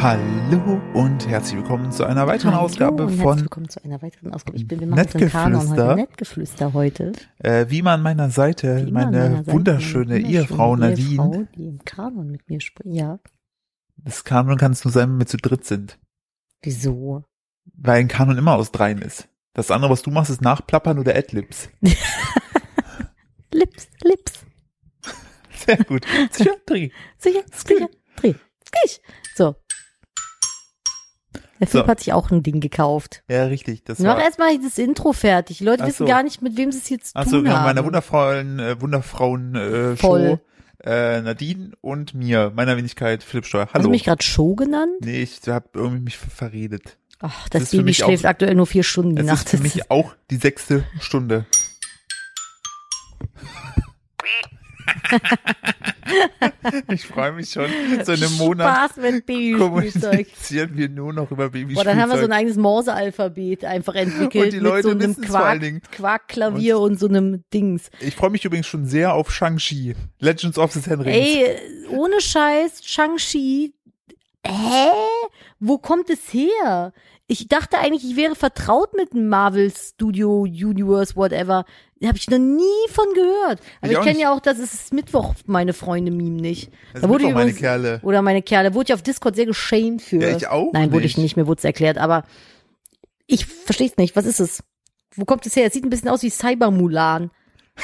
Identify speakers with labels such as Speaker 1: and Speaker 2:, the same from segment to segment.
Speaker 1: Hallo und herzlich willkommen zu einer weiteren
Speaker 2: Hallo
Speaker 1: Ausgabe
Speaker 2: und
Speaker 1: von
Speaker 2: Herzlich willkommen zu einer weiteren Ausgabe. Ich bin, wir machen so einen Kanon
Speaker 1: Nettgeflüster.
Speaker 2: heute. ne? Nettgeflüster heute.
Speaker 1: äh, Wie man an meiner Seite,
Speaker 2: Wie immer an
Speaker 1: meine
Speaker 2: meiner Seite
Speaker 1: wunderschöne
Speaker 2: eine
Speaker 1: Ehefrau
Speaker 2: wunderschöne
Speaker 1: Nadine.
Speaker 2: Ehefrau, die im Kanon mit mir spricht. Ja.
Speaker 1: Das Kanon kann es nur sein, wenn wir zu dritt sind.
Speaker 2: Wieso?
Speaker 1: Weil ein Kanon immer aus dreien ist. Das andere, was du machst, ist nachplappern oder Adlibs.
Speaker 2: Lips, Lips.
Speaker 1: Sehr gut. Psychiatrie.
Speaker 2: Sicher, sicher. Dreh. Skich. So. Der
Speaker 1: So.
Speaker 2: Philipp hat sich auch ein Ding gekauft.
Speaker 1: Ja, richtig. Das
Speaker 2: Mach
Speaker 1: war.
Speaker 2: erstmal das Intro fertig. Die Leute
Speaker 1: Ach
Speaker 2: wissen
Speaker 1: so.
Speaker 2: gar nicht, mit wem sie es jetzt
Speaker 1: Achso,
Speaker 2: tun
Speaker 1: genau,
Speaker 2: haben.
Speaker 1: meiner wundervollen, äh, wunderfrauen äh, Show
Speaker 2: Voll.
Speaker 1: äh, Nadine und mir, meiner Wenigkeit Philipp Steuer.
Speaker 2: Hast
Speaker 1: Hallo.
Speaker 2: du Also mich gerade Show genannt?
Speaker 1: nee, ich habe irgendwie mich ver- verredet.
Speaker 2: Ach,
Speaker 1: Das
Speaker 2: das,
Speaker 1: ist für
Speaker 2: Baby
Speaker 1: mich auch-
Speaker 2: schläft aktuell nur vier Stunden die
Speaker 1: Es
Speaker 2: Nacht.
Speaker 1: ist für mich auch die sechste Stunde. ich freue mich schon. So in einem Monat
Speaker 2: Spaß mit Babyspielzeug.
Speaker 1: kommunizieren wir nur noch über Babyspielzeug.
Speaker 2: Boah, dann haben wir so ein eigenes Morse-Alphabet einfach entwickelt.
Speaker 1: Und die Leute
Speaker 2: mit so einem
Speaker 1: wissen's vor allen Dingen.
Speaker 2: Quark, Quarkklavier und, so einem Dings.
Speaker 1: ich freue mich übrigens schon sehr auf Shang-Chi. Legends of the Ten Rings.
Speaker 2: Ey, ohne Scheiß, Shang-Chi. Hä? Wo kommt es her? Ich dachte eigentlich, ich wäre vertraut mit dem Marvel Studio Universe, whatever. Da habe ich noch nie von gehört.
Speaker 1: Ich
Speaker 2: Aber ich,
Speaker 1: auch
Speaker 2: kenne
Speaker 1: nicht.
Speaker 2: ja auch, das ist Mittwoch, meine Freunde meme nicht.
Speaker 1: das sind doch meine
Speaker 2: übrigens-
Speaker 1: Kerle.
Speaker 2: Oder meine Kerle. Wurde ich auf Discord sehr geschämt für.
Speaker 1: Ja, ich auch
Speaker 2: Nein, wurde ich
Speaker 1: nicht.
Speaker 2: nicht. Mir wurde es erklärt. Aber ich verstehe es nicht. Was ist es? Wo kommt es her? Es sieht ein bisschen aus wie Cyber-Mulan.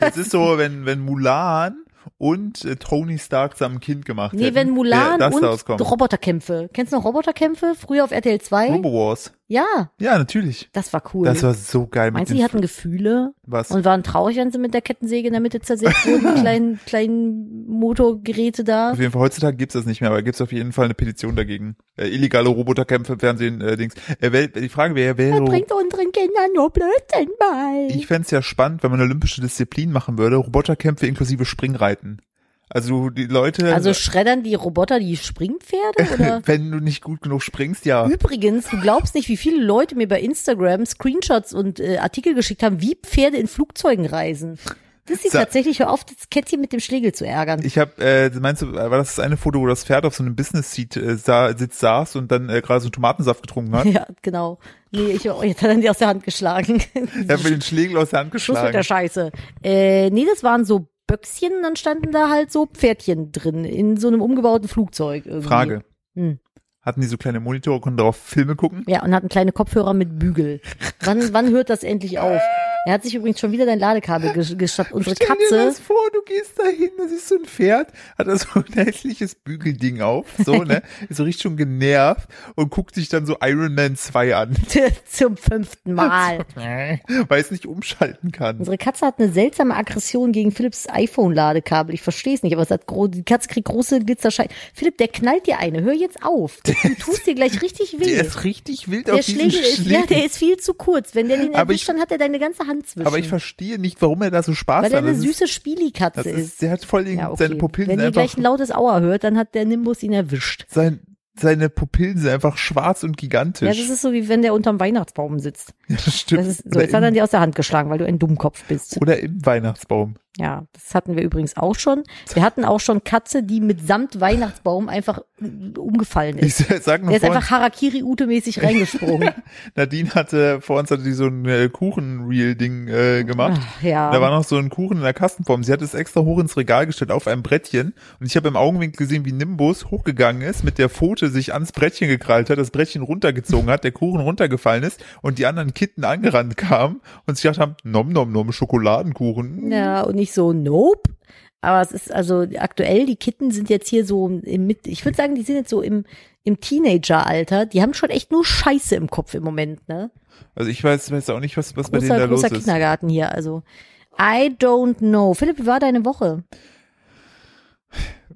Speaker 1: Das ist so, wenn, wenn Mulan und äh, Tony Stark zusammen ein Kind gemacht
Speaker 2: Nee,
Speaker 1: hätten,
Speaker 2: wenn Mulan
Speaker 1: wer das
Speaker 2: und
Speaker 1: daraus kommt.
Speaker 2: Roboterkämpfe. Kennst du noch Roboterkämpfe? Früher auf RTL 2?
Speaker 1: Robo Wars.
Speaker 2: ja,
Speaker 1: Ja, natürlich.
Speaker 2: das war cool.
Speaker 1: Das war so geil mit
Speaker 2: Meinst du,
Speaker 1: den
Speaker 2: die hatten Gefühle
Speaker 1: was.
Speaker 2: und waren traurig, wenn sie mit der Kettensäge in der Mitte zersetzt wurden, die kleinen, kleinen Motorgeräte da?
Speaker 1: Auf jeden Fall, heutzutage gibt's das nicht mehr, aber gibt's auf jeden Fall eine Petition dagegen. Äh, illegale Roboterkämpfe im Fernsehen, äh, Dings. Äh, wel, die Frage wäre,
Speaker 2: Er
Speaker 1: wäre,
Speaker 2: bringt unseren Kindern nur Blödsinn bei.
Speaker 1: ich fänd's ja spannend, wenn man eine olympische Disziplin machen würde, Roboterkämpfe inklusive Springreiten. Also die Leute,
Speaker 2: also schreddern die Roboter die Springpferde oder?
Speaker 1: wenn du nicht gut genug springst, ja.
Speaker 2: Übrigens, du glaubst nicht, wie viele Leute mir bei Instagram Screenshots und äh, Artikel geschickt haben, wie Pferde in Flugzeugen reisen. Das sieht
Speaker 1: Sa-
Speaker 2: tatsächlich, hör auf, das Kätzchen mit dem Schlägel zu ärgern.
Speaker 1: Ich habe, äh, meinst du, war das das eine Foto, wo das Pferd auf so einem Business-Seat äh, sa sitz saß und dann äh, gerade so einen Tomatensaft getrunken hat?
Speaker 2: ja, genau. Nee, ich, oh, jetzt hat er die aus der Hand geschlagen.
Speaker 1: Er hat mir den Schlägel aus der Hand
Speaker 2: Schluss mit der
Speaker 1: geschlagen.
Speaker 2: Scheiße. Äh, nee, das waren so Böckschen, dann standen da halt so Pferdchen drin, in so einem umgebauten Flugzeug irgendwie.
Speaker 1: Frage.
Speaker 2: Hm.
Speaker 1: Hatten die so kleine Monitore, konnten darauf Filme gucken?
Speaker 2: Ja, und hatten kleine Kopfhörer mit Bügel. Wann, wann hört das endlich auf? Er hat sich übrigens schon wieder dein Ladekabel ges- geschnappt. Unsere
Speaker 1: Stell dir
Speaker 2: Katze.
Speaker 1: das vor, du gehst da hin, da siehst du ein Pferd, hat da so ein hässliches Bügelding auf, so, ne? Ist so richtig schon genervt und guckt sich dann so Iron Man 2 an,
Speaker 2: zum fünften Mal.
Speaker 1: weil es nicht umschalten kann.
Speaker 2: Unsere Katze hat eine seltsame Aggression gegen Philips iPhone-Ladekabel. Ich verstehe es nicht, aber es hat gro die Katze kriegt große Glitzerscheine. Philipp, der knallt dir eine. Hör jetzt auf. Du tust dir gleich richtig
Speaker 1: Der
Speaker 2: weh.
Speaker 1: ist richtig wild
Speaker 2: Der
Speaker 1: auf diesen
Speaker 2: Schlägel ist, ja, der
Speaker 1: Schlägel.
Speaker 2: ist viel zu kurz. Wenn der den
Speaker 1: Aber ich-
Speaker 2: erwischt, dann hat er deine ganze Hand zwischen.
Speaker 1: Aber ich verstehe nicht, warum er da so Spaß
Speaker 2: weil er
Speaker 1: hat.
Speaker 2: eine
Speaker 1: Das ist,
Speaker 2: süße Spielikatze
Speaker 1: das
Speaker 2: ist.
Speaker 1: ist, der hat voll den,
Speaker 2: Ja, okay.
Speaker 1: seine Pupillen
Speaker 2: Wenn
Speaker 1: sind
Speaker 2: ihr
Speaker 1: einfach,
Speaker 2: gleich ein lautes Auer hört, dann hat der Nimbus ihn erwischt.
Speaker 1: sein, seine Pupillen sind einfach schwarz und
Speaker 2: Ja,
Speaker 1: gigantisch.
Speaker 2: das ist so, wie wenn der unterm Weihnachtsbaum sitzt.
Speaker 1: Ja, das stimmt.
Speaker 2: Das ist, so, jetzt hat er dir aus der Hand geschlagen, weil du ein Dummkopf bist.
Speaker 1: oder im Weihnachtsbaum.
Speaker 2: Ja, das hatten wir übrigens auch schon. Wir hatten auch schon Katze, die mitsamt Weihnachtsbaum einfach umgefallen
Speaker 1: Ich
Speaker 2: ist.
Speaker 1: sag
Speaker 2: Der
Speaker 1: nur
Speaker 2: ist
Speaker 1: vorhin,
Speaker 2: einfach Harakiri-Ute-mäßig reingesprungen.
Speaker 1: Nadine hatte, vor uns hatte die so ein äh, Kuchenreel-Ding äh, gemacht.
Speaker 2: Ach, ja.
Speaker 1: Da war noch so ein Kuchen in der Kastenform. Sie hat es extra hoch ins Regal gestellt, auf einem Brettchen. Und ich habe im Augenwinkel gesehen, wie Nimbus hochgegangen ist, mit der Pfote sich ans Brettchen gekrallt hat, das Brettchen runtergezogen hat, der Kuchen runtergefallen ist und die anderen Kitten angerannt kamen und sich gedacht haben, nom nom nom, Schokoladenkuchen.
Speaker 2: ja, und nicht so, nope. Aber es ist also aktuell, die Kitten sind jetzt hier so im Mit, ich würde sagen, die sind jetzt so im, im Teenager-Alter. Die haben schon echt nur Scheiße im Kopf im Moment, ne?
Speaker 1: Also ich weiß, weiß auch nicht, was, was bei denen da
Speaker 2: Großer,
Speaker 1: los
Speaker 2: großer
Speaker 1: ist.
Speaker 2: Kindergarten hier, also. I don't know. Philipp, wie war deine Woche?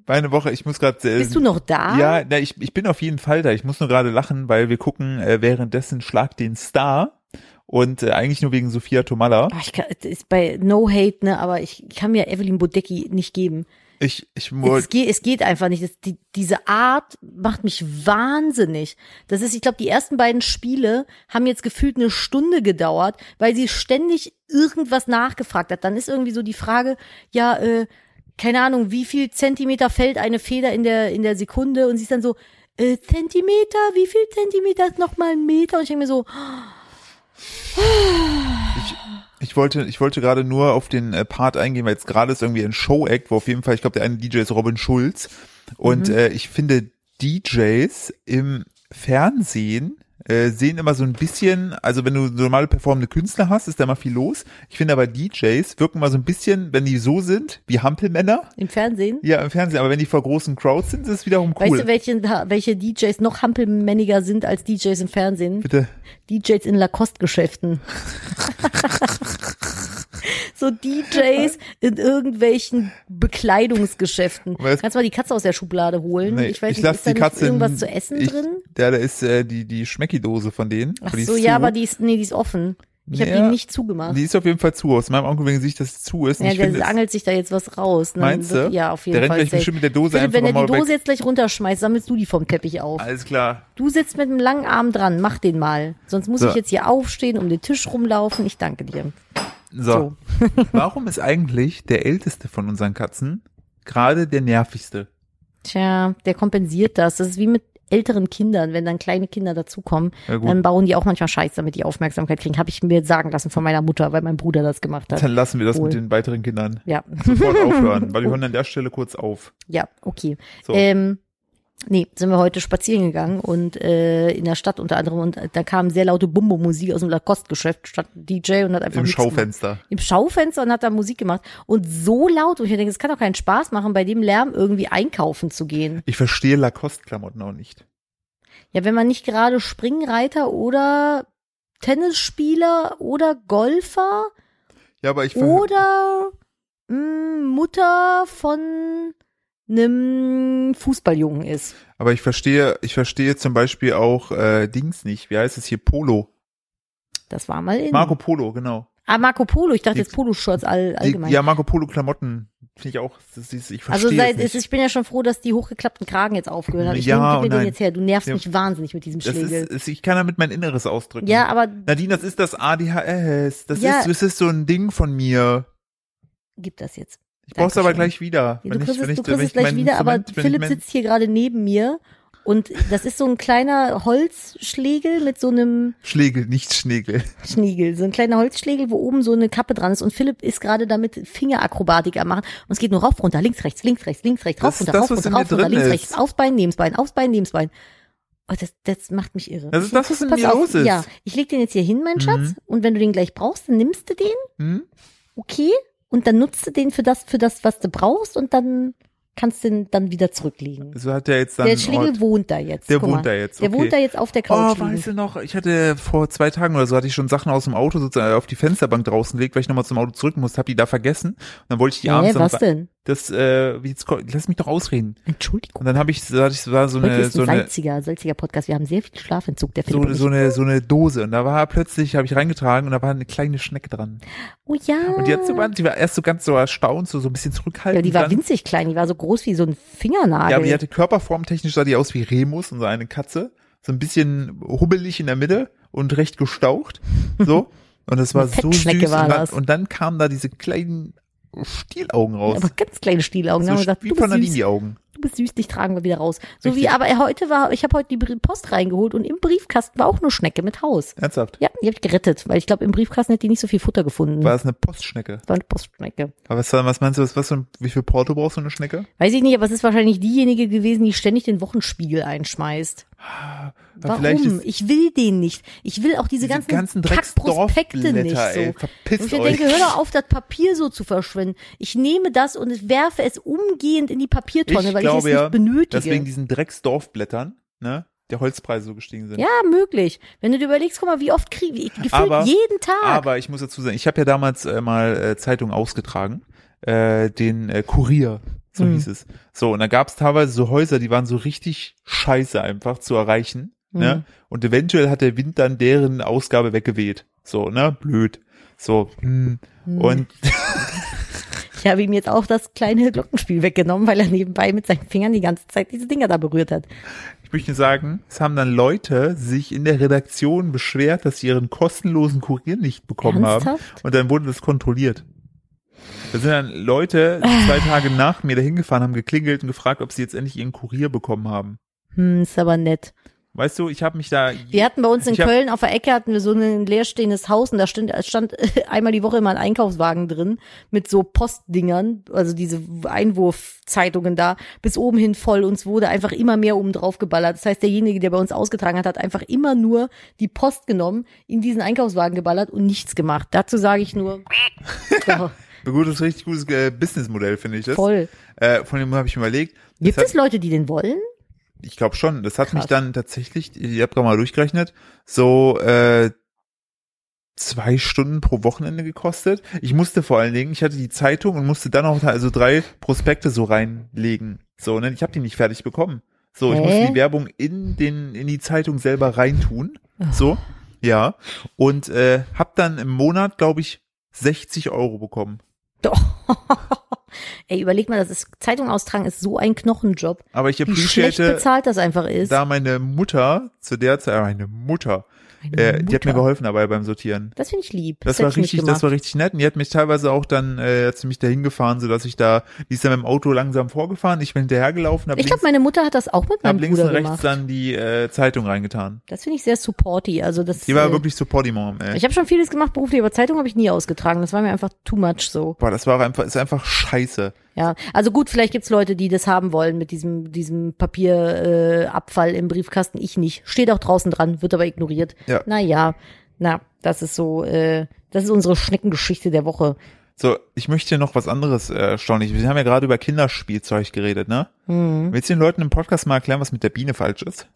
Speaker 1: Meine Woche, ich muss gerade äh,
Speaker 2: Bist du noch da?
Speaker 1: Ja, na, ich, ich bin auf jeden Fall da. Ich muss nur gerade lachen, weil wir gucken äh, währenddessen Schlag den Star und äh, eigentlich nur wegen Sophia Tomalla.
Speaker 2: Ach, Oh, ich kann, das ist bei No Hate, ne, aber ich kann mir Evelyn Bodecki nicht geben.
Speaker 1: Ich, ich
Speaker 2: Es
Speaker 1: wollte.
Speaker 2: geht, es geht einfach nicht. Das, die, diese Art macht mich wahnsinnig. Das ist, ich glaube, die ersten beiden Spiele haben jetzt gefühlt eine Stunde gedauert, weil sie ständig irgendwas nachgefragt hat. Dann ist irgendwie so die Frage, ja, äh, keine Ahnung, wie viel Zentimeter fällt eine Feder in der, in der Sekunde? Und sie ist dann so, äh, Zentimeter, wie viel Zentimeter ist nochmal ein Meter? Und ich denke mir so,
Speaker 1: Ich, ich wollte, ich wollte gerade nur auf den äh, Part eingehen, weil jetzt gerade ist irgendwie ein Show-Act, wo auf jeden Fall, ich glaube, der eine DJ ist Robin Schulz. Und äh, ich finde, DJs im Fernsehen äh, sehen immer so ein bisschen, also wenn du normale performende Künstler hast, ist da mal viel los. Ich finde aber DJs wirken mal so ein bisschen, wenn die so sind, wie Hampelmänner.
Speaker 2: im Fernsehen.
Speaker 1: Ja, im Fernsehen, aber wenn die vor großen Crowds sind, ist es wiederum cool.
Speaker 2: Weißt du, welche, welche DJs noch hampelmänniger sind als DJs im Fernsehen?
Speaker 1: Bitte.
Speaker 2: DJs in Lacoste-Geschäften. so DJs in irgendwelchen Bekleidungsgeschäften.
Speaker 1: Aber es-
Speaker 2: Kannst du mal die Katze aus der Schublade holen?
Speaker 1: Nee,
Speaker 2: ich weiß nicht,
Speaker 1: lass
Speaker 2: ist da
Speaker 1: die
Speaker 2: nicht
Speaker 1: Katze in-
Speaker 2: irgendwas zu essen
Speaker 1: ich,
Speaker 2: drin?
Speaker 1: Ja, da ist äh, die, die Schmecki-Dose von denen.
Speaker 2: Ach
Speaker 1: aber die
Speaker 2: so,
Speaker 1: ist
Speaker 2: ja,
Speaker 1: zu.
Speaker 2: aber die ist, nee, die ist offen. Ich habe
Speaker 1: Ja.
Speaker 2: die nicht zugemacht.
Speaker 1: Die ist auf jeden Fall zu. Aus meinem Augenblick sehe ich, dass sie zu ist. Und
Speaker 2: ja,
Speaker 1: ich
Speaker 2: der
Speaker 1: finde, es-
Speaker 2: angelt sich da jetzt was raus. Ne?
Speaker 1: Meinst du?
Speaker 2: Ja, auf jeden
Speaker 1: Der rennt
Speaker 2: Fall.
Speaker 1: gleich
Speaker 2: safe.
Speaker 1: bestimmt mit der Dose
Speaker 2: Philipp, wenn
Speaker 1: einfach
Speaker 2: er die
Speaker 1: mal weg.
Speaker 2: Dose jetzt gleich runterschmeißt, sammelst du die vom Teppich auf.
Speaker 1: alles klar.
Speaker 2: Du sitzt mit einem langen Arm dran, mach den mal. Sonst muss
Speaker 1: So.
Speaker 2: ich jetzt hier aufstehen, um den Tisch rumlaufen. Ich danke dir.
Speaker 1: So. Warum ist eigentlich der älteste von unseren Katzen gerade der nervigste?
Speaker 2: Tja, der kompensiert das. Das ist wie mit älteren Kindern, wenn dann kleine Kinder dazukommen,
Speaker 1: Ja, gut.
Speaker 2: dann bauen die auch manchmal Scheiß, damit die Aufmerksamkeit kriegen. Habe ich mir sagen lassen von meiner Mutter, weil mein Bruder das gemacht hat.
Speaker 1: Dann lassen wir das
Speaker 2: Wohl.
Speaker 1: mit den weiteren Kindern
Speaker 2: Ja,
Speaker 1: sofort aufhören, weil wir hören an der Stelle kurz auf.
Speaker 2: ja, okay.
Speaker 1: So.
Speaker 2: Ähm, nee, sind wir heute spazieren gegangen und äh, in der Stadt unter anderem und da kam sehr laute Bumbo-Musik aus dem Lacoste-Geschäft, stand ein DJ und hat einfach
Speaker 1: Im
Speaker 2: nichts gemacht.
Speaker 1: Schaufenster.
Speaker 2: im Schaufenster und hat da Musik gemacht und so laut und ich mir denke, es kann doch keinen Spaß machen, bei dem Lärm irgendwie einkaufen zu gehen.
Speaker 1: Ich verstehe Lacoste-Klamotten auch nicht.
Speaker 2: Ja, wenn man nicht gerade Springreiter oder Tennisspieler oder Golfer
Speaker 1: Ja, aber ich ver-
Speaker 2: oder mh, Mutter von einem Fußballjungen ist.
Speaker 1: aber ich verstehe, ich verstehe zum Beispiel auch äh, Dings nicht. Wie heißt es hier? Polo.
Speaker 2: Das war mal in.
Speaker 1: Marco Polo, genau.
Speaker 2: ah, Marco Polo, ich dachte
Speaker 1: Die-
Speaker 2: jetzt Poloshirts all,
Speaker 1: Die,
Speaker 2: allgemein.
Speaker 1: ja, Marco Polo Klamotten finde ich auch. Das ist, ich verstehe
Speaker 2: also seit,
Speaker 1: es
Speaker 2: es
Speaker 1: nicht.
Speaker 2: ist- ich bin ja schon froh, dass die hochgeklappten Kragen jetzt aufgehört haben. Ich
Speaker 1: Ja, und
Speaker 2: nehme gib mir den
Speaker 1: nein.
Speaker 2: jetzt her. Du nervst
Speaker 1: Ja.
Speaker 2: mich wahnsinnig mit diesem
Speaker 1: das
Speaker 2: Schlägel.
Speaker 1: ist, ist, ich kann damit mein Inneres ausdrücken.
Speaker 2: ja, aber
Speaker 1: Nadine, das ist das ADHS. Das,
Speaker 2: Ja.
Speaker 1: ist, das ist so ein Ding von mir.
Speaker 2: gib das jetzt.
Speaker 1: Ich brauch's
Speaker 2: Dankeschön.
Speaker 1: aber gleich wieder.
Speaker 2: Ja,
Speaker 1: Wenn
Speaker 2: du
Speaker 1: ich-
Speaker 2: kriegst
Speaker 1: wenn
Speaker 2: es,
Speaker 1: ich-
Speaker 2: du
Speaker 1: wenn
Speaker 2: kriegst es
Speaker 1: ich
Speaker 2: gleich
Speaker 1: mein
Speaker 2: wieder, aber
Speaker 1: Instrument- wenn ich
Speaker 2: Philipp
Speaker 1: mein-
Speaker 2: sitzt hier gerade neben mir und das ist so ein kleiner Holzschlägel mit so einem
Speaker 1: Schlägel, nicht Schnägel.
Speaker 2: Schniegel, so ein kleiner Holzschlägel, wo oben so eine Kappe dran ist und Philipp ist gerade damit Fingerakrobatik am machen und es geht nur rauf, runter, links, rechts, links, rechts, links, rechts, rauf,
Speaker 1: Das ist
Speaker 2: runter,
Speaker 1: das,
Speaker 2: rauf,
Speaker 1: was
Speaker 2: runter,
Speaker 1: in mir
Speaker 2: rauf, runter,
Speaker 1: drin
Speaker 2: links,
Speaker 1: ist.
Speaker 2: rechts, aufs Bein, neben das Bein, aufs Bein, neben das Bein. Oh, das, das macht mich irre.
Speaker 1: Das ist das, was in
Speaker 2: Pass
Speaker 1: mir
Speaker 2: auf,
Speaker 1: los ist. Mhm.
Speaker 2: Ja, ich leg den jetzt hier hin, mein Schatz, und wenn du den gleich brauchst, dann nimmst du den
Speaker 1: Hm?
Speaker 2: okay und dann nutzt du den für das, für das, was du brauchst und dann kannst du ihn dann wieder zurücklegen.
Speaker 1: So hat der jetzt dann.
Speaker 2: Der
Speaker 1: einen
Speaker 2: Schlägel
Speaker 1: Ort.
Speaker 2: wohnt da jetzt.
Speaker 1: Der
Speaker 2: guck
Speaker 1: wohnt
Speaker 2: mal.
Speaker 1: da jetzt,
Speaker 2: Der
Speaker 1: okay.
Speaker 2: wohnt da jetzt auf der Couch.
Speaker 1: Oh,
Speaker 2: liegen.
Speaker 1: weißt du noch, ich hatte vor zwei Tagen oder so, hatte ich schon Sachen aus dem Auto sozusagen äh, auf die Fensterbank draußen gelegt, weil ich nochmal zum Auto zurück musste, hab die da vergessen. Und dann wollte ich die
Speaker 2: Hä,
Speaker 1: abends
Speaker 2: was
Speaker 1: dann,
Speaker 2: denn?
Speaker 1: das, äh, jetzt, ko- lass mich doch ausreden. Und
Speaker 2: Entschuldigung.
Speaker 1: dann habe ich, da hatte ich, war so
Speaker 2: Heute
Speaker 1: eine,
Speaker 2: ist ein
Speaker 1: so eine,
Speaker 2: salziger, salziger Podcast. Wir haben sehr viel Schlafentzug, der Philipp
Speaker 1: so,
Speaker 2: und
Speaker 1: so
Speaker 2: ich.
Speaker 1: eine, so eine Dose. Und da war plötzlich, habe ich reingetragen und da war eine kleine Schnecke dran.
Speaker 2: Oh ja.
Speaker 1: Und die hat so ganz, die war erst so ganz so erstaunt, so, so ein bisschen
Speaker 2: ja,
Speaker 1: zurückhaltend.
Speaker 2: die war
Speaker 1: dann,
Speaker 2: winzig klein. Die war so groß wie so ein Fingernagel.
Speaker 1: ja, aber die hatte körperformtechnisch sah die aus wie Remus, unsere eine Katze. So ein bisschen hubbelig in der Mitte und recht gestaucht. So. Und das war
Speaker 2: Eine
Speaker 1: so süß.
Speaker 2: Fettschnecke
Speaker 1: Und
Speaker 2: war
Speaker 1: dann,
Speaker 2: das.
Speaker 1: und dann kamen da diese kleinen Stielaugen raus.
Speaker 2: aber ganz kleine Stielaugen.
Speaker 1: so
Speaker 2: So gesagt,
Speaker 1: wie
Speaker 2: du,
Speaker 1: von
Speaker 2: bist
Speaker 1: Nadine
Speaker 2: süß,
Speaker 1: die Augen.
Speaker 2: du bist süß, dich tragen wir wieder raus. So
Speaker 1: Richtig.
Speaker 2: wie, aber heute war, ich habe heute die Br- Post reingeholt und im Briefkasten war auch eine Schnecke mit Haus.
Speaker 1: Ernsthaft.
Speaker 2: Ja, die habe ich gerettet, weil ich glaube, im Briefkasten hätte die nicht so viel Futter gefunden.
Speaker 1: War es eine Postschnecke?
Speaker 2: Das war eine Postschnecke.
Speaker 1: Aber was, was meinst du, was, was, für- wie viel Porto brauchst du eine Schnecke?
Speaker 2: Weiß ich nicht, aber es ist wahrscheinlich diejenige gewesen, die ständig den Wochenspiegel einschmeißt.
Speaker 1: Aber vielleicht
Speaker 2: Warum?
Speaker 1: ist
Speaker 2: Ich will den nicht. Ich will auch diese,
Speaker 1: diese ganzen,
Speaker 2: ganzen, Kackprospekte
Speaker 1: Drecksdorfblätter,
Speaker 2: nicht so.
Speaker 1: ey,
Speaker 2: Und ich
Speaker 1: verpisst
Speaker 2: mir
Speaker 1: euch.
Speaker 2: denke, hör doch auf, das Papier so zu verschwenden. Ich nehme das und ich werfe es umgehend in die Papiertonne, weil ich es nicht
Speaker 1: dass wegen
Speaker 2: benötige.
Speaker 1: diesen Drecksdorfblättern, ne, der Holzpreise so gestiegen sind.
Speaker 2: Ja, möglich. Wenn du dir überlegst, guck mal, wie oft kriege ich gefühlt
Speaker 1: Aber-
Speaker 2: jeden Tag.
Speaker 1: Aber ich muss dazu sagen, ich habe ja damals äh, mal äh, Zeitung ausgetragen, äh, den äh, Kurier, so
Speaker 2: Hm.
Speaker 1: hieß es. So, und da gab es teilweise so Häuser, die waren so richtig scheiße einfach zu erreichen. Ne?
Speaker 2: Mhm.
Speaker 1: Und eventuell hat der Wind dann deren Ausgabe weggeweht. So, ne? Blöd. So,
Speaker 2: Mhm.
Speaker 1: hm. und
Speaker 2: Ich habe ihm jetzt auch das kleine Glockenspiel weggenommen, weil er nebenbei mit seinen Fingern die ganze Zeit diese Dinger da berührt hat.
Speaker 1: Ich möchte sagen, es haben dann Leute sich in der Redaktion beschwert, dass sie ihren kostenlosen Kurier nicht bekommen haben.
Speaker 2: Ernsthaft?
Speaker 1: Und dann wurde das kontrolliert. Da sind dann Leute die zwei Tage nach mir dahin gefahren, haben geklingelt und gefragt, ob sie jetzt endlich ihren Kurier bekommen haben.
Speaker 2: Hm, ist aber nett.
Speaker 1: Weißt du, ich habe mich da.
Speaker 2: Wir hatten bei uns in
Speaker 1: Ich hab-
Speaker 2: Köln auf der Ecke hatten wir so ein leerstehendes Haus und da stand, stand einmal die Woche immer ein Einkaufswagen drin mit so Postdingern, also diese Einwurfzeitungen da, bis oben hin voll. Uns wurde einfach immer mehr oben drauf geballert. Das heißt, derjenige, der bei uns ausgetragen hat, hat einfach immer nur die Post genommen, in diesen Einkaufswagen geballert und nichts gemacht. Dazu sage ich nur, ja,
Speaker 1: Ein gutes, richtig gutes äh, Businessmodell, finde ich das.
Speaker 2: voll.
Speaker 1: Äh, von dem habe ich überlegt. das
Speaker 2: Gibt
Speaker 1: hat-
Speaker 2: es Leute, die den wollen?
Speaker 1: Ich glaube schon. Das hat mich
Speaker 2: Krass.
Speaker 1: dann tatsächlich, ich habe gerade mal durchgerechnet, so äh, zwei Stunden pro Wochenende gekostet. Ich musste vor allen Dingen, ich hatte die Zeitung und musste dann auch also drei Prospekte so reinlegen. So, ne? Ich habe die nicht fertig bekommen. So, ich
Speaker 2: Hä?
Speaker 1: musste die Werbung in den in die Zeitung selber reintun. So, ja. Und äh, habe dann im Monat, glaube ich, 60 Euro bekommen.
Speaker 2: Ey, überleg mal, das ist Zeitung austragen ist so ein Knochenjob.
Speaker 1: Aber ich
Speaker 2: Wie schlecht
Speaker 1: appreciate
Speaker 2: bezahlt das einfach ist.
Speaker 1: da meine Mutter zu der Zeit, meine Mutter,
Speaker 2: Meine
Speaker 1: äh, die hat mir
Speaker 2: Mutter.
Speaker 1: geholfen dabei beim Sortieren.
Speaker 2: Das finde ich lieb.
Speaker 1: Das
Speaker 2: hätte
Speaker 1: war
Speaker 2: ich nicht
Speaker 1: richtig, das
Speaker 2: gemacht.
Speaker 1: war richtig nett. Und die hat mich teilweise auch dann, äh, hat sie mich dahin gefahren, sodass ich da, die ist dann mit dem Auto langsam vorgefahren, ich bin hinterhergelaufen, hab
Speaker 2: Ich glaube,
Speaker 1: links,
Speaker 2: meine Mutter hat das auch mit meinem
Speaker 1: hab links und
Speaker 2: Bruder
Speaker 1: rechts
Speaker 2: gemacht.
Speaker 1: dann die äh, Zeitung reingetan.
Speaker 2: Das finde ich sehr supporty. Also das.
Speaker 1: Die war
Speaker 2: äh,
Speaker 1: wirklich Supportimum, ey.
Speaker 2: Ich habe schon vieles gemacht beruflich, aber Zeitung habe ich nie ausgetragen. Das war mir einfach too much so.
Speaker 1: Boah, das war auch einfach, ist einfach scheiße.
Speaker 2: Ja, also gut, vielleicht gibt's Leute, die das haben wollen mit diesem diesem Papierabfall äh, Abfall im Briefkasten. Ich nicht. Steht auch draußen dran, wird aber ignoriert.
Speaker 1: Ja.
Speaker 2: Naja, na, das ist so. Äh, das ist unsere Schneckengeschichte der Woche.
Speaker 1: So, ich möchte noch was anderes äh, erstaunlich. Wir haben ja gerade über Kinderspielzeug geredet, ne?
Speaker 2: Mhm.
Speaker 1: Willst du den Leuten im Podcast mal erklären, was mit der Biene falsch ist?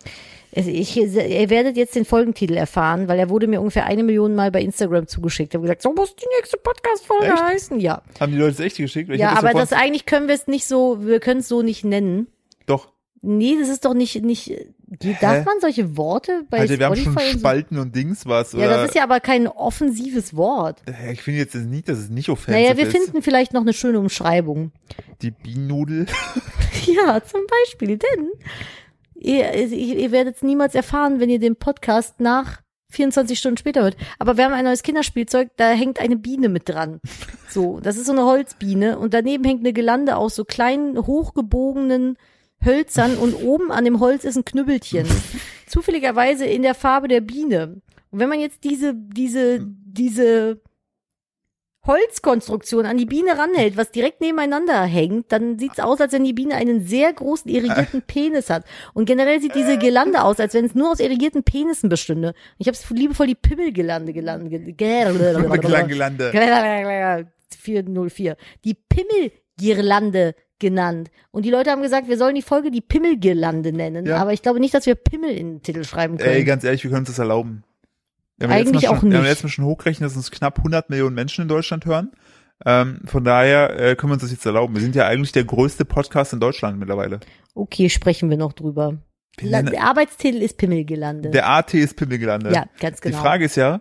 Speaker 2: Also Ich, ihr werdet jetzt den Folgentitel erfahren, weil er wurde mir ungefähr eine Million Mal bei Instagram zugeschickt. Ich habe gesagt, so muss die nächste Podcast-Folge
Speaker 1: Echt?
Speaker 2: heißen. Ja.
Speaker 1: Haben die Leute es echt geschickt? Weil ich
Speaker 2: ja,
Speaker 1: hab
Speaker 2: aber
Speaker 1: sofort-
Speaker 2: das eigentlich können wir es nicht so, wir können es so nicht nennen.
Speaker 1: Doch.
Speaker 2: Nee, das ist doch nicht, nicht, darf man solche Worte bei
Speaker 1: Alter, Also wir haben schon
Speaker 2: Spotify und so?
Speaker 1: Spalten und Dings was.
Speaker 2: Ja,
Speaker 1: oder,
Speaker 2: das ist ja aber kein offensives Wort.
Speaker 1: Ich finde jetzt nicht, dass es nicht offensiv
Speaker 2: Naja, wir
Speaker 1: ist.
Speaker 2: finden vielleicht noch eine schöne Umschreibung.
Speaker 1: Die Bienennudel.
Speaker 2: Ja, zum Beispiel, denn ihr, ihr, ihr werdet es niemals erfahren, wenn ihr den Podcast nach 24 Stunden später hört. Aber wir haben ein neues Kinderspielzeug, da hängt eine Biene mit dran. So, das ist so eine Holzbiene und daneben hängt eine Gelande aus so kleinen, hochgebogenen Hölzern und oben an dem Holz ist ein Knüppelchen. Zufälligerweise in der Farbe der Biene. Und wenn man jetzt diese, diese, diese Holzkonstruktion an die Biene ranhält, was direkt nebeneinander hängt, dann sieht's aus, als wenn die Biene einen sehr großen irrigierten Penis hat. Und generell sieht diese Gelande aus, als wenn es nur aus irrigierten Penissen bestünde. Ich habe es liebevoll die Pimmelgelande gelandet. Ge
Speaker 1: Klang gelandet. Äh.
Speaker 2: 404. Die Pimmelgirlande genannt. Und die Leute haben gesagt, wir sollen die Folge die Pimmelgirlande nennen.
Speaker 1: Ja.
Speaker 2: Aber ich glaube nicht, dass wir Pimmel in den Titel schreiben können.
Speaker 1: Ey, ganz ehrlich, wir können uns das erlauben. Wir haben ja letztes
Speaker 2: Eigentlich
Speaker 1: Mal schon,
Speaker 2: auch
Speaker 1: Wir haben
Speaker 2: nicht.
Speaker 1: ja letztes Mal schon hochgerechnet, dass uns knapp 100 Millionen Menschen in Deutschland hören. Ähm, von daher äh, können wir uns das jetzt erlauben. Wir sind ja eigentlich der größte Podcast in Deutschland mittlerweile.
Speaker 2: okay, sprechen wir noch drüber. La der Arbeitstitel ist Pimmelgirlande.
Speaker 1: Der AT ist Pimmel gelandet.
Speaker 2: ja, ganz genau.
Speaker 1: Die Frage ist ja,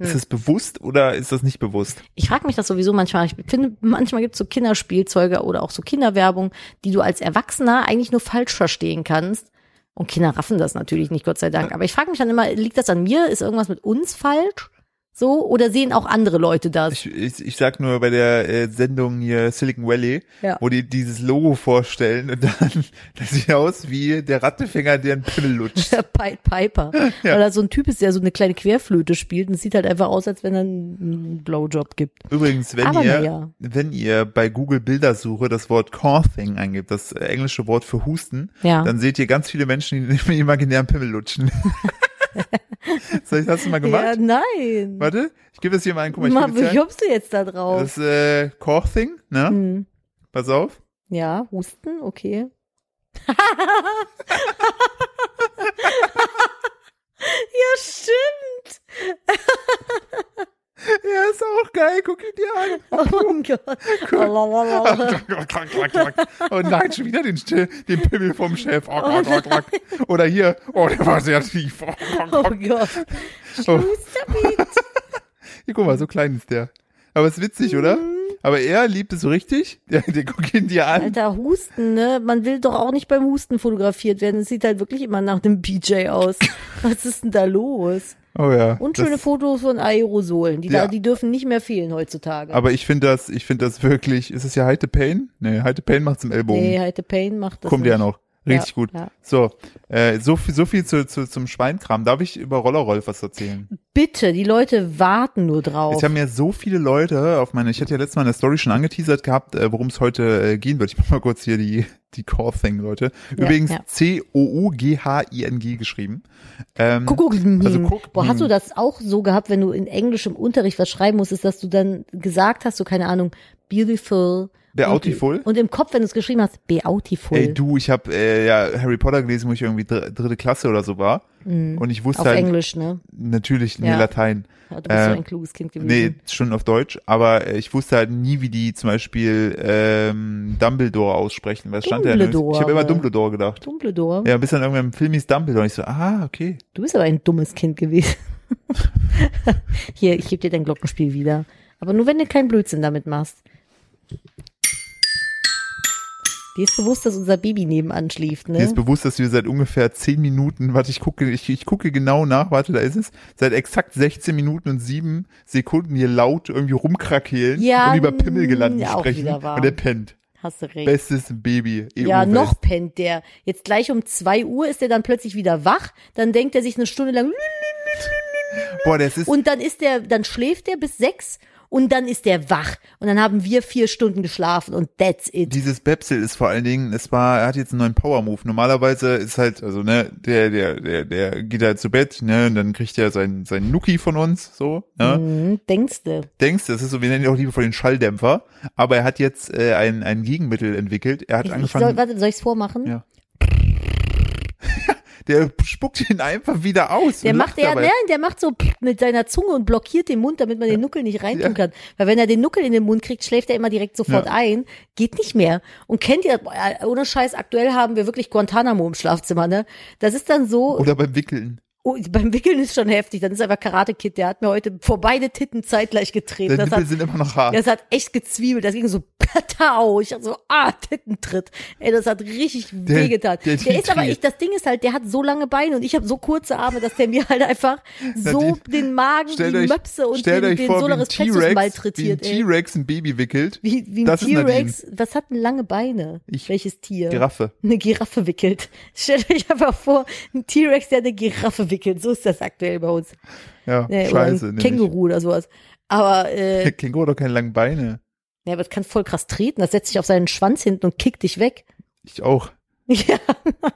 Speaker 1: ist
Speaker 2: Hm.
Speaker 1: das bewusst oder ist das nicht bewusst?
Speaker 2: ich frage mich das sowieso manchmal. Ich finde, manchmal gibt es so Kinderspielzeuge oder auch so Kinderwerbung, die du als Erwachsener eigentlich nur falsch verstehen kannst. Und Kinder raffen das natürlich nicht, Gott sei Dank. Aber ich frage mich dann immer, liegt das an mir? Ist irgendwas mit uns falsch? So? Oder sehen auch andere Leute das?
Speaker 1: Ich, ich, ich sag nur bei der äh, Sendung hier Silicon Valley,
Speaker 2: Ja.
Speaker 1: wo die dieses Logo vorstellen und dann, das sieht aus wie der Rattenfänger, der einen Pimmel lutscht.
Speaker 2: Der Pied Piper. Weil da so ein Typ ist, der so eine kleine Querflöte spielt und es sieht halt einfach aus, als wenn er einen Blowjob gibt.
Speaker 1: Übrigens, wenn
Speaker 2: Aber
Speaker 1: ihr,
Speaker 2: naja.
Speaker 1: wenn ihr bei Google Bildersuche das Wort Coughing eingibt, das äh, englische Wort für Husten,
Speaker 2: Ja.
Speaker 1: dann seht ihr ganz viele Menschen, die mit imaginären Pimmel lutschen. so, ich hast du mal gemacht? um
Speaker 2: Ja, nein.
Speaker 1: Warte, ich gebe das hier mal ein. Guck mal, ich
Speaker 2: Ma,
Speaker 1: gebe das
Speaker 2: wie
Speaker 1: hier ein.
Speaker 2: kommst du jetzt da drauf?
Speaker 1: Das äh, Coughing, ne?
Speaker 2: Hm.
Speaker 1: Pass auf.
Speaker 2: Ja, Husten, okay. ja, stimmt.
Speaker 1: Ja, ist auch geil, guck ihn dir
Speaker 2: Oh mein Gott. Oh, Lalalala.
Speaker 1: an. Klack, klack, klack. Oh nein, schon wieder den, Still- den Pimmel vom Chef. Oh, klack, klack, klack. Oder hier, oh, der war sehr tief. Oh, klack,
Speaker 2: Oh
Speaker 1: klack.
Speaker 2: Gott.
Speaker 1: Oh.
Speaker 2: Schluss damit.
Speaker 1: Hier, guck mal, so klein ist der. Aber ist witzig, oder?
Speaker 2: Mhm.
Speaker 1: Aber er liebt es so richtig. Der, der guckt ihn dir an.
Speaker 2: Alter, Husten, ne? Man will doch auch nicht beim Husten fotografiert werden. Es sieht halt wirklich immer nach dem BJ aus. Was ist denn da los?
Speaker 1: Oh ja.
Speaker 2: Und
Speaker 1: das-
Speaker 2: schöne Fotos von Aerosolen. Die,
Speaker 1: Ja.
Speaker 2: da, die dürfen nicht mehr fehlen heutzutage.
Speaker 1: Aber ich finde das, ich finde das wirklich, ist es ja Heite Payne? Nee, Heite Payne macht's im Ellbogen.
Speaker 2: nee, Heite Payne macht das
Speaker 1: Kommt
Speaker 2: nicht.
Speaker 1: ja noch. Richtig
Speaker 2: ja,
Speaker 1: gut.
Speaker 2: Ja.
Speaker 1: So, äh, so viel, so viel zu, zu, zum Schweinkram. Darf ich über Rollerolf was erzählen?
Speaker 2: Bitte, die Leute warten nur drauf.
Speaker 1: Es haben ja so viele Leute auf meine, ich hatte ja letztes Mal in der Story schon angeteasert gehabt, äh, worum es heute äh, gehen wird. Ich mach mal kurz hier die, die Core-Thing, Leute.
Speaker 2: Ja,
Speaker 1: Übrigens
Speaker 2: ja.
Speaker 1: C-O-O-G-H-I-N-G geschrieben. Ähm,
Speaker 2: Kuckuckmeme.
Speaker 1: Also Kuck-
Speaker 2: hm. Boah, hast du
Speaker 1: Meme.
Speaker 2: das auch so gehabt, wenn du in Englisch im Unterricht was schreiben musstest, dass du dann gesagt hast, so keine Ahnung, beautiful.
Speaker 1: Beautiful?
Speaker 2: Und, und im Kopf, wenn du es geschrieben hast, beautiful.
Speaker 1: Ey, du, ich habe äh, ja Harry Potter gelesen, wo ich irgendwie dr dritte Klasse oder so war. Und ich wusste
Speaker 2: Mhm. Auf
Speaker 1: halt
Speaker 2: Englisch, ne?
Speaker 1: natürlich nee,
Speaker 2: Ja. Mhm.
Speaker 1: Latein.
Speaker 2: Ja, du bist so
Speaker 1: Äh,
Speaker 2: ein kluges Kind
Speaker 1: Nee,
Speaker 2: gewesen.
Speaker 1: schon auf Deutsch, aber äh, ich wusste halt nie, wie die zum Beispiel ähm, Dumbledore aussprechen. Was stand da? denn?
Speaker 2: Dumbledore. ne?
Speaker 1: Ich habe immer Dumbledore gedacht.
Speaker 2: Dumbledore,
Speaker 1: Ja, bis dann irgendwann im Film hieß Dumbledore. Und ich so, ah, okay.
Speaker 2: du bist aber ein dummes Kind gewesen. Hier, ich gebe dir dein Glockenspiel wieder. Aber nur, wenn du keinen Blödsinn damit machst. Dir ist bewusst, dass unser Baby nebenan schläft, ne?
Speaker 1: Mir ist bewusst, dass wir seit ungefähr 10 Minuten, warte, ich gucke, ich, ich gucke genau nach, warte, da ist es, seit exakt 16 Minuten und 7 Sekunden hier laut irgendwie rumkrakeelen
Speaker 2: Ja, mm,
Speaker 1: und über Pimmel gelandet
Speaker 2: auch
Speaker 1: sprechen.
Speaker 2: wieder wahr.
Speaker 1: Und der pennt.
Speaker 2: Hast du recht.
Speaker 1: Bestes Baby. E EU
Speaker 2: Ja,
Speaker 1: West.
Speaker 2: noch pennt der. Jetzt gleich um 2 Uhr ist er dann plötzlich wieder wach. Dann denkt er sich eine Stunde lang
Speaker 1: Boah, das ist,
Speaker 2: und dann ist der, dann schläft er bis sechs und dann ist er wach. Und dann haben wir vier Stunden geschlafen und that's it.
Speaker 1: dieses Bepsel ist vor allen Dingen, es war, er hat jetzt einen neuen Power-Move. Normalerweise ist halt, also ne, der, der, der, der geht halt zu Bett, ne, und dann kriegt er seinen, seinen Nuki von uns, so, ne.
Speaker 2: Hm, denkst du?
Speaker 1: denkst, das ist so, wir nennen ihn auch liebevoll den Schalldämpfer, aber er hat jetzt äh, ein, ein Gegenmittel entwickelt. Er hat
Speaker 2: Ich, ich soll,
Speaker 1: angefangen,
Speaker 2: warte, soll ich's vormachen?
Speaker 1: Ja. der spuckt ihn einfach wieder aus.
Speaker 2: Der
Speaker 1: und lacht
Speaker 2: macht ja, ne?
Speaker 1: dabei.
Speaker 2: nein, der macht so mit seiner Zunge und blockiert den Mund, damit man den Nuckel nicht reintun
Speaker 1: Ja.
Speaker 2: kann. Weil wenn er den Nuckel in den Mund kriegt, schläft er immer direkt sofort
Speaker 1: Ja.
Speaker 2: ein. Geht nicht mehr. Und kennt ihr, boah, ohne Scheiß, aktuell haben wir wirklich Guantanamo im Schlafzimmer, ne? Das ist dann so,
Speaker 1: Oder beim Wickeln.
Speaker 2: Oh, beim Wickeln ist schon heftig. Dann ist einfach Karate Kid. Der hat mir heute vor beide Titten zeitgleich getreten.
Speaker 1: Seine
Speaker 2: Das hat,
Speaker 1: Nippel sind immer noch hart.
Speaker 2: das hat echt gezwiebelt. Das ging so patau. Ich dachte so, ah, Tittentritt. Ey, das hat richtig wehgetan. Der,
Speaker 1: der
Speaker 2: ist aber,
Speaker 1: Titri.
Speaker 2: ich, das Ding ist halt, der hat so lange Beine und ich habe so kurze Arme, dass der mir halt einfach so
Speaker 1: die-
Speaker 2: den Magen,
Speaker 1: Stellt
Speaker 2: die
Speaker 1: euch,
Speaker 2: Möpse und
Speaker 1: stellt
Speaker 2: den,
Speaker 1: euch
Speaker 2: den
Speaker 1: vor, wie ein
Speaker 2: Solaris Plexus
Speaker 1: T-Rex wie ein
Speaker 2: malträtiert. ey.
Speaker 1: T-Rex ein Baby wickelt.
Speaker 2: Wie, wie ein
Speaker 1: das ist Nadine.
Speaker 2: T-Rex. Was hat denn lange Beine?
Speaker 1: Ich-
Speaker 2: Welches Tier?
Speaker 1: Giraffe.
Speaker 2: eine Giraffe wickelt. Stellt euch einfach vor, ein T-Rex, der eine Giraffe wickelt. So ist das aktuell bei uns.
Speaker 1: Ja, scheiße.
Speaker 2: Nee, äh, oder ein
Speaker 1: nämlich.
Speaker 2: Känguru oder sowas. Aber, äh,
Speaker 1: Känguru hat doch keine langen Beine.
Speaker 2: ja, aber das kann voll krass treten. Das setzt sich auf seinen Schwanz hinten und kickt dich weg.
Speaker 1: Ich auch.
Speaker 2: Ja,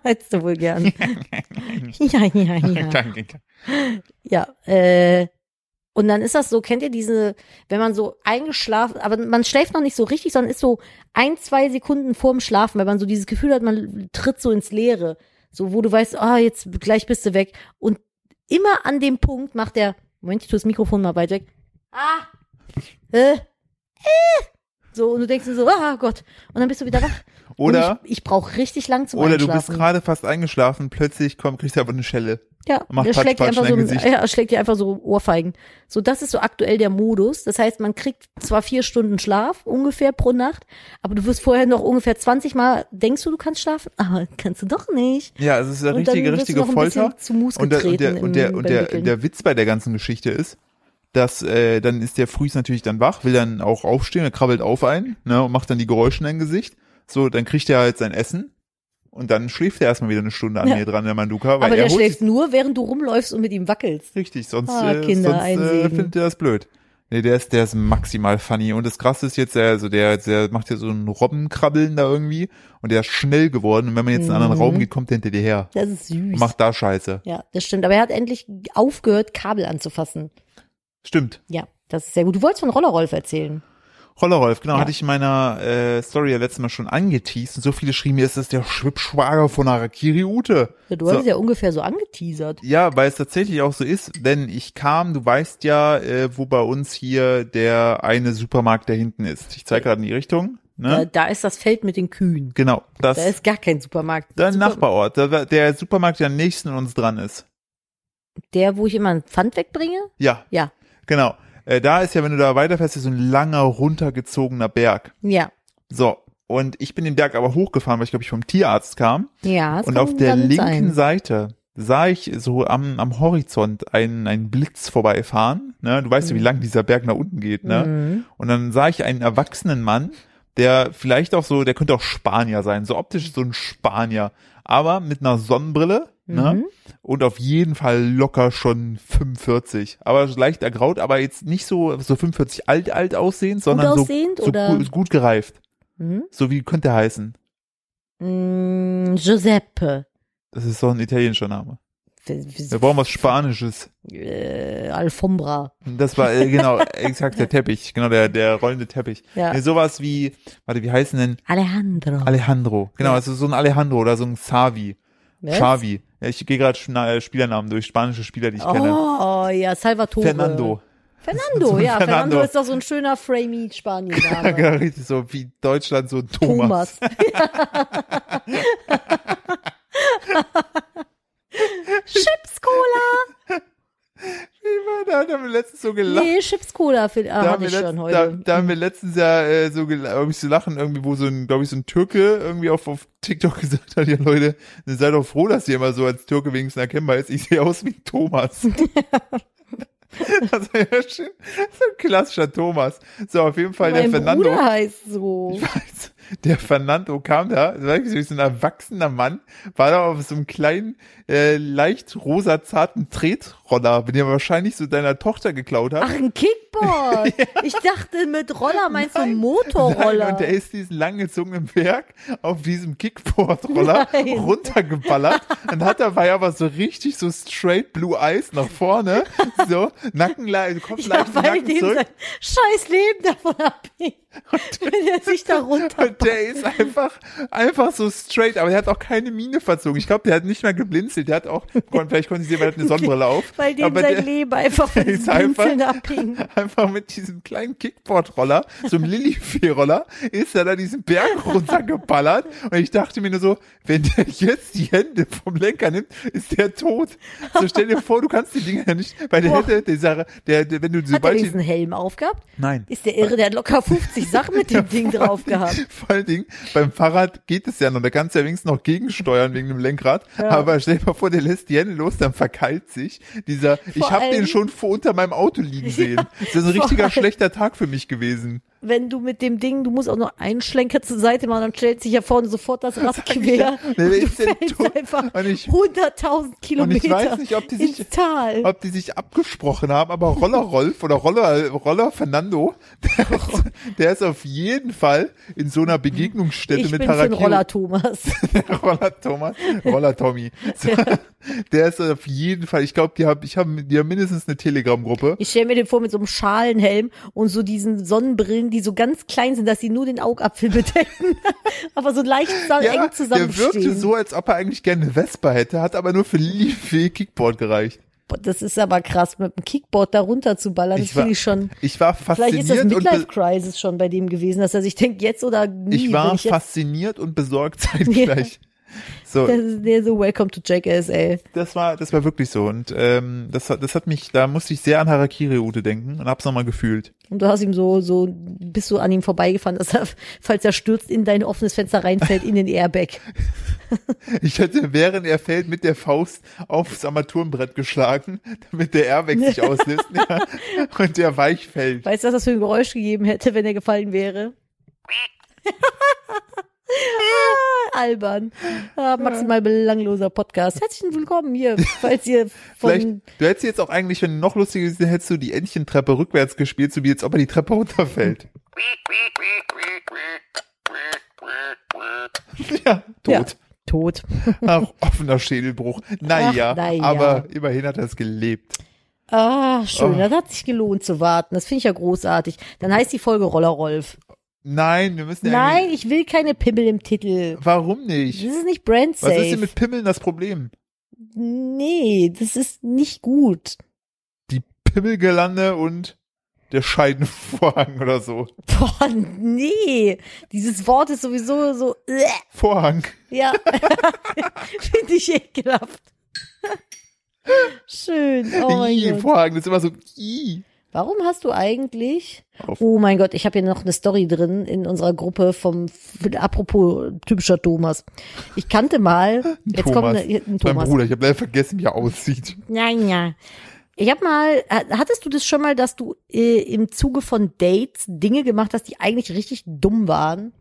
Speaker 2: hättest du wohl gern. ja, ja, ja. Ja, äh, und dann ist das so, kennt ihr diese, wenn man so eingeschlafen, aber man schläft noch nicht so richtig, sondern ist so ein, zwei Sekunden vorm Schlafen, weil man so dieses Gefühl hat, man tritt so ins Leere. So, wo du weißt, ah, jetzt gleich bist du weg. Und immer an dem Punkt macht der, Moment, ich tue das Mikrofon mal weit weg. Ah! Äh, äh. So, und du denkst dir so, ah Gott. Und dann bist du wieder wach.
Speaker 1: Oder,
Speaker 2: Und ich, ich brauche richtig lang zum
Speaker 1: oder du bist
Speaker 2: Einschlafen.
Speaker 1: gerade fast eingeschlafen, plötzlich kommt, kriegst du aber eine Schelle.
Speaker 2: Ja,
Speaker 1: Macht
Speaker 2: der
Speaker 1: Patsch,
Speaker 2: schlägt
Speaker 1: Patsch
Speaker 2: einfach
Speaker 1: in
Speaker 2: so,
Speaker 1: dein Gesicht.
Speaker 2: ja, schlägt dir einfach so Ohrfeigen. So, das ist so aktuell der Modus. Das heißt, man kriegt zwar vier Stunden Schlaf ungefähr pro Nacht, aber du wirst vorher noch ungefähr 20 Mal denkst du, du kannst schlafen, aber kannst du doch nicht.
Speaker 1: Ja, es ist eine
Speaker 2: Und dann
Speaker 1: richtige,
Speaker 2: wirst du
Speaker 1: richtige
Speaker 2: noch ein bisschen
Speaker 1: Folter.
Speaker 2: zu Mus
Speaker 1: und der, und der,
Speaker 2: getreten
Speaker 1: und der,
Speaker 2: im-
Speaker 1: und
Speaker 2: beim
Speaker 1: der,
Speaker 2: Wickeln.
Speaker 1: der Witz bei der ganzen Geschichte ist, dass äh, dann ist der frühs natürlich dann wach, will dann auch aufstehen, er krabbelt auf ein ne, und macht dann die Geräusche in dein Gesicht. So, dann kriegt er halt sein Essen und dann schläft er erstmal wieder eine Stunde an
Speaker 2: Ja.
Speaker 1: mir dran, der Manduka, weil
Speaker 2: aber
Speaker 1: er
Speaker 2: der
Speaker 1: holt
Speaker 2: schläft
Speaker 1: sich
Speaker 2: nur, während du rumläufst und mit ihm wackelst.
Speaker 1: richtig, sonst,
Speaker 2: Ah,
Speaker 1: äh,
Speaker 2: Kinder,
Speaker 1: sonst
Speaker 2: ein
Speaker 1: äh,
Speaker 2: Segen.
Speaker 1: findet er das blöd. Nee, der ist, der ist maximal funny. Und das krasse ist jetzt, der, also der, der macht ja so ein Robbenkrabbeln da irgendwie und der ist schnell geworden. Und wenn man jetzt in einen anderen Raum geht, kommt der hinter dir her.
Speaker 2: Das ist Mhm. süß.
Speaker 1: Und macht da Scheiße.
Speaker 2: ja, das stimmt. Aber er hat endlich aufgehört, Kabel anzufassen.
Speaker 1: Stimmt.
Speaker 2: Ja, das ist sehr gut. Du wolltest von Rollerolf erzählen.
Speaker 1: Rollerolf, genau,
Speaker 2: Ja.
Speaker 1: hatte ich in meiner äh, Story ja letztes Mal schon angeteased und so viele schrieben mir, ist das der Schwippschwager von Harakiri Ute?
Speaker 2: Ja, Du
Speaker 1: So.
Speaker 2: hast es ja ungefähr so angeteasert.
Speaker 1: Ja, weil es tatsächlich auch so ist, denn ich kam, du weißt ja, äh, wo bei uns hier der eine Supermarkt da hinten ist. Ich zeige gerade in die Richtung,
Speaker 2: Da,
Speaker 1: ne?
Speaker 2: da ist das Feld mit den Kühen.
Speaker 1: genau, das,
Speaker 2: Da ist gar kein Supermarkt.
Speaker 1: der
Speaker 2: Super-
Speaker 1: Nachbarort, der, der Supermarkt, der am nächsten uns dran ist.
Speaker 2: Der, wo ich immer einen Pfand wegbringe?
Speaker 1: Ja,
Speaker 2: Ja,
Speaker 1: genau. Äh, da ist ja, wenn du da weiterfährst, ist so ein langer, runtergezogener Berg.
Speaker 2: ja,
Speaker 1: So, und ich bin den Berg aber hochgefahren, weil ich glaube, ich vom Tierarzt kam.
Speaker 2: ja. es
Speaker 1: Und
Speaker 2: kann
Speaker 1: auf der
Speaker 2: dann
Speaker 1: linken
Speaker 2: sein.
Speaker 1: Seite sah ich so am, am Horizont einen, einen Blitz vorbeifahren. Ne? Du weißt ja, wie lang dieser Berg nach unten geht. Ne?
Speaker 2: Mhm.
Speaker 1: Und dann sah ich einen erwachsenen Mann, der vielleicht auch so, der könnte auch Spanier sein, so optisch so ein Spanier. aber mit einer Sonnenbrille.
Speaker 2: Mhm.
Speaker 1: Ne? Und auf jeden Fall locker schon 45. Aber leicht ergraut, aber jetzt nicht so, so 45 alt, alt aussehend, sondern
Speaker 2: aussehend
Speaker 1: so, so
Speaker 2: oder?
Speaker 1: gut, gut gereift.
Speaker 2: Mhm.
Speaker 1: So wie könnte er heißen.
Speaker 2: Mm, Giuseppe.
Speaker 1: Das ist doch ein italienischer Name. Wir
Speaker 2: F-
Speaker 1: brauchen was Spanisches.
Speaker 2: f- Äh, Alfombra.
Speaker 1: Das war, äh, genau, exakt der Teppich. Genau, der, der rollende Teppich.
Speaker 2: Ja.
Speaker 1: Nee, sowas wie, warte, wie heißen denn
Speaker 2: Alejandro.
Speaker 1: Alejandro? Genau,
Speaker 2: Ja.
Speaker 1: also so ein Alejandro oder so ein Xavi.
Speaker 2: Was?
Speaker 1: Xavi. Ja, ich gehe gerade Schna- äh, Spielernamen durch, spanische Spieler, die ich kenne.
Speaker 2: Oh, ja, Salvatore.
Speaker 1: Fernando.
Speaker 2: Fernando,
Speaker 1: So ein
Speaker 2: ja. Fernando.
Speaker 1: Fernando.
Speaker 2: ist doch so ein schöner Framey-Spanier.
Speaker 1: Ja, genau. richtig so wie Deutschland so ein Thomas.
Speaker 2: Thomas. Chips Cola.
Speaker 1: Wie war da, da haben wir letztens so gelacht.
Speaker 2: Nee, Chips Cola für, ah,
Speaker 1: Da haben,
Speaker 2: hatte
Speaker 1: wir
Speaker 2: ich schon
Speaker 1: letztens, da,
Speaker 2: heute. Mhm.
Speaker 1: da haben wir letztens ja äh, so gel- irgendwie zu lachen, irgendwie, wo so ein, glaube ich, so ein Türke irgendwie auf, auf TikTok gesagt hat, ja Leute, seid doch froh, dass ihr immer so als Türke wenigstens erkennbar ist. Ich sehe aus wie ein Thomas. das war ja schön. So ein klassischer Thomas. So, auf jeden Fall der
Speaker 2: mein
Speaker 1: Fernando.
Speaker 2: Bruder heißt so.
Speaker 1: Als der Fernando kam da, das war wirklich so ein erwachsener Mann, war da auf so einem kleinen, äh, leicht rosa zarten Tretroller, den er wahrscheinlich so deiner Tochter geklaut hat.
Speaker 2: Ach, ein Kickboard. Ich dachte, mit Roller meinst du
Speaker 1: Nein,
Speaker 2: Motorroller.
Speaker 1: Und der ist diesen langgezogenen Berg auf diesem Kickboard-Roller
Speaker 2: Nein.
Speaker 1: runtergeballert und hat dabei aber so richtig so straight blue eyes nach vorne, so Nacken, also Kopf
Speaker 2: ja,
Speaker 1: leicht
Speaker 2: weil
Speaker 1: Nacken
Speaker 2: dem
Speaker 1: zurück.
Speaker 2: sein scheiß Leben davon abhängt, wenn er sich da runter...
Speaker 1: Und der ist einfach, einfach so straight, aber der hat auch keine Miene verzogen. Ich glaube, der hat nicht mehr geblinzelt. Der hat auch, kon- vielleicht konnte ich sehen, weil er hat eine Sonnenbrille auf.
Speaker 2: Weil dem
Speaker 1: aber
Speaker 2: sein
Speaker 1: der,
Speaker 2: Leben einfach von
Speaker 1: ist
Speaker 2: den
Speaker 1: einfach-
Speaker 2: Pinseln abhing.
Speaker 1: einfach mit diesem kleinen Kickboard-Roller, so einem Lillifee-Roller, ist er da diesen Berg runtergeballert. Und ich dachte mir nur so, wenn der jetzt die Hände vom Lenker nimmt, ist der tot. So stell dir vor, du kannst die Dinger ja nicht, weil der
Speaker 2: Boah.
Speaker 1: hätte, der, Sarah- der, der, wenn du
Speaker 2: Hat er
Speaker 1: sobald
Speaker 2: diesen Helm aufgehabt?
Speaker 1: Nein.
Speaker 2: Ist der irre, der hat locker 50 Sachen mit dem Ding drauf gehabt.
Speaker 1: Vor allen Dingen, beim Fahrrad geht es ja noch. Da kannst du ja wenigstens noch gegensteuern wegen dem Lenkrad. Aber stell dir mal vor, der lässt die Hände los, dann verkeilt sich. Dieser, ich habe
Speaker 2: allem-
Speaker 1: den schon vor unter meinem Auto liegen sehen. das ist ein
Speaker 2: vor
Speaker 1: richtiger
Speaker 2: allem-
Speaker 1: schlechter Tag für mich gewesen.
Speaker 2: Wenn du mit dem Ding, du musst auch noch einen Schlenker zur Seite machen, dann stellt sich ja vorne sofort das Rad quer.
Speaker 1: Ja,
Speaker 2: Und
Speaker 1: der
Speaker 2: du
Speaker 1: ist ja
Speaker 2: fällst
Speaker 1: tot.
Speaker 2: einfach
Speaker 1: Und ich-
Speaker 2: 100.000 Kilometer
Speaker 1: weiß nicht, ob die sich- Also
Speaker 2: ins Tal.
Speaker 1: Ob die sich abgesprochen haben, aber Roller Rolf oder Roller, Roller Fernando, der ist, der ist auf jeden Fall in so einer Begegnungsstätte
Speaker 2: ich
Speaker 1: mit
Speaker 2: bin für einen
Speaker 1: Harakiri
Speaker 2: Roller, Thomas.
Speaker 1: Roller Thomas, Roller Tommy. So, Der ist auf jeden Fall, ich glaube, die haben ich hab, die haben mindestens eine Telegram-Gruppe.
Speaker 2: Ich stelle mir den vor mit so einem Schalenhelm und so diesen Sonnenbrillen, die so ganz klein sind, dass sie nur den Augapfel bedecken, aber so leicht sa- eng
Speaker 1: der wirkte
Speaker 2: zusammenstehen.
Speaker 1: so, als ob er eigentlich gerne eine Vespa hätte, hat aber nur für Leafy Kickboard gereicht.
Speaker 2: Boah, das ist aber krass, mit dem Kickboard da runter zu ballern, das
Speaker 1: Ich war,
Speaker 2: finde ich schon...
Speaker 1: ich war
Speaker 2: Vielleicht
Speaker 1: fasziniert
Speaker 2: ist das
Speaker 1: und be-
Speaker 2: Midlife-Crisis schon bei dem gewesen, dass er sich denkt, jetzt oder nie.
Speaker 1: ich war
Speaker 2: wenn ich jetzt,
Speaker 1: fasziniert und besorgt zeitgleich. So,
Speaker 2: das ist der so Welcome to Jackass, ey.
Speaker 1: das war, das war wirklich so und ähm, das, hat- das hat mich, da musste ich sehr an Harakiri Ute denken und hab's nochmal gefühlt.
Speaker 2: Und du hast ihm so, so, bist du an ihm vorbeigefahren, dass er, falls er stürzt, in dein offenes Fenster reinfällt, in den Airbag.
Speaker 1: Ich hätte, während er fällt, mit der Faust aufs Armaturenbrett geschlagen, damit der Airbag sich auslöst ja, und der weich fällt.
Speaker 2: Weißt du, was das für ein Geräusch gegeben hätte, wenn er gefallen wäre? Ah, Albern. Ah, maximal belangloser Podcast. Herzlich willkommen hier, falls ihr
Speaker 1: Vielleicht,
Speaker 2: von
Speaker 1: du hättest jetzt auch eigentlich, wenn noch lustiger gewesen, hättest du die Entchentreppe rückwärts gespielt, so wie jetzt, ob er die Treppe runterfällt. ja,
Speaker 2: Ja,
Speaker 1: tot.
Speaker 2: tot.
Speaker 1: Ach, offener Schädelbruch. Naja,
Speaker 2: Ach, na ja.
Speaker 1: aber immerhin hat er es gelebt.
Speaker 2: Ah, schön.
Speaker 1: Oh.
Speaker 2: Das hat sich gelohnt zu warten. Das finde ich ja großartig. Dann heißt die Folge Roller Rolf.
Speaker 1: Nein, wir müssen ja
Speaker 2: Nein,
Speaker 1: eigentlich-
Speaker 2: ich will keine Pimmel im Titel.
Speaker 1: Warum
Speaker 2: Das
Speaker 1: nicht?
Speaker 2: ist nicht brand
Speaker 1: Was
Speaker 2: safe.
Speaker 1: ist denn mit Pimmeln das Problem?
Speaker 2: nee, das ist nicht gut.
Speaker 1: Die Pimmelgelande und der Scheidenvorhang oder so.
Speaker 2: Boah, nee. Dieses Wort ist sowieso so, äh,
Speaker 1: Vorhang.
Speaker 2: ja. Finde ich ekelhaft. Schön. Oh mein
Speaker 1: Ih,
Speaker 2: Gott.
Speaker 1: Vorhang, das ist immer so. Ii.
Speaker 2: Warum hast du eigentlich?
Speaker 1: Auf.
Speaker 2: Oh mein Gott, ich habe hier noch eine Story drin in unserer Gruppe vom apropos typischer Thomas. Ich kannte mal, jetzt kommt
Speaker 1: Thomas.
Speaker 2: eine, ein
Speaker 1: Mein
Speaker 2: Thomas.
Speaker 1: Bruder, ich habe leider vergessen, wie er aussieht.
Speaker 2: Nein, ja. Ich habe mal, hattest du das schon mal, dass du äh, im Zuge von Dates Dinge gemacht hast, die eigentlich richtig dumm waren?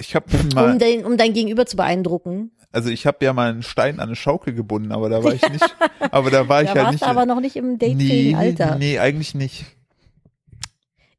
Speaker 1: Ich habe mal,
Speaker 2: um, dein, um dein Gegenüber zu beeindrucken.
Speaker 1: also ich habe ja mal einen Stein an eine Schaukel gebunden, aber da war ich nicht, aber da war ich
Speaker 2: Da
Speaker 1: halt
Speaker 2: warst
Speaker 1: nicht.
Speaker 2: du aber noch nicht im datefähigen
Speaker 1: nee,
Speaker 2: Alter.
Speaker 1: nee, eigentlich nicht.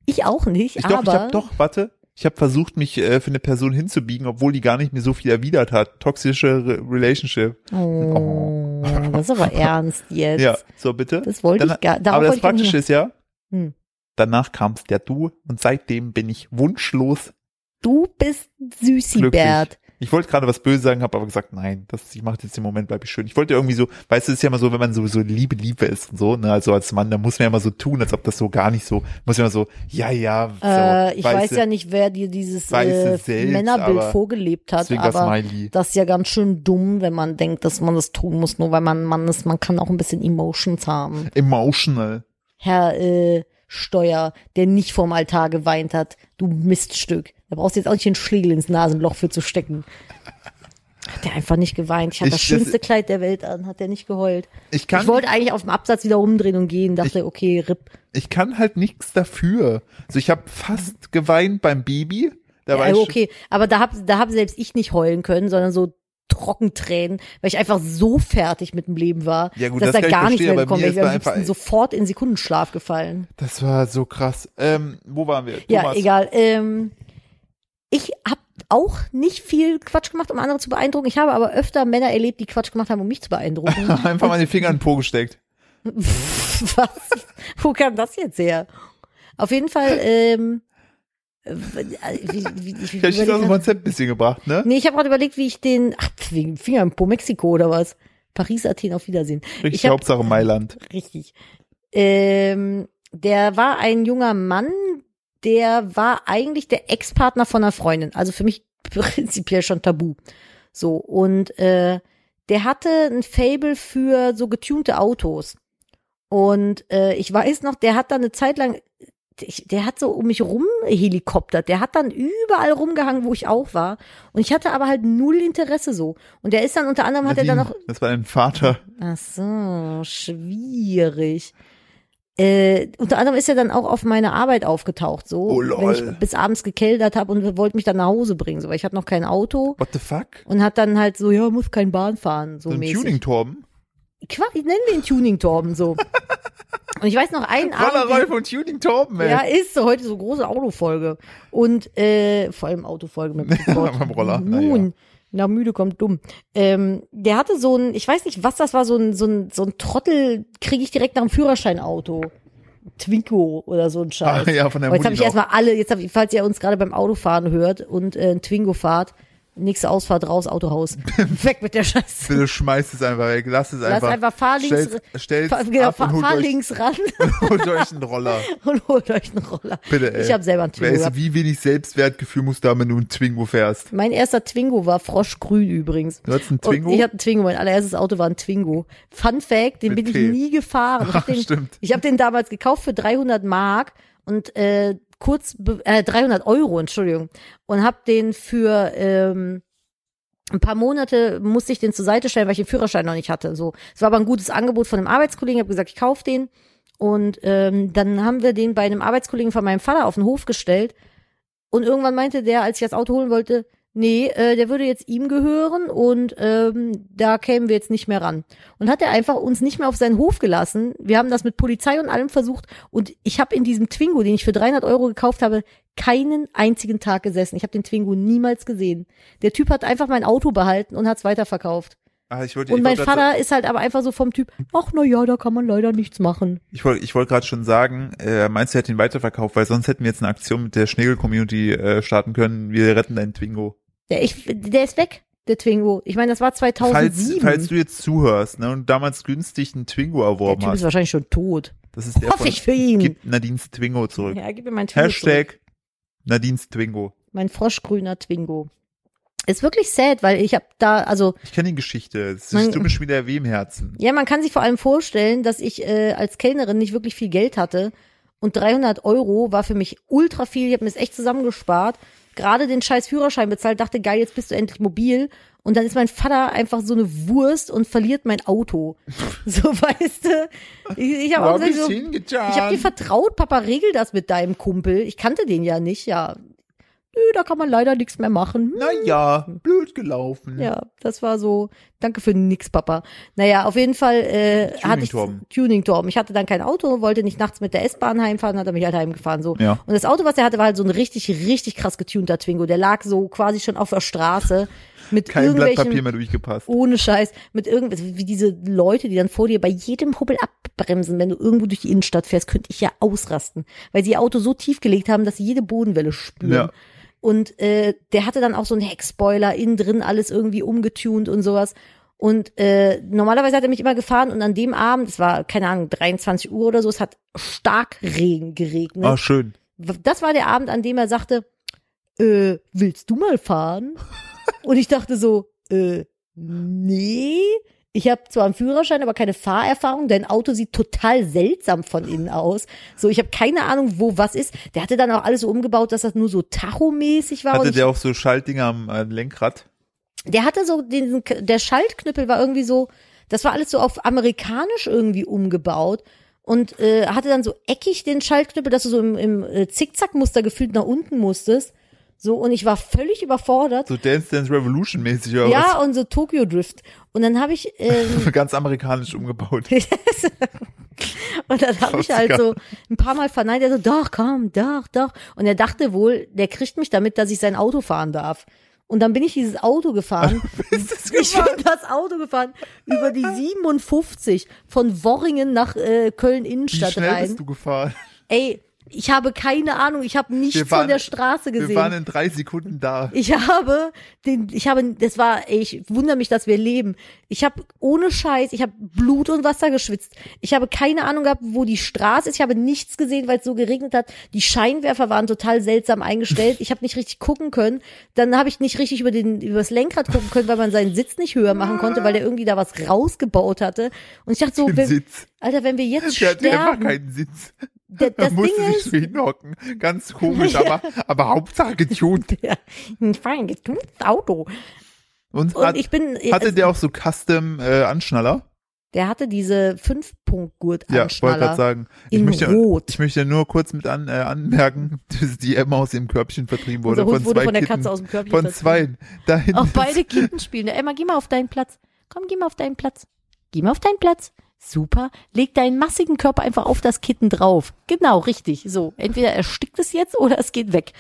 Speaker 2: Ich auch nicht,
Speaker 1: Ich
Speaker 2: aber
Speaker 1: glaube, ich habe doch, warte, ich habe versucht, mich äh, für eine Person hinzubiegen, obwohl die gar nicht mir so viel erwidert hat. Toxische Re Relationship.
Speaker 2: Oh, das ist aber ernst jetzt.
Speaker 1: Ja, so bitte.
Speaker 2: Das wollte
Speaker 1: Dann-
Speaker 2: ich gar darauf
Speaker 1: aber das
Speaker 2: wollte ich gar nicht
Speaker 1: Praktische ist ja,
Speaker 2: Hm.
Speaker 1: danach kam's der Du und seitdem bin ich wunschlos.
Speaker 2: Du bist süßi,
Speaker 1: Glücklich.
Speaker 2: Bert.
Speaker 1: Ich wollte gerade was Böses sagen, habe aber gesagt, nein, das ich mache jetzt im Moment, bleib ich schön. Ich wollte irgendwie so, weißt du, es ist ja immer so, wenn man sowieso Liebe, Liebe ist und so, ne, also als Mann, da muss man ja immer so tun, als ob das so gar nicht so, muss man immer so, ja, ja, so,
Speaker 2: Äh, ich weiß
Speaker 1: weiße-
Speaker 2: ja nicht, wer dir dieses äh,
Speaker 1: Weiße selbst,
Speaker 2: Männerbild
Speaker 1: aber
Speaker 2: vorgelebt hat,
Speaker 1: deswegen das
Speaker 2: aber
Speaker 1: Smiley.
Speaker 2: das ist ja ganz schön dumm, wenn man denkt, dass man das tun muss, nur weil man ein Mann ist. Man kann auch ein bisschen Emotions haben.
Speaker 1: Emotional.
Speaker 2: Herr äh, Steuer, der nicht vorm Altar geweint hat, du Miststück. Da brauchst du jetzt auch nicht den Schlegel ins Nasenloch für zu stecken. Hat der einfach nicht geweint. Ich habe
Speaker 1: Ich-
Speaker 2: das schönste
Speaker 1: das-
Speaker 2: Kleid der Welt an, hat der nicht geheult.
Speaker 1: Ich kann,
Speaker 2: ich wollte eigentlich auf dem Absatz wieder rumdrehen und gehen, dachte, okay, RIP.
Speaker 1: ich kann halt nichts dafür. Also ich habe fast geweint beim Baby. Da war
Speaker 2: Ja,
Speaker 1: ich
Speaker 2: okay, aber da hab, da hab selbst ich nicht heulen können, sondern so Trockentränen, weil ich einfach so fertig mit dem Leben war,
Speaker 1: Ja, gut,
Speaker 2: dass
Speaker 1: das
Speaker 2: da
Speaker 1: kann ich
Speaker 2: gar nichts
Speaker 1: verstehen, aber
Speaker 2: mehr gekommen
Speaker 1: mir
Speaker 2: wäre. Ich
Speaker 1: ist
Speaker 2: wäre am
Speaker 1: da einfach-
Speaker 2: liebsten sofort in Sekundenschlaf gefallen.
Speaker 1: Das war so krass. Ähm, wo waren wir?
Speaker 2: Ja,
Speaker 1: Thomas.
Speaker 2: egal. Ähm, ich habe auch nicht viel Quatsch gemacht, um andere zu beeindrucken. Ich habe aber öfter Männer erlebt, die Quatsch gemacht haben, um mich zu beeindrucken.
Speaker 1: Einfach mal den Finger in den Po gesteckt.
Speaker 2: Was? Wo kam das jetzt her? Auf jeden Fall, ähm, äh, wie, wie, wie, wie
Speaker 1: Ich habe aus dem
Speaker 2: überlegt-
Speaker 1: Konzept ein bisschen gebracht, ne?
Speaker 2: nee, ich habe gerade überlegt, wie ich den, ach, wegen Finger im Po Mexiko oder was? Paris, Athen, auf Wiedersehen.
Speaker 1: Richtig,
Speaker 2: ich hab-
Speaker 1: Hauptsache Mailand.
Speaker 2: Richtig. Ähm, der war ein junger Mann, der war eigentlich der Ex-Partner von einer Freundin. Also für mich prinzipiell schon tabu. So, und äh, der hatte ein Fable für so getunte Autos. Und äh, ich weiß noch, der hat dann eine Zeit lang, ich, der hat so um mich rum helikoptert. Der hat dann überall rumgehangen, wo ich auch war. Und ich hatte aber halt null Interesse so. Und der ist dann unter anderem, hat er dann noch
Speaker 1: Nadine, Das war dein Vater.
Speaker 2: Ach so, schwierig. Äh, unter anderem ist er dann auch auf meine Arbeit aufgetaucht, so,
Speaker 1: Oh, lol.
Speaker 2: wenn ich bis abends gekeldert habe und wollte mich dann nach Hause bringen, so, weil ich hatte noch kein Auto
Speaker 1: What the fuck?
Speaker 2: und hat dann halt so, ja, muss kein Bahn fahren, so
Speaker 1: So ein
Speaker 2: mäßig.
Speaker 1: Tuning-Torben?
Speaker 2: Qua- Ich nenne den Tuning-Torben so. und ich weiß noch einen
Speaker 1: Roller
Speaker 2: Abend,
Speaker 1: Rolf und Tuning-Torben, ey.
Speaker 2: Ah, ja, ist so heute so große Autofolge. Und äh, vor allem Autofolge mit dem Wort.
Speaker 1: Beim Roller, na ja.
Speaker 2: Nun, na müde kommt dumm. Ähm, der hatte so ein, ich weiß nicht, was das war, so ein, so ein, so ein Trottel, kriege ich direkt nach dem Führerscheinauto. Twinko oder so ein Scheiß.
Speaker 1: Ah, ja, von der
Speaker 2: Aber
Speaker 1: Mutti
Speaker 2: jetzt habe ich
Speaker 1: noch.
Speaker 2: erstmal alle, jetzt hab ich, falls ihr uns gerade beim Autofahren hört und äh, ein Twingo fahrt, nächste Ausfahrt raus, Autohaus. Weg mit der Scheiße.
Speaker 1: Bitte schmeißt es einfach weg. Lass es
Speaker 2: Lass
Speaker 1: einfach.
Speaker 2: einfach fahr links,
Speaker 1: Stellt, stellt
Speaker 2: fahr, genau,
Speaker 1: ab und
Speaker 2: fahr,
Speaker 1: holt
Speaker 2: fahr
Speaker 1: euch,
Speaker 2: links ran
Speaker 1: holt euch einen Roller.
Speaker 2: und holt euch einen Roller.
Speaker 1: Bitte, ey.
Speaker 2: Ich habe selber einen Twingo
Speaker 1: Weißt
Speaker 2: gehabt.
Speaker 1: du, wie wenig Selbstwertgefühl musst du haben, wenn du einen Twingo fährst?
Speaker 2: Mein erster Twingo war Froschgrün übrigens.
Speaker 1: Du hattest einen Twingo?
Speaker 2: Und ich hatte einen Twingo, mein allererstes Auto war ein Twingo. Fun Fact, den
Speaker 1: Mit
Speaker 2: bin ich
Speaker 1: P.
Speaker 2: nie gefahren. Ich habe den,
Speaker 1: Stimmt.
Speaker 2: ich hab den damals gekauft für 300 Mark und äh, kurz, be- äh, 300 Euro, Entschuldigung. Und habe den für ähm, ein paar Monate, musste ich den zur Seite stellen, weil ich den Führerschein noch nicht hatte. So, Es war aber ein gutes Angebot von einem Arbeitskollegen. Ich habe gesagt, ich kaufe den. Und ähm, dann haben wir den bei einem Arbeitskollegen von meinem Vater auf den Hof gestellt. Und irgendwann meinte der, als ich das Auto holen wollte, nee, äh, der würde jetzt ihm gehören und ähm, da kämen wir jetzt nicht mehr ran. Und hat er einfach uns nicht mehr auf seinen Hof gelassen. Wir haben das mit Polizei und allem versucht und ich habe in diesem Twingo, den ich für 300 Euro gekauft habe, keinen einzigen Tag gesessen. Ich habe den Twingo niemals gesehen. Der Typ hat einfach mein Auto behalten und hat es weiterverkauft.
Speaker 1: Ah, ich wollte,
Speaker 2: Und
Speaker 1: ich
Speaker 2: mein
Speaker 1: wollte-
Speaker 2: Vater ist halt aber einfach so vom Typ, ach na ja, da kann man leider nichts machen.
Speaker 1: Ich wollte ich wollte gerade schon sagen, äh, meinst du, er hat ihn weiterverkauft, weil sonst hätten wir jetzt eine Aktion mit der Schnegel-Community äh, starten können. Wir retten deinen Twingo.
Speaker 2: Der, ich, der ist weg, der Twingo. Ich meine, das war
Speaker 1: Falls,
Speaker 2: 2007.
Speaker 1: falls du jetzt zuhörst ne, und damals günstig einen Twingo
Speaker 2: der
Speaker 1: erworben
Speaker 2: Typ ist
Speaker 1: hast,
Speaker 2: wahrscheinlich schon tot.
Speaker 1: das ist der
Speaker 2: Hoffe
Speaker 1: von
Speaker 2: ich für ihn.
Speaker 1: Gib Nadines Twingo zurück.
Speaker 2: Ja, gib mir mein Twingo. Zurück.
Speaker 1: Hashtag Nadines Twingo.
Speaker 2: Mein froschgrüner Twingo. Ist wirklich sad, weil ich habe da, also,
Speaker 1: Ich kenne die Geschichte. Es
Speaker 2: Mein-
Speaker 1: ist du bist wieder weh im Herzen.
Speaker 2: ja, man kann sich vor allem vorstellen, dass ich äh, als Kellnerin nicht wirklich viel Geld hatte. Und 300 Euro war für mich ultra viel. Ich habe mir das echt zusammengespart. Gerade den scheiß Führerschein bezahlt, dachte, geil, jetzt bist du endlich mobil. Und dann ist mein Vater einfach so eine Wurst und verliert mein Auto. So, weißt du? Ich, ich habe auch gesagt, so,
Speaker 1: hingetan?
Speaker 2: Ich habe dir vertraut, Papa, regel das mit deinem Kumpel. Ich kannte den ja nicht, ja. Nö, da kann man leider nichts mehr machen. Hm.
Speaker 1: Naja, blöd gelaufen.
Speaker 2: Ja, das war so, danke für nix, Papa. Naja, auf jeden Fall äh, hatte ich
Speaker 1: Tuning-Torben.
Speaker 2: Tuning-Torben. Ich hatte dann kein Auto, wollte nicht nachts mit der S-Bahn heimfahren, hat er mich halt heimgefahren. so.
Speaker 1: Ja.
Speaker 2: Und das Auto, was er hatte, war halt so ein richtig, richtig krass getunter Twingo. Der lag so quasi schon auf der Straße mit
Speaker 1: Kein Blatt Papier
Speaker 2: irgendwelchen
Speaker 1: mehr durchgepasst.
Speaker 2: ohne Scheiß, mit irgendwas, wie diese Leute, die dann vor dir bei jedem Hubbel abbremsen, wenn du irgendwo durch die Innenstadt fährst, könnte ich ja ausrasten, weil sie ihr Auto so tief gelegt haben, dass sie jede Bodenwelle spüren.
Speaker 1: Ja.
Speaker 2: Und äh, der hatte dann auch so einen Heckspoiler, innen drin alles irgendwie umgetunt und sowas. Und äh, normalerweise hat er mich immer gefahren und an dem Abend, es war, keine Ahnung, 23 Uhr oder so, es hat stark Regen geregnet.
Speaker 1: Ah, schön.
Speaker 2: Das war der Abend, an dem er sagte, äh, willst du mal fahren? Und ich dachte so, äh, nee. Ich habe zwar einen Führerschein, aber keine Fahrerfahrung. Dein Auto sieht total seltsam von innen aus. So, ich habe keine Ahnung, wo was ist. Der hatte dann auch alles so umgebaut, dass das nur so tachomäßig war. und
Speaker 1: Hatte
Speaker 2: ich,
Speaker 1: der auch so Schaltdinger am äh, Lenkrad?
Speaker 2: der hatte so den, der Schaltknüppel war irgendwie so, das war alles so auf amerikanisch irgendwie umgebaut und äh, hatte dann so eckig den Schaltknüppel, dass du so im, im äh, Zickzackmuster gefühlt nach unten musstest. So, und ich war völlig überfordert.
Speaker 1: So Dance Dance Revolution mäßig oder
Speaker 2: ja, und so Tokyo Drift. Und dann habe ich, ähm,
Speaker 1: was? Ganz amerikanisch umgebaut.
Speaker 2: und dann habe ich halt so ein paar Mal verneint. Er so, doch, komm, doch, doch. Und er dachte wohl, der kriegt mich damit, dass ich sein Auto fahren darf. Und dann bin ich dieses Auto gefahren. Ich bin das Auto gefahren über die 57 von Worringen nach äh, Köln
Speaker 1: Wie
Speaker 2: Innenstadt
Speaker 1: schnell
Speaker 2: rein.
Speaker 1: bist du gefahren?
Speaker 2: Ey, ich habe keine Ahnung, ich habe nichts von der Straße
Speaker 1: Wir waren
Speaker 2: gesehen.
Speaker 1: in drei Sekunden da.
Speaker 2: Ich habe den ich habe das war ey, ich wundere mich, dass wir leben. Ich habe ohne Scheiß, ich habe Blut und Wasser geschwitzt. Ich habe keine Ahnung gehabt, wo die Straße ist. Ich habe nichts gesehen, weil es so geregnet hat. Die Scheinwerfer waren total seltsam eingestellt. Ich habe nicht richtig gucken können. Dann habe ich nicht richtig über den über das Lenkrad gucken können, weil man seinen Sitz nicht höher machen konnte, weil der irgendwie da was rausgebaut hatte. Und ich dachte so,
Speaker 1: Im
Speaker 2: wenn,
Speaker 1: Sitz.
Speaker 2: Alter, wenn wir jetzt
Speaker 1: Der hatte einfach
Speaker 2: sterben,
Speaker 1: keinen Sitz.
Speaker 2: der,
Speaker 1: Da
Speaker 2: das Ding
Speaker 1: musste sich
Speaker 2: ist,
Speaker 1: so hinhocken. Ganz komisch, aber, aber Hauptsache getuned.
Speaker 2: ja, ein fein getuntes Auto.
Speaker 1: Und,
Speaker 2: Und
Speaker 1: hat,
Speaker 2: ich bin
Speaker 1: hatte der auch so Custom äh, Anschnaller?
Speaker 2: Der hatte diese
Speaker 1: Ja, wollte gerade
Speaker 2: Fünf-Punkt-Gurt-Anschnaller
Speaker 1: sagen. Ich
Speaker 2: in
Speaker 1: möchte,
Speaker 2: Rot.
Speaker 1: ich möchte nur kurz mit an, äh, anmerken, dass die Emma aus ihrem Körbchen vertrieben wurde.
Speaker 2: Unser Hund
Speaker 1: von zwei
Speaker 2: Also wurde von der
Speaker 1: Kitten.
Speaker 2: Katze aus dem Körbchen
Speaker 1: Von
Speaker 2: vertrieben.
Speaker 1: zwei. Da hinten
Speaker 2: Auch
Speaker 1: ist-
Speaker 2: beide Kitten spielen. Emma, geh mal auf deinen Platz. Komm, geh mal auf deinen Platz. Geh mal auf deinen Platz. Super. Leg deinen massigen Körper einfach auf das Kitten drauf. Genau, richtig. So. Entweder erstickt es jetzt oder es geht weg.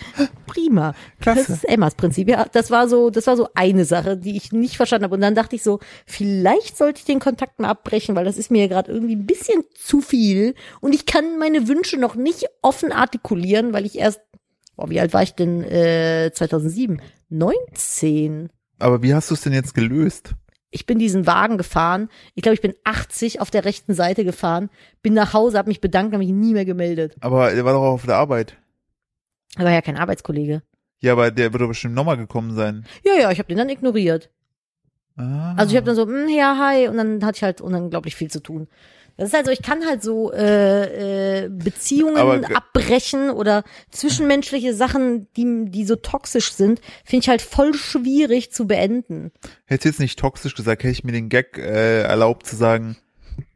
Speaker 2: Prima.
Speaker 1: Klasse.
Speaker 2: Das ist Emmas Prinzip. Ja, das war so, das war so eine Sache, die ich nicht verstanden habe. Und dann dachte ich so, vielleicht sollte ich den Kontakt mal abbrechen, weil das ist mir gerade irgendwie ein bisschen zu viel. Und ich kann meine Wünsche noch nicht offen artikulieren, weil ich erst, boah, wie alt war ich denn, äh, 2007? 19.
Speaker 1: Aber wie hast du es denn jetzt gelöst?
Speaker 2: Ich bin diesen Wagen gefahren. Ich glaube, ich bin 80 auf der rechten Seite gefahren, bin nach Hause, habe mich bedankt, habe mich nie mehr gemeldet.
Speaker 1: Aber er war doch auf der Arbeit.
Speaker 2: Er war ja kein Arbeitskollege.
Speaker 1: Ja, aber der wird doch bestimmt nochmal gekommen sein.
Speaker 2: Ja, ja, ich habe den dann ignoriert.
Speaker 1: Ah.
Speaker 2: Also ich habe dann so, "Mm, ja, hi, und dann hatte ich halt unglaublich viel zu tun. Das ist halt so, ich kann halt so äh, äh, Beziehungen
Speaker 1: Aber ge-
Speaker 2: abbrechen oder zwischenmenschliche Sachen, die, die so toxisch sind, finde ich halt voll schwierig zu beenden.
Speaker 1: Hättest jetzt nicht toxisch gesagt, hätte ich mir den Gag äh, erlaubt zu sagen,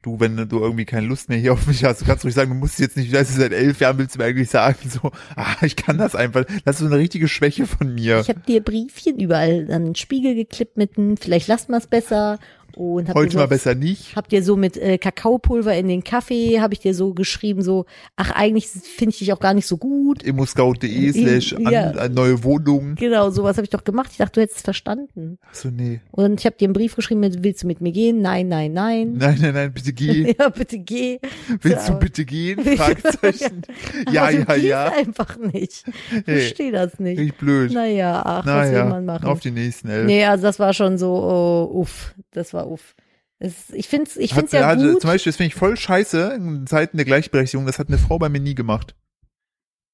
Speaker 1: du, wenn du irgendwie keine Lust mehr hier auf mich hast, kannst du ruhig sagen, du musst jetzt nicht, das ist seit elf Jahren, willst du mir eigentlich sagen, so, ah, ich kann das einfach, das ist so eine richtige Schwäche von mir.
Speaker 2: Ich habe dir Briefchen überall an den Spiegel geklippt mit, "Hm, vielleicht lasst mal es besser. Und hab dir
Speaker 1: Heute
Speaker 2: so,
Speaker 1: mal besser nicht.
Speaker 2: Hab dir so mit äh, Kakaopulver in den Kaffee, habe ich dir so geschrieben, so, ach, eigentlich finde ich dich auch gar nicht so gut.
Speaker 1: immoscout.de slash an-
Speaker 2: Ja.
Speaker 1: an neue Wohnung.
Speaker 2: Genau, sowas habe ich doch gemacht. Ich dachte, du hättest es verstanden.
Speaker 1: Ach so, nee.
Speaker 2: Und ich habe dir einen Brief geschrieben mit, willst du mit mir gehen? Nein, nein, nein.
Speaker 1: Nein, nein, nein, bitte geh.
Speaker 2: Ja, bitte geh.
Speaker 1: Willst
Speaker 2: So,
Speaker 1: du bitte gehen? Fragezeichen. Ja,
Speaker 2: aber du
Speaker 1: ja,
Speaker 2: gehst
Speaker 1: ja.
Speaker 2: einfach nicht. Ich
Speaker 1: Hey.
Speaker 2: verstehe das nicht.
Speaker 1: Richtig blöd.
Speaker 2: Naja, ach, was will man machen?
Speaker 1: auf die nächsten elf.
Speaker 2: nee, also das war schon so, oh, uff. Das war uff. Es, ich find's, ich find's ja
Speaker 1: hat,
Speaker 2: gut.
Speaker 1: Zum Beispiel, das finde ich voll scheiße in Zeiten der Gleichberechtigung. Das hat eine Frau bei mir nie gemacht.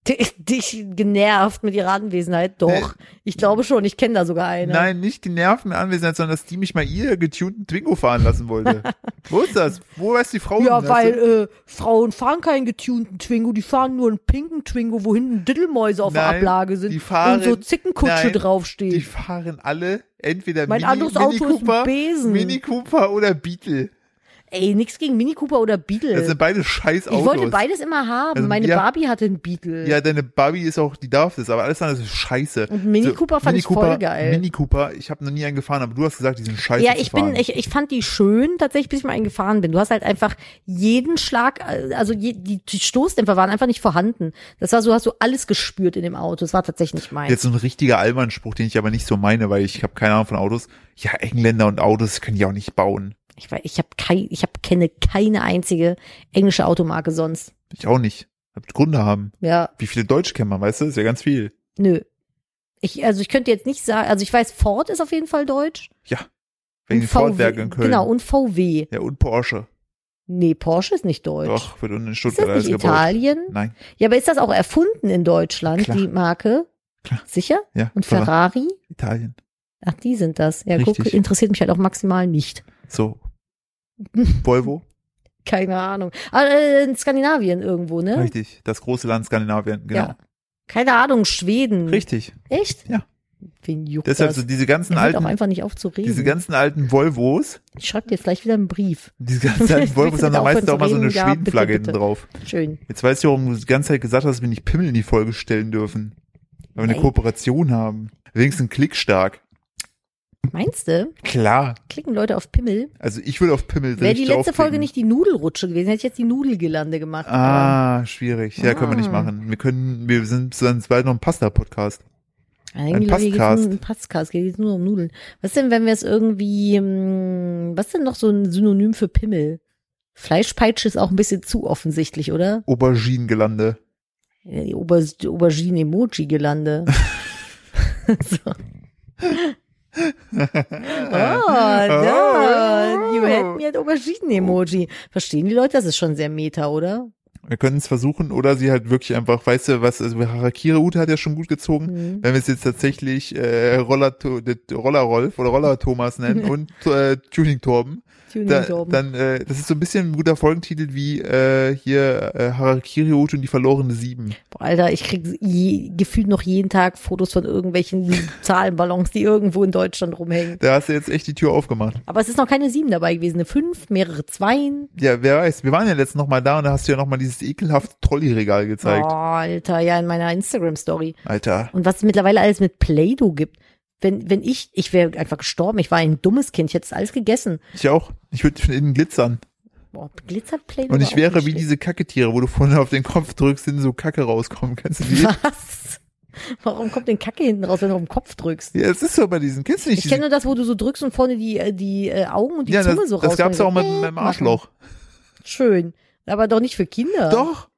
Speaker 2: Dich, dich genervt mit ihrer Anwesenheit. Doch, ich glaube schon. Ich kenne da sogar eine.
Speaker 1: Nein, nicht genervt mit Anwesenheit, sondern dass die mich mal ihr getunten Twingo fahren lassen wollte. Wo ist das? Wo weiß die Frau?
Speaker 2: Ja,
Speaker 1: denn das?
Speaker 2: weil äh, Frauen fahren keinen getunten Twingo, die fahren nur einen pinken Twingo, wo hinten Diddelmäuse auf der
Speaker 1: Nein,
Speaker 2: Ablage sind
Speaker 1: die fahren-
Speaker 2: und so Zickenkutsche
Speaker 1: nein,
Speaker 2: draufsteht.
Speaker 1: die fahren alle entweder
Speaker 2: Mein
Speaker 1: Mini,
Speaker 2: anderes Auto
Speaker 1: Mini
Speaker 2: ist ein
Speaker 1: Cooper,
Speaker 2: Besen.
Speaker 1: Mini Cooper oder Beetle.
Speaker 2: ey, nix gegen Mini Cooper oder
Speaker 1: Das
Speaker 2: Beetle.
Speaker 1: sind beide scheiß
Speaker 2: Äh, Ich
Speaker 1: Autos.
Speaker 2: wollte beides immer haben.
Speaker 1: Also,
Speaker 2: Meine
Speaker 1: ja.
Speaker 2: Barbie hatte einen Beetle.
Speaker 1: Ja, deine Barbie ist auch, die darf das, aber alles andere ist scheiße.
Speaker 2: Und Mini Cooper fand ich voll geil.
Speaker 1: Mini Cooper, ich habe noch nie einen gefahren, aber du hast gesagt, die sind scheiße
Speaker 2: Ja,
Speaker 1: zu
Speaker 2: ich bin,
Speaker 1: fahren.
Speaker 2: ich, ich fand die schön, tatsächlich, bis ich mal einen gefahren bin. Du hast halt einfach jeden Schlag, äh, also je, die, die Stoßdämpfer waren einfach nicht vorhanden. Das war so, hast du alles gespürt in dem Auto. Das war tatsächlich nicht meins.
Speaker 1: Jetzt so ein richtiger Allmann-Spruch, den ich aber nicht so meine, weil ich habe keine Ahnung von Autos. Ja, Engländer und Autos können die auch nicht bauen.
Speaker 2: Ich, weiß- ich habe kein, ich hab, kenne keine einzige englische Automarke sonst.
Speaker 1: Ich auch nicht. Habt Gründe haben.
Speaker 2: Ja,
Speaker 1: Wie viele Deutsche kennt man, weißt du? Ist ja ganz viel.
Speaker 2: nö. Ich, also ich könnte jetzt nicht sagen, also ich weiß, Ford ist auf jeden Fall deutsch.
Speaker 1: Ja. Wegen den
Speaker 2: Und VW
Speaker 1: Ford-Werke in Köln.
Speaker 2: Genau, und VW.
Speaker 1: Ja, und Porsche.
Speaker 2: Nee, Porsche ist nicht deutsch.
Speaker 1: Doch, wird unten in
Speaker 2: ist
Speaker 1: Stuttgart
Speaker 2: das
Speaker 1: alles
Speaker 2: nicht
Speaker 1: gebaut.
Speaker 2: Italien?
Speaker 1: Nein,
Speaker 2: Ja, aber ist das auch erfunden in Deutschland,
Speaker 1: Klar.
Speaker 2: die Marke?
Speaker 1: Klar.
Speaker 2: Sicher?
Speaker 1: ja.
Speaker 2: Und
Speaker 1: Ferrari.
Speaker 2: Ferrari?
Speaker 1: Italien.
Speaker 2: Ach, die sind das. Ja, guck,
Speaker 1: Richtig.
Speaker 2: interessiert mich halt auch maximal nicht.
Speaker 1: So. Volvo.
Speaker 2: Keine Ahnung. Ah, äh, in Skandinavien irgendwo, ne?
Speaker 1: Richtig. Das große Land Skandinavien. Genau.
Speaker 2: Ja. Keine Ahnung, Schweden.
Speaker 1: Richtig.
Speaker 2: Echt?
Speaker 1: Ja.
Speaker 2: Wen juckt
Speaker 1: Deshalb
Speaker 2: das?
Speaker 1: so diese ganzen
Speaker 2: Er hört auch
Speaker 1: alten,
Speaker 2: einfach nicht auf zu reden.
Speaker 1: diese ganzen alten Volvos,
Speaker 2: ich schreibe dir vielleicht wieder einen Brief.
Speaker 1: diese ganzen alten
Speaker 2: Willst du
Speaker 1: Volvos haben
Speaker 2: bitte
Speaker 1: da meistens
Speaker 2: aufhören
Speaker 1: auch mal so
Speaker 2: zu
Speaker 1: eine
Speaker 2: reden? Ja, bitte,
Speaker 1: Schwedenflagge
Speaker 2: bitte.
Speaker 1: hinten drauf.
Speaker 2: Schön.
Speaker 1: Jetzt weißt du, warum du die ganze Zeit gesagt hast, dass wir nicht Pimmel in die Folge stellen dürfen. Weil wir eine
Speaker 2: Nein.
Speaker 1: Kooperation haben. Wenigstens klickstark.
Speaker 2: Meinst du,
Speaker 1: Klar.
Speaker 2: klicken Leute auf Pimmel?
Speaker 1: Also ich würde auf Pimmel
Speaker 2: Wäre die
Speaker 1: richtig
Speaker 2: letzte
Speaker 1: draufklicken.
Speaker 2: Folge nicht die Nudelrutsche gewesen, hätte ich jetzt die Nudelgelande gemacht.
Speaker 1: Ah, schwierig. Ja, können wir nicht
Speaker 2: Ah.
Speaker 1: machen. Wir können, wir sind sonst bald noch ein Pasta-Podcast.
Speaker 2: Eigentlich
Speaker 1: Ein
Speaker 2: geht's
Speaker 1: Podcast.
Speaker 2: nur- Ein Podcast, geht jetzt nur um Nudeln. Was denn, wenn wir es irgendwie, hm, was denn noch so ein Synonym für Pimmel? Fleischpeitsche ist auch ein bisschen zu offensichtlich, oder?
Speaker 1: Auberginengelande.
Speaker 2: Äh, Die Auber Aubergine-Emoji-Gelande. so. Oh, no. you had me at Aubergine-Emoji. Verstehen die Leute? Das ist schon sehr meta, oder?
Speaker 1: Wir können es versuchen oder sie halt wirklich einfach, weißt du, was, also Harakiri Ute hat ja schon gut gezogen.
Speaker 2: Mhm.
Speaker 1: Wenn wir es jetzt tatsächlich äh, Roller, To- de- Roller Rolf oder Roller Thomas nennen und äh, Tuning Torben,
Speaker 2: Tuning
Speaker 1: da,
Speaker 2: Torben.
Speaker 1: dann äh, das ist so ein bisschen ein guter Folgentitel wie äh, hier äh, Harakiri Ute und die verlorene Sieben.
Speaker 2: Boah, Alter, ich krieg je, gefühlt noch jeden Tag Fotos von irgendwelchen Zahlenballons, die irgendwo in Deutschland rumhängen.
Speaker 1: Da hast du jetzt echt die Tür aufgemacht.
Speaker 2: Aber es ist noch keine sieben dabei gewesen, eine fünf, mehrere Zweien.
Speaker 1: Ja, wer weiß. Wir waren ja letztens noch mal da und da hast du ja noch mal dieses ekelhafte Trolley-Regal
Speaker 2: Oh,
Speaker 1: gezeigt.
Speaker 2: Alter, ja, in meiner Instagram-Story.
Speaker 1: Alter.
Speaker 2: Und was es mittlerweile alles mit Play-Doh gibt. Wenn, wenn ich, ich wäre einfach gestorben, ich war ein dummes Kind, ich hätte es alles gegessen.
Speaker 1: Ich auch. Ich würde von innen glitzern.
Speaker 2: Boah, glitzert Play-Doh.
Speaker 1: Und
Speaker 2: war
Speaker 1: ich
Speaker 2: auch
Speaker 1: wäre
Speaker 2: nicht
Speaker 1: wie
Speaker 2: schlecht.
Speaker 1: diese Kacketiere, wo du vorne auf den Kopf drückst, hin so Kacke rauskommen. Kennst du die?
Speaker 2: Was? Warum kommt denn Kacke hinten raus, wenn du auf den Kopf drückst?
Speaker 1: Ja, es ist so bei diesen. Kennst du nicht
Speaker 2: Ich kenne
Speaker 1: diese,
Speaker 2: nur das, wo du so drückst und vorne die, äh, die äh, Augen und die
Speaker 1: Ja,
Speaker 2: Zunge
Speaker 1: das,
Speaker 2: so raus.
Speaker 1: das gab's ja auch mit, mit dem Arschloch.
Speaker 2: Schön. Aber doch nicht für Kinder.
Speaker 1: Doch.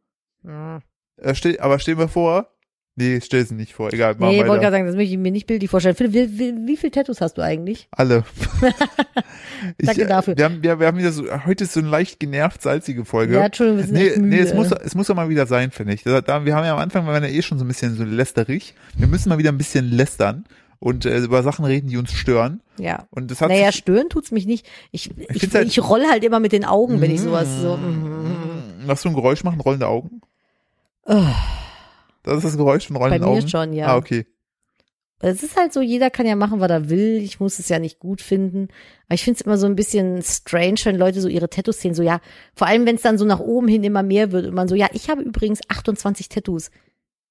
Speaker 2: Hm.
Speaker 1: Äh, stell, aber stell mir vor. Nee, stell sie nicht vor. Egal, mach
Speaker 2: Nee, wollte
Speaker 1: weiter.
Speaker 2: gerade sagen, das möchte ich mir nicht bildlich vorstellen. Philipp, wie, wie, wie viele Tattoos hast du eigentlich?
Speaker 1: Alle. ich,
Speaker 2: Danke
Speaker 1: äh,
Speaker 2: dafür.
Speaker 1: Wir haben, wir, wir haben wieder so, heute ist so eine leicht genervt salzige Folge.
Speaker 2: Ja, Entschuldigung, wir sind
Speaker 1: Nee,
Speaker 2: echt müde.
Speaker 1: nee es, muss, es muss doch mal wieder sein, finde ich. Da, da, wir haben ja am Anfang, wir waren ja eh schon so ein bisschen so lästerig. Wir müssen mal wieder ein bisschen lästern und äh, über Sachen reden, die uns stören.
Speaker 2: Ja.
Speaker 1: Und das hat
Speaker 2: Naja,
Speaker 1: sich,
Speaker 2: stören tut's mich nicht. Ich, ich, ich,
Speaker 1: find's halt- Mm.
Speaker 2: roll halt immer mit den Augen, wenn ich sowas so. Mhm.
Speaker 1: Lass du ein Geräusch machen, rollende Augen? Das ist das Geräusch von
Speaker 2: Bei
Speaker 1: rollenden
Speaker 2: mir
Speaker 1: Augen?
Speaker 2: schon, ja.
Speaker 1: Ah, okay.
Speaker 2: Es ist halt so, jeder kann ja machen, was er will. Ich muss es ja nicht gut finden. Aber ich finde es immer so ein bisschen strange, wenn Leute so ihre Tattoos sehen. So, ja, vor allem, wenn es dann so nach oben hin immer mehr wird und man so, ja, ich habe übrigens 28 Tattoos.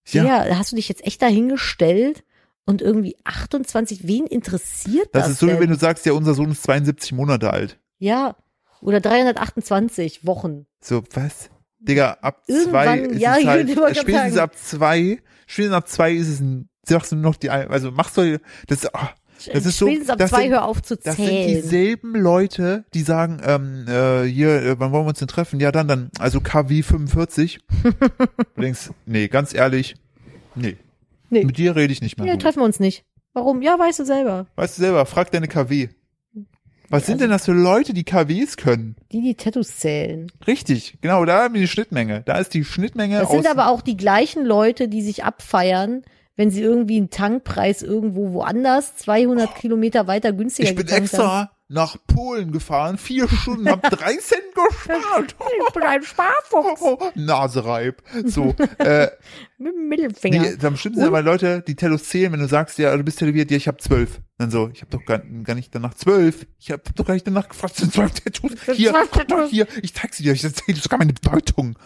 Speaker 1: Ja,
Speaker 2: Ja, hast du dich jetzt echt dahingestellt und irgendwie 28, wen interessiert das?
Speaker 1: das ist so,
Speaker 2: denn?
Speaker 1: wie wenn du sagst, ja, unser Sohn ist 72 Monate alt.
Speaker 2: Ja. Oder 328 Wochen.
Speaker 1: So, was? Digga, ab zwei
Speaker 2: Irgendwann-
Speaker 1: ist
Speaker 2: ja,
Speaker 1: es
Speaker 2: ich
Speaker 1: halt,
Speaker 2: wollte gerade
Speaker 1: spätestens
Speaker 2: sagen.
Speaker 1: ab zwei, spätestens ab zwei ist es ein, sagst du nur noch die, ein- also machst du, das, ah, das ist so,
Speaker 2: Spätestens ab
Speaker 1: das
Speaker 2: zwei
Speaker 1: sind,
Speaker 2: hör auf zu
Speaker 1: Das sind
Speaker 2: zählen.
Speaker 1: dieselben Leute, die sagen, ähm, äh, hier, äh, wann wollen wir uns denn treffen? Ja, dann, dann, also KW 45. du denkst, nee, ganz ehrlich, nee.
Speaker 2: Nee.
Speaker 1: Mit dir rede ich nicht mehr.
Speaker 2: ja,
Speaker 1: du.
Speaker 2: treffen wir uns nicht. Warum? Ja, weißt du selber.
Speaker 1: Weißt du selber, frag deine KW. Was sind denn das
Speaker 2: also
Speaker 1: für Leute, die KWs können?
Speaker 2: Die, die Tattoos zählen.
Speaker 1: Richtig, genau, da haben wir die Schnittmenge. Da ist die Schnittmenge
Speaker 2: Das
Speaker 1: aus.
Speaker 2: sind aber auch die gleichen Leute, die sich abfeiern, wenn sie irgendwie einen Tankpreis irgendwo woanders 200 Kilometer weiter günstiger
Speaker 1: ich bin
Speaker 2: getankt haben.
Speaker 1: extra nach Polen gefahren, vier Stunden, hab drei Cent gespart.
Speaker 2: Ich bin ein Sparfuchs
Speaker 1: Nasereib. So, äh,
Speaker 2: mit dem Mittelfinger.
Speaker 1: Nee, am schlimmsten sind aber Leute, die Tattoos zählen, wenn du sagst, ja, du bist tätowiert, ja, ich habe zwölf. Dann so, ich habe doch gar, gar nicht danach zwölf. Ich habe doch gar nicht danach gefragt, sind zwölf Tattoos. Hier, guck mal hier, ich zeig's dir, ich erzähle sogar meine Bedeutung.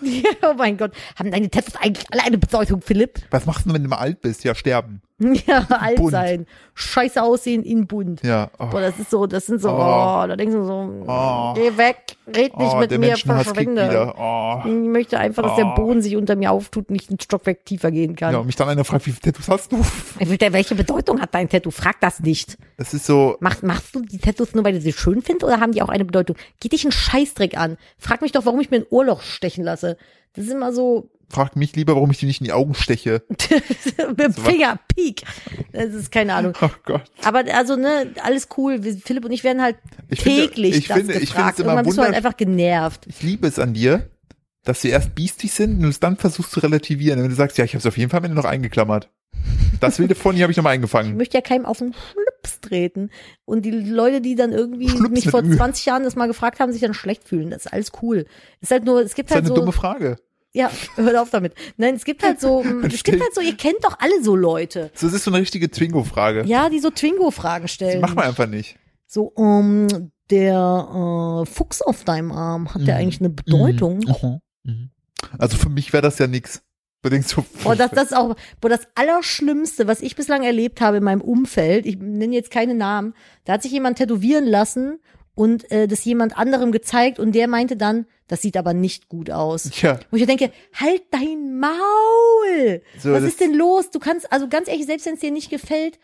Speaker 2: oh mein Gott. Haben deine Tattoos eigentlich alle eine Bedeutung, Philipp?
Speaker 1: Was machst du, wenn du mal alt bist? Ja, sterben.
Speaker 2: Ja, alt
Speaker 1: Bunt.
Speaker 2: sein. Scheiße aussehen in bunt.
Speaker 1: Ja. Oh.
Speaker 2: Boah, das ist so, das sind so, oh,
Speaker 1: Oh.
Speaker 2: da denkst du so,
Speaker 1: Oh.
Speaker 2: geh weg, red nicht
Speaker 1: Oh,
Speaker 2: mit
Speaker 1: der
Speaker 2: mir,
Speaker 1: Menschenhass kickt
Speaker 2: verschwinde.
Speaker 1: wieder. Oh.
Speaker 2: Ich möchte einfach, dass der
Speaker 1: Oh.
Speaker 2: Boden sich unter mir auftut und ich einen Stockwerk tiefer gehen kann.
Speaker 1: Ja, und mich dann einer fragt, wie viele Tattoos hast du?
Speaker 2: Ey, Wilter, Äh, Welche Bedeutung hat dein Tattoo? Frag das nicht.
Speaker 1: Das ist so,
Speaker 2: Mach, machst du die Tattoos nur, weil du sie schön findest oder haben die auch eine Bedeutung? Geht dich ein Scheißdreck an. Frag mich doch, warum ich mir ein Ohrloch stechen lasse. Das ist immer so
Speaker 1: frag mich lieber, warum ich dir nicht in die Augen steche.
Speaker 2: mit dem Finger, Peak. Das ist keine Ahnung.
Speaker 1: Oh Gott.
Speaker 2: Aber also, ne, alles cool. Wir, Philipp und ich werden halt
Speaker 1: Ich finde-
Speaker 2: täglich
Speaker 1: ich
Speaker 2: das
Speaker 1: finde- ich
Speaker 2: gefragt.
Speaker 1: finde es immer
Speaker 2: Irgendwann bist du halt
Speaker 1: wunder-
Speaker 2: einfach genervt.
Speaker 1: Ich liebe es an dir, dass wir erst biestig sind und es dann versuchst zu relativieren. Wenn du sagst, ja, ich habe es auf jeden Fall am Ende noch eingeklammert. Das wilde Pony habe ich noch mal
Speaker 2: Ich
Speaker 1: eingefangen.
Speaker 2: möchte ja keinem auf den Schlips treten. Und die Leute, die dann irgendwie
Speaker 1: Schlips
Speaker 2: mich
Speaker 1: mit
Speaker 2: vor
Speaker 1: Ü.
Speaker 2: 20 Jahren das mal gefragt haben, sich dann schlecht fühlen. Das ist alles cool. Ist halt nur, es gibt
Speaker 1: Das ist
Speaker 2: halt
Speaker 1: eine
Speaker 2: so.
Speaker 1: dumme Frage.
Speaker 2: Ja, hört auf damit. Nein, es gibt halt so, es gibt
Speaker 1: Verstehe.
Speaker 2: halt so, ihr kennt doch alle so Leute.
Speaker 1: So, Das ist so eine richtige Twingo-Frage.
Speaker 2: Ja, die so Twingo-Fragen
Speaker 1: Die
Speaker 2: stellen.
Speaker 1: machen wir einfach nicht.
Speaker 2: So, ähm, der äh, Fuchs auf deinem Arm, hat der
Speaker 1: Mhm.
Speaker 2: eigentlich eine Bedeutung?
Speaker 1: Mhm. Aha. Mhm. Also für mich wäre das ja nix. Du denkst so,
Speaker 2: Oh, das, das ist auch, boah, das Allerschlimmste, was ich bislang erlebt habe in meinem Umfeld, ich nenne jetzt keine Namen, da hat sich jemand tätowieren lassen und äh, das jemand anderem gezeigt und der meinte dann, das sieht aber nicht gut aus.
Speaker 1: Tja,
Speaker 2: Wo ich denke, halt dein Maul!
Speaker 1: So,
Speaker 2: Was
Speaker 1: das-
Speaker 2: ist denn los? Du kannst, also ganz ehrlich, selbst wenn es dir nicht gefällt,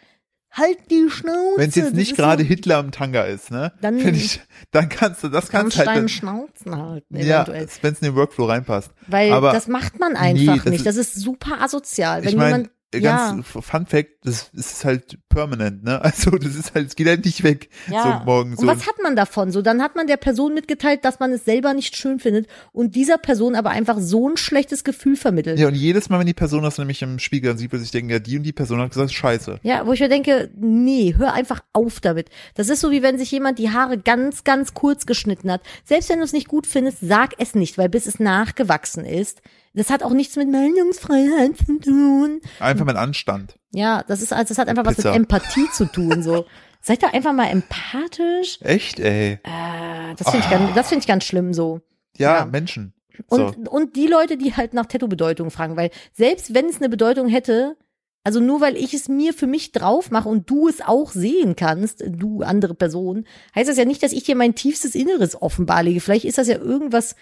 Speaker 2: halt die Schnauze.
Speaker 1: wenn es jetzt
Speaker 2: Das
Speaker 1: nicht
Speaker 2: ist so-
Speaker 1: gerade Hitler im Tanga ist, ne?
Speaker 2: Dann-
Speaker 1: Find ich, dann kannst du, das kannst
Speaker 2: kannst
Speaker 1: halt.
Speaker 2: deinen
Speaker 1: dann-
Speaker 2: Schnauzen halten,
Speaker 1: Ja,
Speaker 2: eventuell.
Speaker 1: wenn es in den Workflow reinpasst.
Speaker 2: Weil
Speaker 1: aber
Speaker 2: das macht man einfach
Speaker 1: Nee, das
Speaker 2: nicht.
Speaker 1: ist-
Speaker 2: das ist super asozial. Wenn
Speaker 1: ich meine,
Speaker 2: jemand, ja,
Speaker 1: ganz Fun Fact, das ist halt permanent, ne? Also das ist halt, es geht halt nicht weg.
Speaker 2: ja.
Speaker 1: So morgen
Speaker 2: Und
Speaker 1: so.
Speaker 2: was hat man davon? So, dann hat man der Person mitgeteilt, dass man es selber nicht schön findet und dieser Person aber einfach so ein schlechtes Gefühl vermittelt. Ja.
Speaker 1: Ja, und jedes Mal, wenn die Person das nämlich im Spiegel sieht, wird sich denken, ja, die und die Person hat gesagt, scheiße.
Speaker 2: wo ich mir denke, nee, hör einfach auf damit. Das ist so, wie wenn sich jemand die Haare ganz, ganz kurz geschnitten hat. Selbst wenn du es nicht gut findest, sag es nicht, weil bis es nachgewachsen ist, das hat auch nichts mit Meinungsfreiheit zu tun.
Speaker 1: Einfach mein Anstand.
Speaker 2: Ja, das ist, also das hat einfach was mit
Speaker 1: Pizza.
Speaker 2: Empathie zu tun, so. Seid doch einfach mal empathisch.
Speaker 1: Echt, ey.
Speaker 2: Äh, Das finde ich,
Speaker 1: Ah.
Speaker 2: ganz- das finde ich ganz schlimm so.
Speaker 1: Ja,
Speaker 2: Ja.
Speaker 1: Menschen. So.
Speaker 2: Und, und die Leute, die halt nach Tattoo-Bedeutung fragen, weil selbst wenn es eine Bedeutung hätte, also nur weil ich es mir für mich drauf mache und du es auch sehen kannst, du andere Person, heißt das ja nicht, dass ich dir mein tiefstes Inneres offenbarlege. Vielleicht ist das ja irgendwas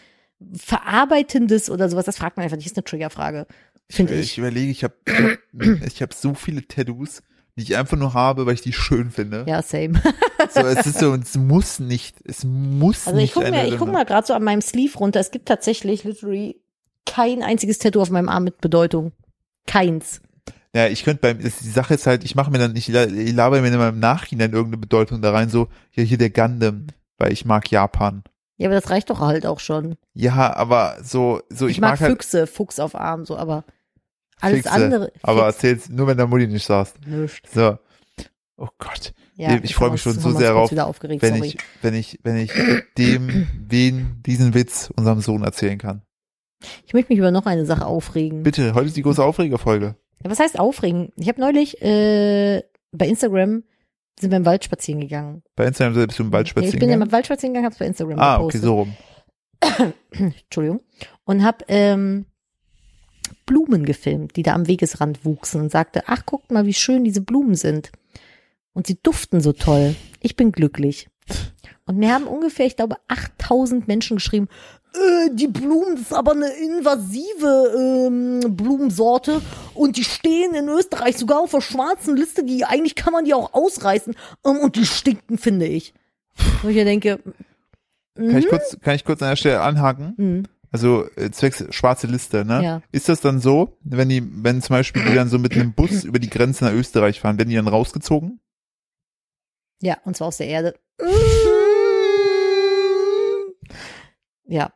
Speaker 2: Verarbeitendes oder sowas. Das fragt man einfach nicht. ist eine Triggerfrage, finde
Speaker 1: Äh, ich
Speaker 2: ich.
Speaker 1: überlege, ich habe ich hab, ich hab so viele Tattoos, die ich einfach nur habe, weil ich die schön finde.
Speaker 2: Ja, same.
Speaker 1: So, es ist so, es muss nicht, es muss
Speaker 2: Also ich
Speaker 1: nicht.
Speaker 2: gucke mir,
Speaker 1: eine-
Speaker 2: ich guck mal gerade so an meinem Sleeve runter. Es gibt tatsächlich literally kein einziges Tattoo auf meinem Arm mit Bedeutung. Keins.
Speaker 1: Ja, ich könnte beim, es- die Sache ist halt, ich mache mir dann, ich la- ich laber mir dann im Nachhinein irgendeine Bedeutung da rein, so, ja, hier der Gundam, weil ich mag Japan.
Speaker 2: Ja, aber das reicht doch halt auch schon.
Speaker 1: Ja, aber so, so,
Speaker 2: Ich,
Speaker 1: ich,
Speaker 2: mag,
Speaker 1: halt
Speaker 2: Füchse, Fuchs auf Arm, so, aber alles
Speaker 1: Füchse,
Speaker 2: andere.
Speaker 1: Aber erzähl's nur, wenn der Mutti nicht saß.
Speaker 2: Fick, nischt.
Speaker 1: So. Oh Gott.
Speaker 2: Ja,
Speaker 1: ich freu mich schon
Speaker 2: jetzt
Speaker 1: so
Speaker 2: haben wir uns
Speaker 1: sehr
Speaker 2: kurz
Speaker 1: drauf,
Speaker 2: Wieder aufgeregt,
Speaker 1: Wenn
Speaker 2: sorry.
Speaker 1: ich, wenn ich, wenn ich dem, wen diesen Witz unserem Sohn erzählen kann.
Speaker 2: Ich möchte mich über noch eine Sache aufregen.
Speaker 1: Bitte, heute ist die große Aufregerfolge.
Speaker 2: Ja, was heißt aufregen? Ich habe neulich äh, bei Instagram sind wir im Wald spazieren gegangen.
Speaker 1: Bei Instagram selbst im Wald
Speaker 2: Ja, ich bin
Speaker 1: spazieren.
Speaker 2: im Wald spazieren gegangen, hab's bei Instagram
Speaker 1: ah, okay,
Speaker 2: gepostet.
Speaker 1: so rum.
Speaker 2: Entschuldigung, und habe ähm, Blumen gefilmt, die da am Wegesrand wuchsen und sagte, ach, guckt mal, wie schön diese Blumen sind. Und sie duften so toll. Ich bin glücklich. Und mir haben ungefähr, ich glaube, 8000 Menschen geschrieben, äh, die Blumen, das ist aber eine invasive ähm, Blumensorte und die stehen in Österreich sogar auf der schwarzen Liste, die eigentlich kann man die auch ausreißen ähm, und die stinken, finde ich. Wo ich ja denke,
Speaker 1: Kann
Speaker 2: Mhm.
Speaker 1: ich kurz, kann ich kurz an der Stelle anhaken?
Speaker 2: hm,
Speaker 1: Also, äh, zwecks schwarze Liste, ne?
Speaker 2: Ja.
Speaker 1: Ist das dann so, wenn die, wenn zum Beispiel die dann so mit einem Bus über die Grenze nach Österreich fahren, werden die dann rausgezogen?
Speaker 2: Mhm. ja, und zwar aus der Erde. Ja.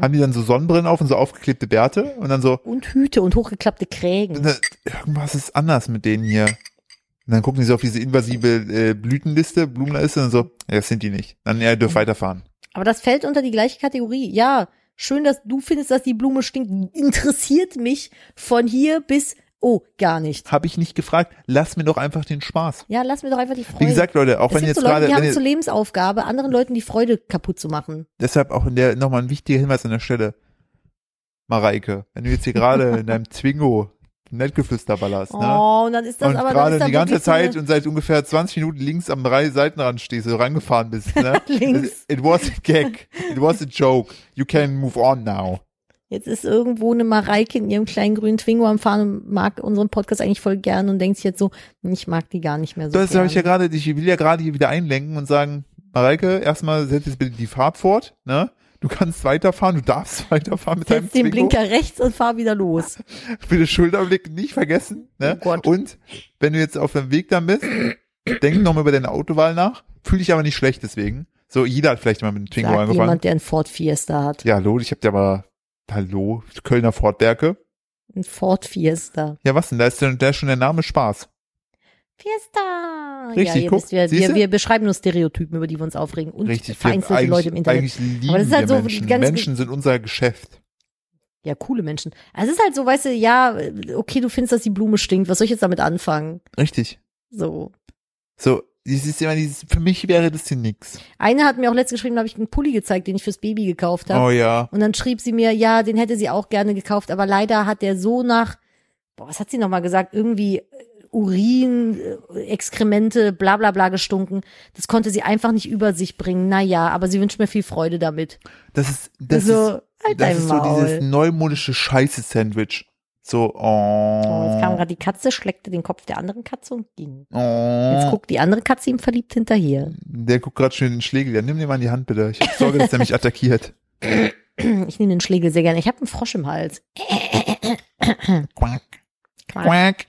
Speaker 1: Haben die dann so Sonnenbrillen auf und so aufgeklebte Bärte und dann so,
Speaker 2: Und Hüte und hochgeklappte Krägen.
Speaker 1: ne, irgendwas ist anders mit denen hier. Und dann gucken die so auf diese invasive äh, Blütenliste, Blumenliste und so, ja, das sind die nicht. Dann, ja, ihr
Speaker 2: Mhm.
Speaker 1: dürft weiterfahren.
Speaker 2: Aber das fällt unter die gleiche Kategorie. Ja, schön, dass du findest, dass die Blume stinkt. Interessiert mich von hier bis Oh, gar nicht.
Speaker 1: Habe ich nicht gefragt. Lass mir doch einfach den Spaß.
Speaker 2: Ja, lass mir doch einfach die Freude.
Speaker 1: Wie gesagt, Leute, auch
Speaker 2: es
Speaker 1: wenn jetzt
Speaker 2: gibt so Leute,
Speaker 1: gerade,
Speaker 2: die
Speaker 1: wenn
Speaker 2: haben
Speaker 1: ihr,
Speaker 2: zur Lebensaufgabe, anderen Leuten die Freude kaputt zu machen.
Speaker 1: deshalb auch in der, nochmal ein wichtiger Hinweis an der Stelle. Mareike, wenn du jetzt hier gerade in deinem Zwingo Nettgeflüster ballerst, ne?
Speaker 2: Oh, und dann ist das
Speaker 1: und
Speaker 2: aber dann
Speaker 1: gerade
Speaker 2: ist da
Speaker 1: die ganze
Speaker 2: wirklich so eine-
Speaker 1: Zeit und seit ungefähr 20 Minuten links am Rei- Seitenrand stehst, du rangefahren bist, ne?
Speaker 2: Links.
Speaker 1: It, it was a gag. It was a joke. You can move on now.
Speaker 2: Jetzt ist irgendwo eine Mareike in ihrem kleinen grünen Twingo am Fahren und mag unseren Podcast eigentlich voll gern und denkt sich jetzt so, hm, ich mag die gar nicht mehr so.
Speaker 1: Das
Speaker 2: gern.
Speaker 1: habe ich ja gerade, ich will ja gerade hier wieder einlenken und sagen, Mareike, erstmal setz jetzt bitte die Fahrt fort, ne? Du kannst weiterfahren, du darfst weiterfahren mit deinem
Speaker 2: Setz den
Speaker 1: Twingo.
Speaker 2: Blinker rechts und fahr wieder los.
Speaker 1: Bitte Schulterblick nicht vergessen, ne?
Speaker 2: Oh Gott.
Speaker 1: Und wenn du jetzt auf deinem Weg dann bist, denk nochmal über deine Autowahl nach, fühl dich aber nicht schlecht deswegen. So, jeder hat vielleicht mal mit dem Twingo
Speaker 2: Sagt
Speaker 1: angefangen.
Speaker 2: jemand, der einen Ford Fiesta hat.
Speaker 1: Ja, hallo, ich hab dir aber, hallo, Kölner Fortwerke.
Speaker 2: Ein Ford Fiesta.
Speaker 1: Ja, was denn, da ist denn, da ist schon der Name Spaß.
Speaker 2: Fiesta! ja,
Speaker 1: Richtig,
Speaker 2: ihr
Speaker 1: guck,
Speaker 2: wisst, wir,
Speaker 1: siehst
Speaker 2: wir,
Speaker 1: du?
Speaker 2: wir beschreiben nur Stereotypen, über die wir uns aufregen und
Speaker 1: Richtig, wir
Speaker 2: vereinzelte
Speaker 1: eigentlich,
Speaker 2: Leute im Internet.
Speaker 1: eigentlich lieben
Speaker 2: Aber das ist halt
Speaker 1: wir
Speaker 2: so, die
Speaker 1: Menschen.
Speaker 2: ganze-
Speaker 1: Menschen sind unser Geschäft.
Speaker 2: Ja, coole Menschen. Also es ist halt so, weißt du, ja, okay, du findest, dass die Blume stinkt. Was soll ich jetzt damit anfangen?
Speaker 1: Richtig.
Speaker 2: So.
Speaker 1: So, dieses ist immer dieses, für mich wäre das hier nix.
Speaker 2: Eine hat mir auch letztens geschrieben, da habe ich einen Pulli gezeigt, den ich fürs Baby gekauft habe.
Speaker 1: Oh ja.
Speaker 2: Und dann schrieb sie mir, ja, den hätte sie auch gerne gekauft, aber leider hat der so nach, boah, was hat sie nochmal gesagt? Irgendwie äh, Urin, äh, Exkremente, bla bla bla gestunken. Das konnte sie einfach nicht über sich bringen. Naja, aber sie wünscht mir viel Freude damit.
Speaker 1: Das ist, das
Speaker 2: also,
Speaker 1: ist,
Speaker 2: halt
Speaker 1: das
Speaker 2: dein
Speaker 1: ist so
Speaker 2: Maul.
Speaker 1: dieses neumodische Scheiße-Sandwich. So,
Speaker 2: oh, jetzt kam
Speaker 1: oh.
Speaker 2: gerade die Katze, schleckte den Kopf der anderen Katze und ging. Jetzt
Speaker 1: oh.
Speaker 2: guckt die andere Katze ihm verliebt hinterher.
Speaker 1: Der guckt gerade schon in den Schlägel. Ja, nimm den mal in die Hand, bitte. Ich hab Sorge, dass er mich attackiert.
Speaker 2: Ich nehme den Schlägel sehr gerne. Ich habe einen Frosch im Hals.
Speaker 1: Quack,
Speaker 2: Quark.
Speaker 1: quack.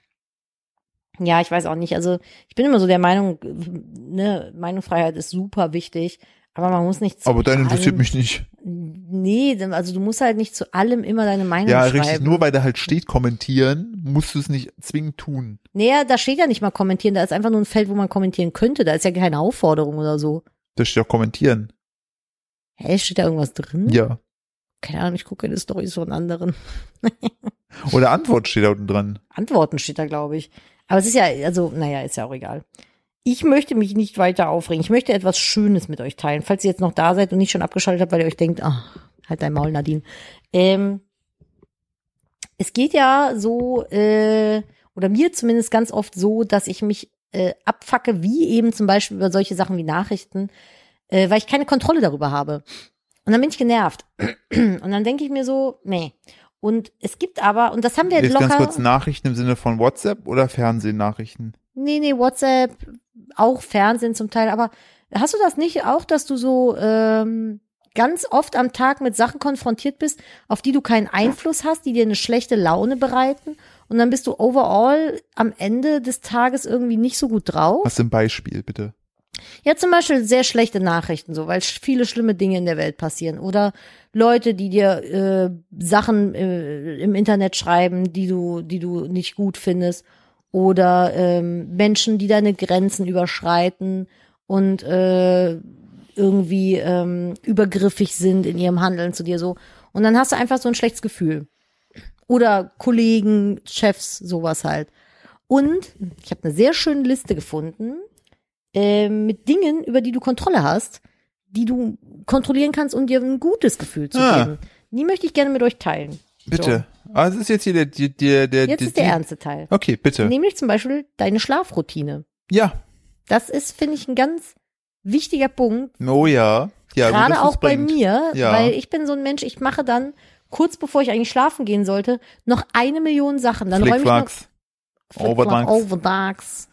Speaker 2: Ja, ich weiß auch nicht. Also ich bin immer so der Meinung, ne, Meinungsfreiheit ist super wichtig, aber man muss nicht zu
Speaker 1: Aber dein
Speaker 2: allem,
Speaker 1: interessiert mich nicht.
Speaker 2: Nee, denn- also du musst halt nicht zu allem immer deine Meinung
Speaker 1: Ja,
Speaker 2: schreiben.
Speaker 1: richtig. Nur weil da halt steht kommentieren, musst du es nicht zwingend tun.
Speaker 2: Nee, da steht ja nicht mal kommentieren, da ist einfach nur ein Feld, wo man kommentieren könnte. Da ist ja keine Aufforderung oder so.
Speaker 1: Da steht auch kommentieren.
Speaker 2: Hä, steht da irgendwas drin?
Speaker 1: Ja.
Speaker 2: Keine Ahnung, ich gucke keine Storys von anderen.
Speaker 1: Oder Antwort steht da unten dran.
Speaker 2: Antworten steht da, glaube ich. Aber es ist ja, also, naja, ist ja auch egal. Ich möchte mich nicht weiter aufregen. Ich möchte etwas Schönes mit euch teilen. Falls ihr jetzt noch da seid und nicht schon abgeschaltet habt, weil ihr euch denkt, ach, halt dein Maul, Nadine. Ähm, es geht ja so, äh, oder mir zumindest ganz oft so, dass ich mich äh, abfacke, wie eben zum Beispiel über solche Sachen wie Nachrichten, äh, weil ich keine Kontrolle darüber habe. Und dann bin ich genervt. Und dann denke ich mir so, nee. Und es gibt aber, und das haben wir
Speaker 1: Jetzt
Speaker 2: locker.
Speaker 1: ganz kurz Nachrichten im Sinne von WhatsApp oder Fernsehnachrichten?
Speaker 2: Nee, nee, WhatsApp, auch Fernsehen zum Teil, aber hast du das nicht auch, dass du so ähm, ganz oft am Tag mit Sachen konfrontiert bist, auf die du keinen Einfluss hast, die dir eine schlechte Laune bereiten und dann bist du overall am Ende des Tages irgendwie nicht so gut drauf?
Speaker 1: Was im Beispiel, bitte?
Speaker 2: Ja, zum Beispiel sehr schlechte Nachrichten, so, weil sch- viele schlimme Dinge in der Welt passieren. Oder Leute, die dir äh, Sachen äh, im Internet schreiben, die du, die du nicht gut findest. Oder ähm, Menschen, die deine Grenzen überschreiten und äh, irgendwie ähm, übergriffig sind in ihrem Handeln zu dir so. Und dann hast du einfach so ein schlechtes Gefühl. Oder Kollegen, Chefs, sowas halt. Und ich habe eine sehr schöne Liste gefunden ähm, mit Dingen, über die du Kontrolle hast, die du kontrollieren kannst, um dir ein gutes Gefühl zu
Speaker 1: Ah.
Speaker 2: geben. Die möchte ich gerne mit euch teilen.
Speaker 1: Bitte. Ah, es ist jetzt hier der, der, der, der
Speaker 2: Jetzt
Speaker 1: die-
Speaker 2: ist der
Speaker 1: die-
Speaker 2: ernste Teil.
Speaker 1: Okay, bitte.
Speaker 2: Nämlich zum Beispiel deine Schlafroutine.
Speaker 1: Ja.
Speaker 2: Das ist, finde ich, ein ganz wichtiger Punkt,
Speaker 1: Oh ja. Ja, gut, dass
Speaker 2: Gerade
Speaker 1: du's
Speaker 2: auch bei
Speaker 1: bringst.
Speaker 2: mir,
Speaker 1: Ja.
Speaker 2: weil ich bin so ein Mensch, ich mache dann kurz bevor ich eigentlich schlafen gehen sollte, noch eine Million Sachen. Dann räume ich noch
Speaker 1: Flickflacks. Oh, Overdanks.
Speaker 2: Overdags.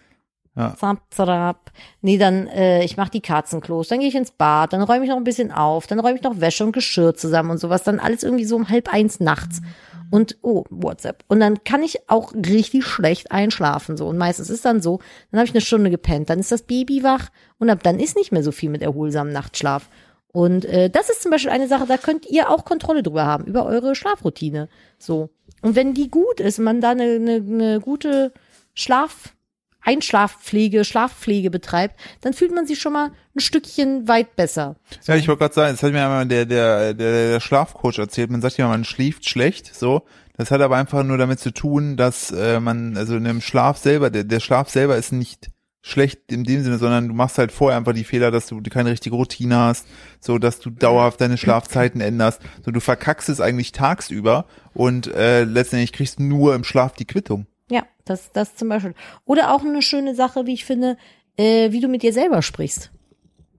Speaker 1: Ja.
Speaker 2: Zap, zap. Nee, dann, äh, ich mache die Katzenklos, dann gehe ich ins Bad, dann räume ich noch ein bisschen auf, dann räume ich noch Wäsche und Geschirr zusammen und sowas. Dann alles irgendwie so um halb eins nachts. Und, oh, WhatsApp. Und dann kann ich auch richtig schlecht einschlafen. so. Und meistens ist dann so, dann habe ich eine Stunde gepennt, dann ist das Baby wach und ab dann ist nicht mehr so viel mit erholsamem Nachtschlaf. Und äh, das ist zum Beispiel eine Sache, da könnt ihr auch Kontrolle drüber haben, über eure Schlafroutine. So. Und wenn die gut ist, man da eine, eine, eine gute Schlaf, Einschlafpflege, Schlafpflege betreibt, dann fühlt man sich schon mal ein Stückchen weit besser.
Speaker 1: Ja, ich wollte gerade sagen, das hat mir einmal der, der, der, der Schlafcoach erzählt. Man sagt ja, man schläft schlecht, so. Das hat aber einfach nur damit zu tun, dass äh, man, also in dem Schlaf selber, der, der Schlaf selber ist nicht schlecht in dem Sinne, sondern du machst halt vorher einfach die Fehler, dass du keine richtige Routine hast, so dass du dauerhaft deine Schlafzeiten änderst. So du verkackst es eigentlich tagsüber und äh, letztendlich kriegst du nur im Schlaf die Quittung.
Speaker 2: Ja, das, das zum Beispiel. Oder auch eine schöne Sache, wie ich finde, äh, wie du mit dir selber sprichst.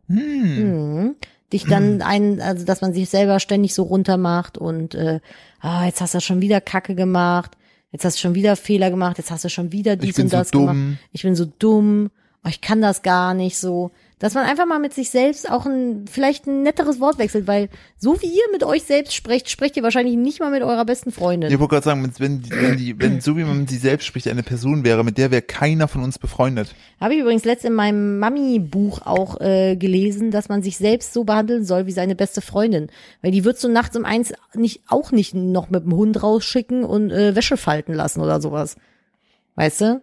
Speaker 1: Hm.
Speaker 2: Mhm. Dich dann ein, also dass man sich selber ständig so runter macht und äh, ah, jetzt hast du schon wieder Kacke gemacht, jetzt hast du schon wieder Fehler gemacht, jetzt hast du schon wieder dies
Speaker 1: Ich bin
Speaker 2: und
Speaker 1: so
Speaker 2: das gemacht.
Speaker 1: dumm.
Speaker 2: Ich bin so dumm, oh, ich kann das gar nicht so. Dass man einfach mal mit sich selbst auch ein, vielleicht ein netteres Wort wechselt, weil so wie ihr mit euch selbst sprecht, sprecht ihr wahrscheinlich nicht mal mit eurer besten Freundin.
Speaker 1: Ich wollte gerade sagen, wenn, wenn, die- wenn, die, wenn so wie man mit sich selbst spricht, eine Person wäre, mit der wäre keiner von uns befreundet.
Speaker 2: Habe ich übrigens letzt in meinem Mami-Buch auch äh, gelesen, dass man sich selbst so behandeln soll wie seine beste Freundin. Weil die würdest du nachts um eins nicht, auch nicht noch mit dem Hund rausschicken und äh, Wäsche falten lassen oder sowas. Weißt du?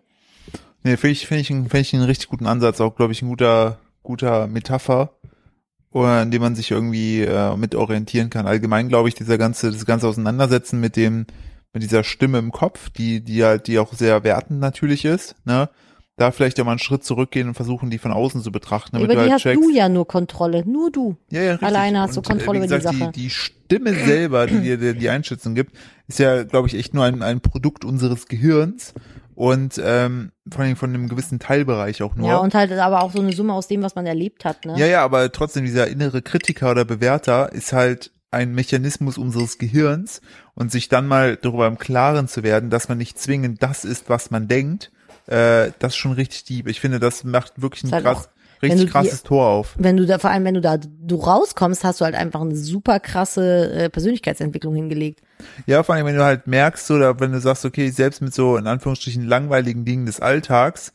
Speaker 1: Nee, finde ich, finde ich, einen- finde ich einen richtig guten Ansatz, auch glaube ich ein guter, guter Metapher, oder an dem man sich irgendwie äh, mit orientieren kann. Allgemein glaube ich, dieser ganze, das ganze Auseinandersetzen mit dem, mit dieser Stimme im Kopf, die, die halt, die auch sehr wertend natürlich ist, ne? Da vielleicht auch mal einen Schritt zurückgehen und versuchen, die von außen zu betrachten, damit
Speaker 2: Über
Speaker 1: du
Speaker 2: die
Speaker 1: halt
Speaker 2: hast
Speaker 1: checkst.
Speaker 2: du ja nur Kontrolle. Nur du.
Speaker 1: Ja, ja, richtig.
Speaker 2: Alleine hast du
Speaker 1: Und,
Speaker 2: Kontrolle
Speaker 1: äh, wie
Speaker 2: über die
Speaker 1: gesagt,
Speaker 2: Sache.
Speaker 1: Die, die Stimme selber, die dir die, die Einschätzung gibt, ist ja, glaube ich, echt nur ein, ein Produkt unseres Gehirns und ähm, vor allem von einem gewissen Teilbereich auch nur.
Speaker 2: Ja, und halt aber auch so eine Summe aus dem, was man erlebt hat. Ne?
Speaker 1: ja, ja, aber trotzdem, dieser innere Kritiker oder Bewerter ist halt ein Mechanismus unseres Gehirns und sich dann mal darüber im Klaren zu werden, dass man nicht zwingend das ist, was man denkt, äh, das ist schon richtig deep. Ich finde, das macht wirklich ein
Speaker 2: Ist halt
Speaker 1: krass,
Speaker 2: auch, wenn
Speaker 1: richtig
Speaker 2: du die-
Speaker 1: krasses Tor auf.
Speaker 2: Wenn du da, vor allem wenn du da du rauskommst, hast du halt einfach eine super krasse äh, Persönlichkeitsentwicklung hingelegt.
Speaker 1: Ja, vor allem, wenn du halt merkst oder wenn du sagst, okay, selbst mit so in Anführungsstrichen langweiligen Dingen des Alltags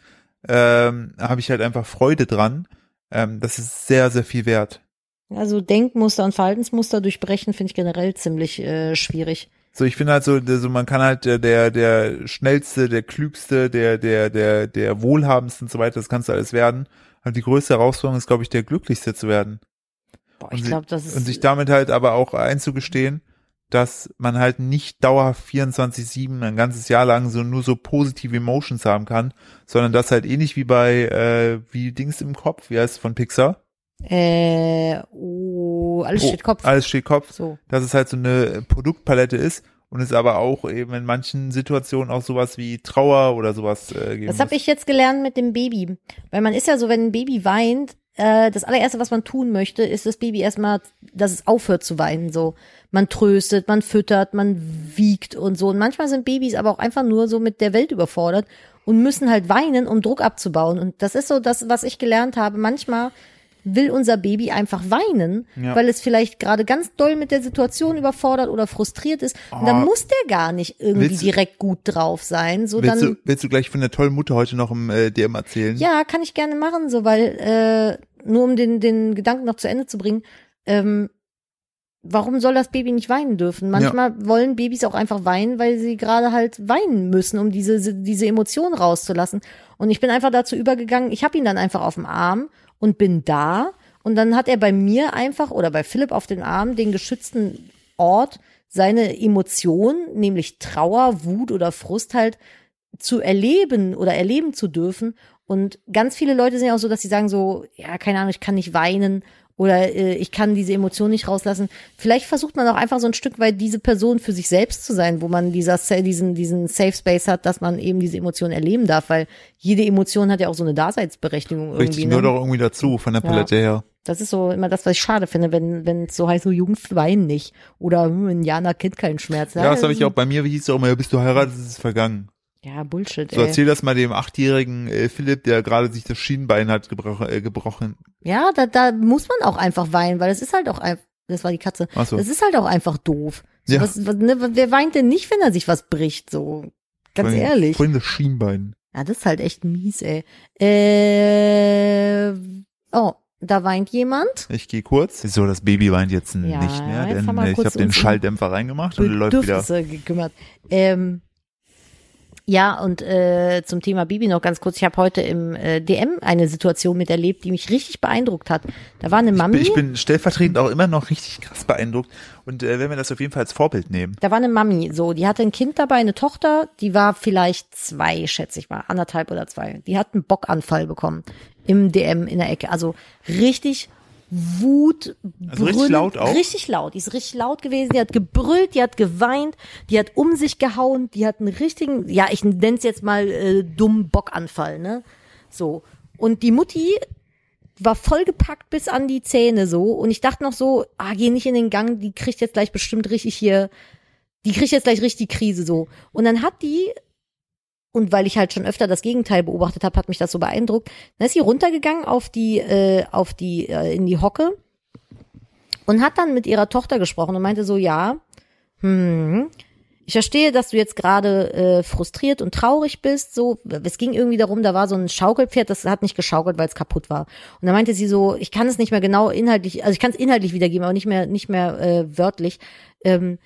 Speaker 1: ähm, habe ich halt einfach Freude dran. Ähm, das ist sehr, sehr viel wert.
Speaker 2: Also Denkmuster und Verhaltensmuster durchbrechen finde ich generell ziemlich äh, schwierig.
Speaker 1: So, ich finde halt so, der- so man kann halt der, der, der schnellste, der klügste, der, der, der, der wohlhabendste und so weiter, das kannst du alles werden. Aber die größte Herausforderung ist, glaube ich, der glücklichste zu werden.
Speaker 2: Boah,
Speaker 1: Und
Speaker 2: ich
Speaker 1: sie-
Speaker 2: glaube, das ist
Speaker 1: Und sich damit halt aber auch einzugestehen, dass man halt nicht dauerhaft 24-7 ein ganzes Jahr lang so nur so positive Emotions haben kann, sondern das halt ähnlich wie bei, äh, wie Dings im Kopf, wie heißt es von Pixar?
Speaker 2: äh, oh, alles
Speaker 1: Pro-
Speaker 2: steht Kopf.
Speaker 1: Alles steht Kopf,
Speaker 2: so.
Speaker 1: dass es halt so eine Produktpalette ist und es aber auch eben in manchen Situationen auch sowas wie Trauer oder sowas äh, geben
Speaker 2: Das habe
Speaker 1: muss.
Speaker 2: ich jetzt gelernt mit dem Baby. Weil man ist ja so, wenn ein Baby weint, äh, das allererste, was man tun möchte, ist das Baby erstmal, dass es aufhört zu weinen. So, man tröstet, man füttert, man wiegt und so. Und manchmal sind Babys aber auch einfach nur so mit der Welt überfordert und müssen halt weinen, um Druck abzubauen. Und das ist so das, was ich gelernt habe. Manchmal will unser Baby einfach weinen,
Speaker 1: Ja.
Speaker 2: weil es vielleicht gerade ganz doll mit der Situation überfordert oder frustriert ist. Und dann
Speaker 1: Oh.
Speaker 2: muss der gar nicht irgendwie
Speaker 1: Willst du-
Speaker 2: direkt gut drauf sein. So
Speaker 1: willst,
Speaker 2: dann
Speaker 1: du, willst du gleich von der tollen Mutter heute noch im äh, DM erzählen?
Speaker 2: ja, kann ich gerne machen, so weil äh, nur um den den Gedanken noch zu Ende zu bringen. Ähm, warum soll das Baby nicht weinen dürfen? Manchmal wollen Babys auch einfach weinen, weil sie gerade halt weinen müssen, um diese diese Emotion rauszulassen. Und ich bin einfach dazu übergegangen. Ich habe ihn dann einfach auf dem Arm und bin da. Und dann hat er bei mir einfach oder bei Philipp auf dem Arm den geschützten Ort seine Emotionen, nämlich Trauer, Wut oder Frust halt zu erleben oder erleben zu dürfen. Und ganz viele Leute sind ja auch so, dass sie sagen so, ja, keine Ahnung, ich kann nicht weinen oder äh, ich kann diese Emotion nicht rauslassen. Vielleicht versucht man auch einfach so ein Stück weit diese Person für sich selbst zu sein, wo man dieser, Sa- diesen, diesen Safe Space hat, dass man eben diese Emotion erleben darf, weil jede Emotion hat ja auch so eine Daseinsberechtigung irgendwie.
Speaker 1: Richtig,
Speaker 2: ne?
Speaker 1: nur doch irgendwie dazu, von der
Speaker 2: Ja.
Speaker 1: Palette her.
Speaker 2: Das ist so immer das, was ich schade finde, wenn wenn es so heißt, so Jungs weinen nicht oder hm, ein Jana Kind keinen Schmerz.
Speaker 1: Ja, das habe ich auch bei mir, wie hieß es auch immer, ja, bist du heiratet, ist es vergangen.
Speaker 2: Ja, Bullshit.
Speaker 1: So
Speaker 2: Ey.
Speaker 1: erzähl das mal dem achtjährigen äh, Philipp, der gerade sich das Schienbein hat gebrochen. Äh, gebrochen.
Speaker 2: Ja, da, da muss man auch einfach weinen, weil das ist halt auch einfach, das war die Katze,
Speaker 1: Ach so.
Speaker 2: das ist halt auch einfach doof. So
Speaker 1: Ja.
Speaker 2: was, was, ne, wer weint denn nicht, wenn er sich was bricht, so? Ganz
Speaker 1: Vorhin-
Speaker 2: ehrlich.
Speaker 1: Vorhin das Schienbein.
Speaker 2: Ja, das ist halt echt mies, ey. Äh, oh, da weint jemand.
Speaker 1: Ich gehe kurz. So, das Baby weint jetzt
Speaker 2: Ja,
Speaker 1: nicht mehr,
Speaker 2: jetzt haben
Speaker 1: denn
Speaker 2: wir
Speaker 1: äh, ich
Speaker 2: kurz
Speaker 1: habe den
Speaker 2: uns um
Speaker 1: Schalldämpfer reingemacht und läuft wieder.
Speaker 2: Bedürfnisse gekümmert. Ähm, Ja, und äh, zum Thema Bibi noch ganz kurz. Ich habe heute im äh, DM eine Situation miterlebt, die mich richtig beeindruckt hat. Da war eine Mami,
Speaker 1: Ich bin stellvertretend auch immer noch richtig krass beeindruckt und äh, werden wir das auf jeden Fall als Vorbild nehmen.
Speaker 2: da war eine Mami, so, die hatte ein Kind dabei, eine Tochter, die war vielleicht zwei, schätze ich mal, anderthalb oder zwei. Die hat einen Bockanfall bekommen im DM in der Ecke. Also richtig Wut,
Speaker 1: Also richtig
Speaker 2: brüllend-
Speaker 1: laut auch?
Speaker 2: Richtig laut. Die ist richtig laut gewesen, die hat gebrüllt, die hat geweint, die hat um sich gehauen, die hat einen richtigen, ja, ich nenn's jetzt mal äh, dummen Bockanfall, ne? So. Und die Mutti war vollgepackt bis an die Zähne so und ich dachte noch so, ah, geh nicht in den Gang, die kriegt jetzt gleich bestimmt richtig hier, die kriegt jetzt gleich richtig Krise so. Und dann hat die und weil ich halt schon öfter das Gegenteil beobachtet habe, hat mich das so beeindruckt. Dann ist sie runtergegangen auf die äh, auf die äh, in die Hocke und hat dann mit ihrer Tochter gesprochen und meinte so, ja, hm, ich verstehe, dass du jetzt gerade äh, frustriert und traurig bist. So, es ging irgendwie darum, da war so ein Schaukelpferd, das hat nicht geschaukelt, weil es kaputt war. Und dann meinte sie so, ich kann es nicht mehr genau inhaltlich, also ich kann es inhaltlich wiedergeben, aber nicht mehr nicht mehr äh, wörtlich. Ähm,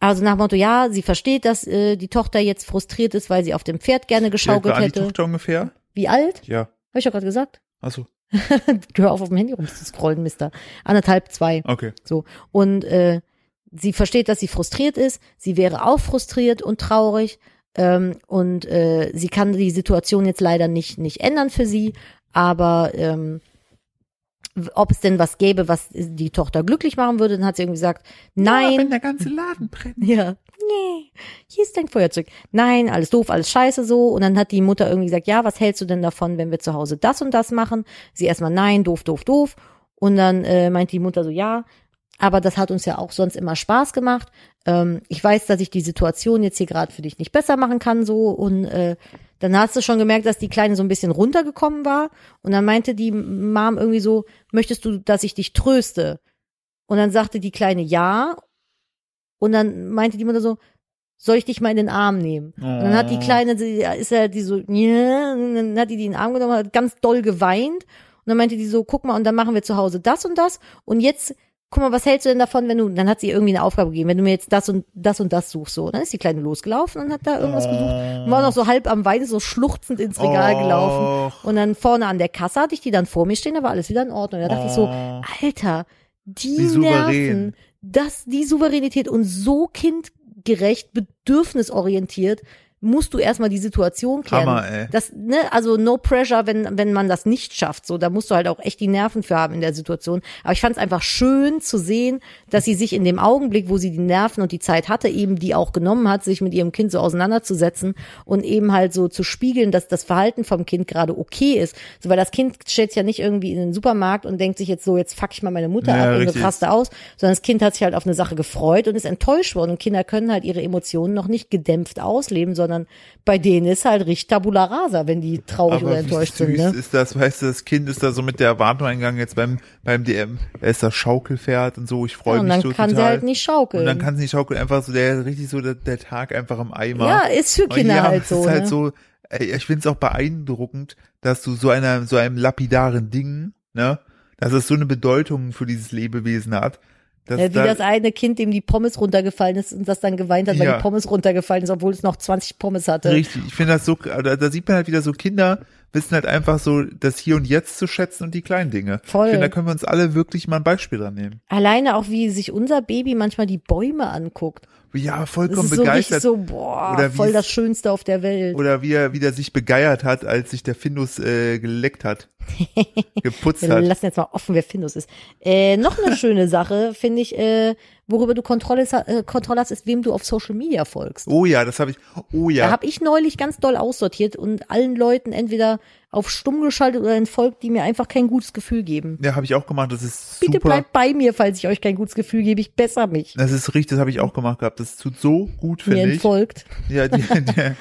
Speaker 2: also nach dem Motto, ja, sie versteht, dass äh, die Tochter jetzt frustriert ist, weil sie auf dem Pferd gerne geschaukelt
Speaker 1: war die
Speaker 2: hätte.
Speaker 1: Tochter ungefähr?
Speaker 2: Wie alt?
Speaker 1: Ja.
Speaker 2: Habe ich ja gerade gesagt.
Speaker 1: Achso,
Speaker 2: Hör auf, auf dem Handy rumzuscrollen, Mister. Anderthalb, zwei.
Speaker 1: okay.
Speaker 2: So. Und äh, sie versteht, dass sie frustriert ist. Sie wäre auch frustriert und traurig. Ähm, und äh, sie kann die Situation jetzt leider nicht, nicht ändern für sie. Aber ähm, w- ob es denn was gäbe, was die Tochter glücklich machen würde, dann hat sie irgendwie gesagt,
Speaker 1: Ja,
Speaker 2: nein.
Speaker 1: wenn der ganze Laden brennt.
Speaker 2: Ja. Nee, hier ist dein Feuerzeug. Nein, alles doof, alles scheiße so. Und dann hat die Mutter irgendwie gesagt, ja, was hältst du denn davon, wenn wir zu Hause das und das machen? Sie erstmal, nein, doof, doof, doof. Und dann äh, meint die Mutter so, ja, aber das hat uns ja auch sonst immer Spaß gemacht. Ähm, ich weiß, dass ich die Situation jetzt hier gerade für dich nicht besser machen kann so. Und äh, dann hast du schon gemerkt, dass die Kleine so ein bisschen runtergekommen war. Und dann meinte die Mom irgendwie so, möchtest du, dass ich dich tröste? Und dann sagte die Kleine ja. Und dann meinte die Mutter so, soll ich dich mal in den Arm nehmen? Und dann hat die
Speaker 1: Oh.
Speaker 2: Kleine, die- ist ja die so, "Ja", und dann hat die die in den Arm genommen, hat ganz doll geweint. Und dann meinte die so, guck mal, und dann machen wir zu Hause das und das. Und jetzt, guck mal, was hältst du denn davon, wenn du, dann hat sie ihr irgendwie eine Aufgabe gegeben, wenn du mir jetzt das und das und das suchst, so. Und dann ist die Kleine losgelaufen und hat da
Speaker 1: Ah.
Speaker 2: irgendwas gesucht. Und war noch so halb am Weinen, so schluchzend ins Regal
Speaker 1: Oh.
Speaker 2: gelaufen.
Speaker 1: Och.
Speaker 2: Und dann vorne an der Kasse hatte ich die dann vor mir stehen, da war alles wieder in Ordnung. Da dachte ich so,
Speaker 1: Oh.
Speaker 2: Alter, die
Speaker 1: Wie souverän.
Speaker 2: Nerven, dass die Souveränität und so kindgerecht, bedürfnisorientiert, musst du erstmal die Situation klären.
Speaker 1: Hammer, ey.
Speaker 2: Das, ne, also no pressure, wenn, wenn man das nicht schafft. So, da musst du halt auch echt die Nerven für haben in der Situation. Aber ich fand es einfach schön zu sehen, dass sie sich in dem Augenblick, wo sie die Nerven und die Zeit hatte, eben die auch genommen hat, sich mit ihrem Kind so auseinanderzusetzen und eben halt so zu spiegeln, dass das Verhalten vom Kind gerade okay ist. So, weil das Kind stellt sich ja nicht irgendwie in den Supermarkt und denkt sich jetzt so, jetzt fuck ich mal meine Mutter
Speaker 1: Ja,
Speaker 2: ab und
Speaker 1: richtig.
Speaker 2: raste aus, sondern das Kind hat sich halt auf eine Sache gefreut und ist enttäuscht worden. Und Kinder können halt ihre Emotionen noch nicht gedämpft ausleben, sondern bei denen ist halt richtig Tabula rasa, wenn die traurig oder
Speaker 1: Aber wie
Speaker 2: enttäuscht
Speaker 1: süß
Speaker 2: sind. Ne?
Speaker 1: ist das, weißt du, das Kind ist da so mit der Erwartung eingegangen, jetzt beim, beim DM, da ist das Schaukelpferd und so, ich freue
Speaker 2: Ja, und
Speaker 1: mich
Speaker 2: dann
Speaker 1: so
Speaker 2: kann
Speaker 1: total.
Speaker 2: sie halt nicht schaukeln.
Speaker 1: Und dann kann sie nicht schaukeln, einfach so, der richtig so der, der Tag einfach im Eimer.
Speaker 2: Ja, ist für
Speaker 1: Und
Speaker 2: Kinder
Speaker 1: ja,
Speaker 2: halt
Speaker 1: es
Speaker 2: so,
Speaker 1: Ist halt
Speaker 2: ne?
Speaker 1: so ey, ich find's auch beeindruckend, dass du so einer, so einem lapidaren Ding, ne, dass es so eine Bedeutung für dieses Lebewesen hat. Dass
Speaker 2: Ja, wie
Speaker 1: da-
Speaker 2: das eine Kind, dem die Pommes runtergefallen ist und das dann geweint hat, weil
Speaker 1: Ja.
Speaker 2: die Pommes runtergefallen ist, obwohl es noch 20 Pommes hatte.
Speaker 1: Richtig, ich finde das so, da, da sieht man halt wieder so, Kinder wissen halt einfach so, das Hier und Jetzt zu schätzen und die kleinen Dinge.
Speaker 2: Voll.
Speaker 1: Ich finde, da können wir uns alle wirklich mal ein Beispiel dran nehmen.
Speaker 2: Alleine auch, wie sich unser Baby manchmal die Bäume anguckt.
Speaker 1: Ja,
Speaker 2: Das
Speaker 1: vollkommen
Speaker 2: ist so richtig
Speaker 1: begeistert.
Speaker 2: so, boah,
Speaker 1: Oder wie
Speaker 2: voll
Speaker 1: es-
Speaker 2: das Schönste auf der Welt.
Speaker 1: Oder wie er, wie der sich begeiert hat, als sich der Findus äh, geleckt hat, geputzt
Speaker 2: Wir
Speaker 1: hat.
Speaker 2: lassen jetzt mal offen, wer Findus ist. Äh, noch eine schöne Sache, finde ich, äh, worüber du Kontrolle, äh, Kontrolle hast, ist, wem du auf Social Media folgst.
Speaker 1: Oh ja, das habe ich. Oh
Speaker 2: Da
Speaker 1: ja,
Speaker 2: habe ich neulich ganz doll aussortiert und allen Leuten entweder auf stumm geschaltet oder entfolgt, die mir einfach kein gutes Gefühl geben.
Speaker 1: ja, habe ich auch gemacht. Das ist
Speaker 2: Bitte
Speaker 1: super.
Speaker 2: bleibt bei mir, falls ich euch kein gutes Gefühl gebe. Ich besser mich.
Speaker 1: Das ist richtig, das habe ich auch gemacht gehabt. Das tut so gut,
Speaker 2: Mir
Speaker 1: finde ich.
Speaker 2: entfolgt.
Speaker 1: Ja, die, der,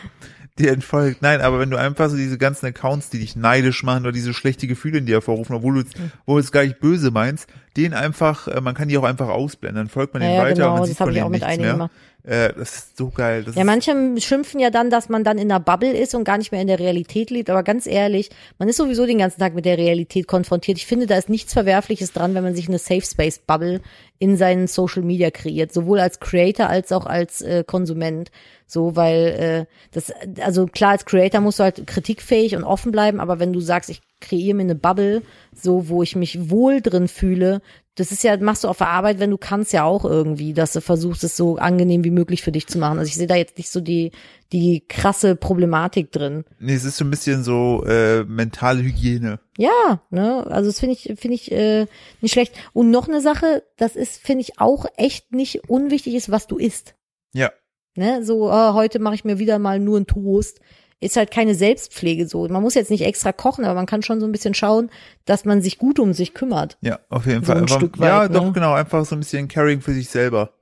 Speaker 1: der entfolgt. Nein, aber wenn du einfach so diese ganzen Accounts, die dich neidisch machen oder diese schlechte Gefühle in dir hervorrufen, obwohl du es-
Speaker 2: Hm.
Speaker 1: obwohl du es gar nicht böse meinst, den einfach, äh, man kann die auch einfach ausblenden. Dann folgt man
Speaker 2: Ja,
Speaker 1: den
Speaker 2: ja,
Speaker 1: weiter und
Speaker 2: genau,
Speaker 1: man
Speaker 2: das
Speaker 1: sieht
Speaker 2: habe
Speaker 1: von
Speaker 2: ich auch
Speaker 1: denen
Speaker 2: mit
Speaker 1: nichts
Speaker 2: einigen
Speaker 1: mehr.
Speaker 2: gemacht.
Speaker 1: Äh, das ist so geil. Das
Speaker 2: Ja,
Speaker 1: ist,
Speaker 2: manche schimpfen ja dann, dass man dann in der Bubble ist und gar nicht mehr in der Realität lebt. Aber ganz ehrlich, man ist sowieso den ganzen Tag mit der Realität konfrontiert. Ich finde, da ist nichts Verwerfliches dran, wenn man sich eine Safe Space Bubble in seinen Social Media kreiert, sowohl als Creator als auch als äh, Konsument. So, weil äh, das, also klar, als Creator musst du halt kritikfähig und offen bleiben, aber wenn du sagst, ich kreiere mir eine Bubble, so wo ich mich wohl drin fühle, das ist ja, machst du auf der Arbeit, wenn du kannst ja auch irgendwie, dass du versuchst, es so angenehm wie möglich für dich zu machen. Also ich sehe da jetzt nicht so die, die krasse Problematik drin.
Speaker 1: nee, es ist so ein bisschen so äh, mentale Hygiene.
Speaker 2: Ja, ne, also das finde ich, finde ich äh, nicht schlecht. Und noch eine Sache, das ist, finde ich, auch echt nicht unwichtig ist, was du isst.
Speaker 1: Ja.
Speaker 2: Ne, so, ah, heute mache ich mir wieder mal nur einen Toast. Ist halt keine Selbstpflege so. Man muss jetzt nicht extra kochen, aber man kann schon so ein bisschen schauen, dass man sich gut um sich kümmert.
Speaker 1: Ja, auf jeden
Speaker 2: So
Speaker 1: Fall.
Speaker 2: ein
Speaker 1: Einfach-
Speaker 2: Stück
Speaker 1: ja,
Speaker 2: weit,
Speaker 1: doch,
Speaker 2: ne?
Speaker 1: genau. Einfach so ein bisschen Caring für sich selber.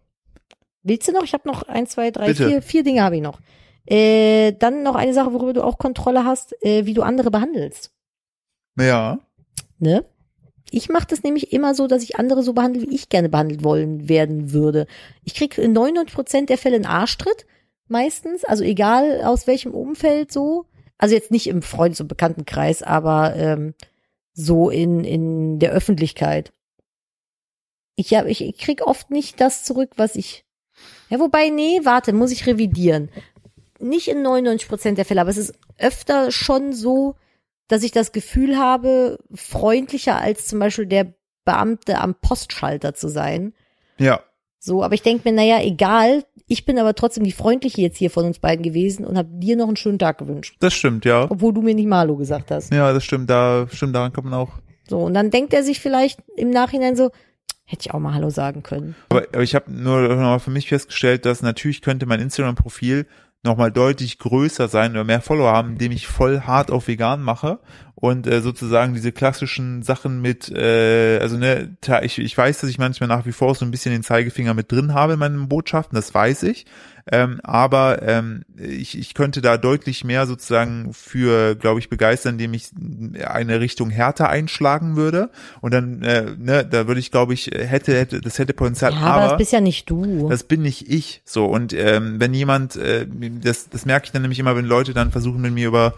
Speaker 2: Willst du noch? Ich habe noch ein, zwei, drei,
Speaker 1: Bitte.
Speaker 2: vier, vier Dinge habe ich noch. Äh, dann noch eine Sache, worüber du auch Kontrolle hast, äh, wie du andere behandelst.
Speaker 1: Ja.
Speaker 2: Ne? Ich mache das nämlich immer so, dass ich andere so behandle, wie ich gerne behandelt wollen werden würde. Ich kriege in 99% der Fälle einen Arschtritt, meistens, also egal aus welchem Umfeld so. Also jetzt nicht im Freundes- und Bekanntenkreis, aber ähm, so in, in der Öffentlichkeit. Ich, hab, ich, ich krieg oft nicht das zurück, was ich. Ja, wobei, nee, warte, muss ich revidieren. Nicht in 99% der Fälle, aber es ist öfter schon so, dass ich das Gefühl habe, freundlicher als zum Beispiel der Beamte am Postschalter zu sein.
Speaker 1: Ja.
Speaker 2: So, aber ich denke mir, naja, egal, ich bin aber trotzdem die freundliche jetzt hier von uns beiden gewesen und habe dir noch einen schönen Tag gewünscht.
Speaker 1: Das stimmt, ja.
Speaker 2: Obwohl du mir nicht Malo gesagt hast.
Speaker 1: Ja, das stimmt. Da, stimmt, daran kann man auch.
Speaker 2: So, und dann denkt er sich vielleicht im Nachhinein so, hätte ich auch mal Hallo sagen können.
Speaker 1: Aber, aber ich habe nur nochmal für mich festgestellt, dass natürlich könnte mein Instagram-Profil nochmal deutlich größer sein oder mehr Follower haben, indem ich voll hart auf vegan mache und äh, sozusagen diese klassischen Sachen mit, äh, also ne, ta- ich, ich weiß, dass ich manchmal nach wie vor so ein bisschen den Zeigefinger mit drin habe in meinen Botschaften, das weiß ich, ähm, aber ähm, ich, ich könnte da deutlich mehr sozusagen für, glaube ich, begeistern, indem ich eine Richtung härter einschlagen würde und dann, äh, ne, da würde ich, glaube ich, hätte, hätte, das hätte Potenzial,
Speaker 2: Ja, aber das bist ja nicht du.
Speaker 1: das bin nicht ich. So, und ähm, wenn jemand, äh, das, das merke ich dann nämlich immer, wenn Leute dann versuchen mit mir über,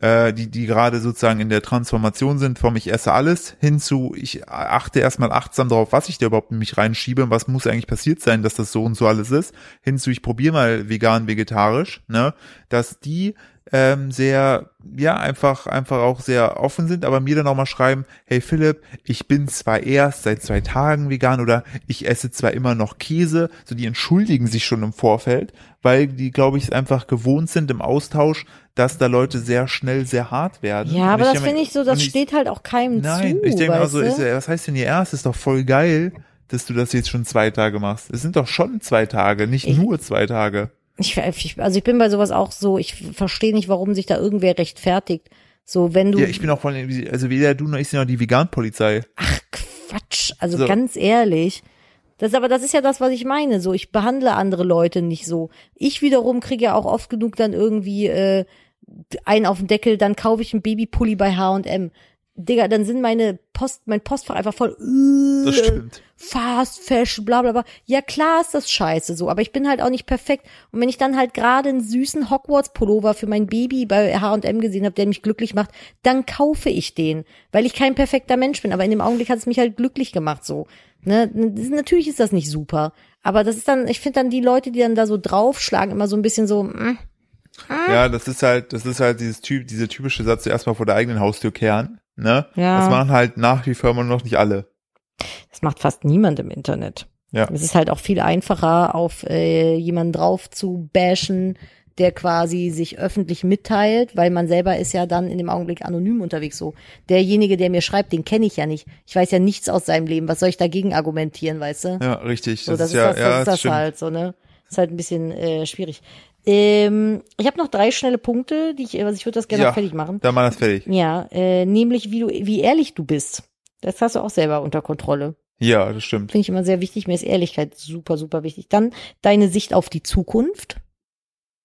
Speaker 1: äh, die, die gerade sozusagen in der Transformation sind, vom ich esse alles hin zu, ich achte erstmal achtsam darauf, was ich da überhaupt in mich reinschiebe und was muss eigentlich passiert sein, dass das so und so alles ist, hin zu, ich probiere mal vegan, vegetarisch, ne, dass die ähm, sehr, ja, einfach, einfach auch sehr offen sind, aber mir dann auch mal schreiben, hey Philipp, ich bin zwar erst seit zwei Tagen vegan oder ich esse zwar immer noch Käse, so die entschuldigen sich schon im Vorfeld, weil die, glaube ich, es einfach gewohnt sind im Austausch, dass da Leute sehr schnell sehr hart werden.
Speaker 2: ja,
Speaker 1: Und
Speaker 2: aber das
Speaker 1: denk mir-
Speaker 2: finde ich so, das
Speaker 1: und
Speaker 2: steht halt auch keinem
Speaker 1: Nein,
Speaker 2: zu.
Speaker 1: ich denke mal
Speaker 2: weißt
Speaker 1: so,
Speaker 2: du?
Speaker 1: ist, ja- was heißt denn ihr erst? Ist doch voll geil, dass du das jetzt schon zwei Tage machst. Es sind doch schon zwei Tage, nicht
Speaker 2: Ich-
Speaker 1: nur zwei Tage.
Speaker 2: Ich, ich, also ich bin bei sowas auch so, ich verstehe nicht, warum sich da irgendwer rechtfertigt. So, wenn du.
Speaker 1: Ja, ich bin auch voll, also weder du noch ich sind noch die Vegan-Polizei.
Speaker 2: ach, Quatsch. Also
Speaker 1: So.
Speaker 2: ganz ehrlich. Das, aber das ist ja das, was ich meine. So, ich behandle andere Leute nicht so. Ich wiederum kriege ja auch oft genug dann irgendwie äh, einen auf den Deckel, dann kaufe ich einen Babypulli bei HM. Digga, dann sind meine Post, mein Postfach einfach voll. äh,
Speaker 1: Das stimmt.
Speaker 2: Fast Fashion, bla bla bla. Ja klar ist das scheiße so, aber ich bin halt auch nicht perfekt. Und wenn ich dann halt gerade einen süßen Hogwarts-Pullover für mein Baby bei H&M gesehen habe, der mich glücklich macht, dann kaufe ich den, weil ich kein perfekter Mensch bin. Aber in dem Augenblick hat es mich halt glücklich gemacht so. Ne? Das, ist- natürlich ist das nicht super, aber das ist dann, ich finde dann die Leute, die dann da so draufschlagen, immer so ein bisschen so, mm,
Speaker 1: Ja, das ist halt, das ist halt dieses Typ, dieser typische Satz, erstmal vor der eigenen Haustür kehren, ne?
Speaker 2: Ja.
Speaker 1: Das machen halt nach wie vor immer noch nicht alle.
Speaker 2: das macht fast niemand im Internet.
Speaker 1: Ja.
Speaker 2: Es ist halt auch viel einfacher, auf äh, jemanden drauf zu bashen, der quasi sich öffentlich mitteilt, weil man selber ist ja dann in dem Augenblick anonym unterwegs so. Derjenige, der mir schreibt, den kenne ich ja nicht. Ich weiß ja nichts aus seinem Leben. Was soll ich dagegen argumentieren, weißt du?
Speaker 1: Ja, richtig.
Speaker 2: So,
Speaker 1: Das,
Speaker 2: das,
Speaker 1: ist ja,
Speaker 2: das,
Speaker 1: ja,
Speaker 2: das, ist das
Speaker 1: stimmt.
Speaker 2: halt so, ne? Ist halt ein bisschen äh, schwierig. Ähm, ich habe noch drei schnelle Punkte, die ich, also ich würde das gerne
Speaker 1: Ja.
Speaker 2: noch fertig machen.
Speaker 1: Dann machen wir das fertig.
Speaker 2: Ja, äh, nämlich wie du, wie ehrlich du bist. Das hast du auch selber unter Kontrolle.
Speaker 1: Ja, das stimmt.
Speaker 2: Finde ich immer sehr wichtig. Mir ist Ehrlichkeit super, super wichtig. Dann deine Sicht auf die Zukunft.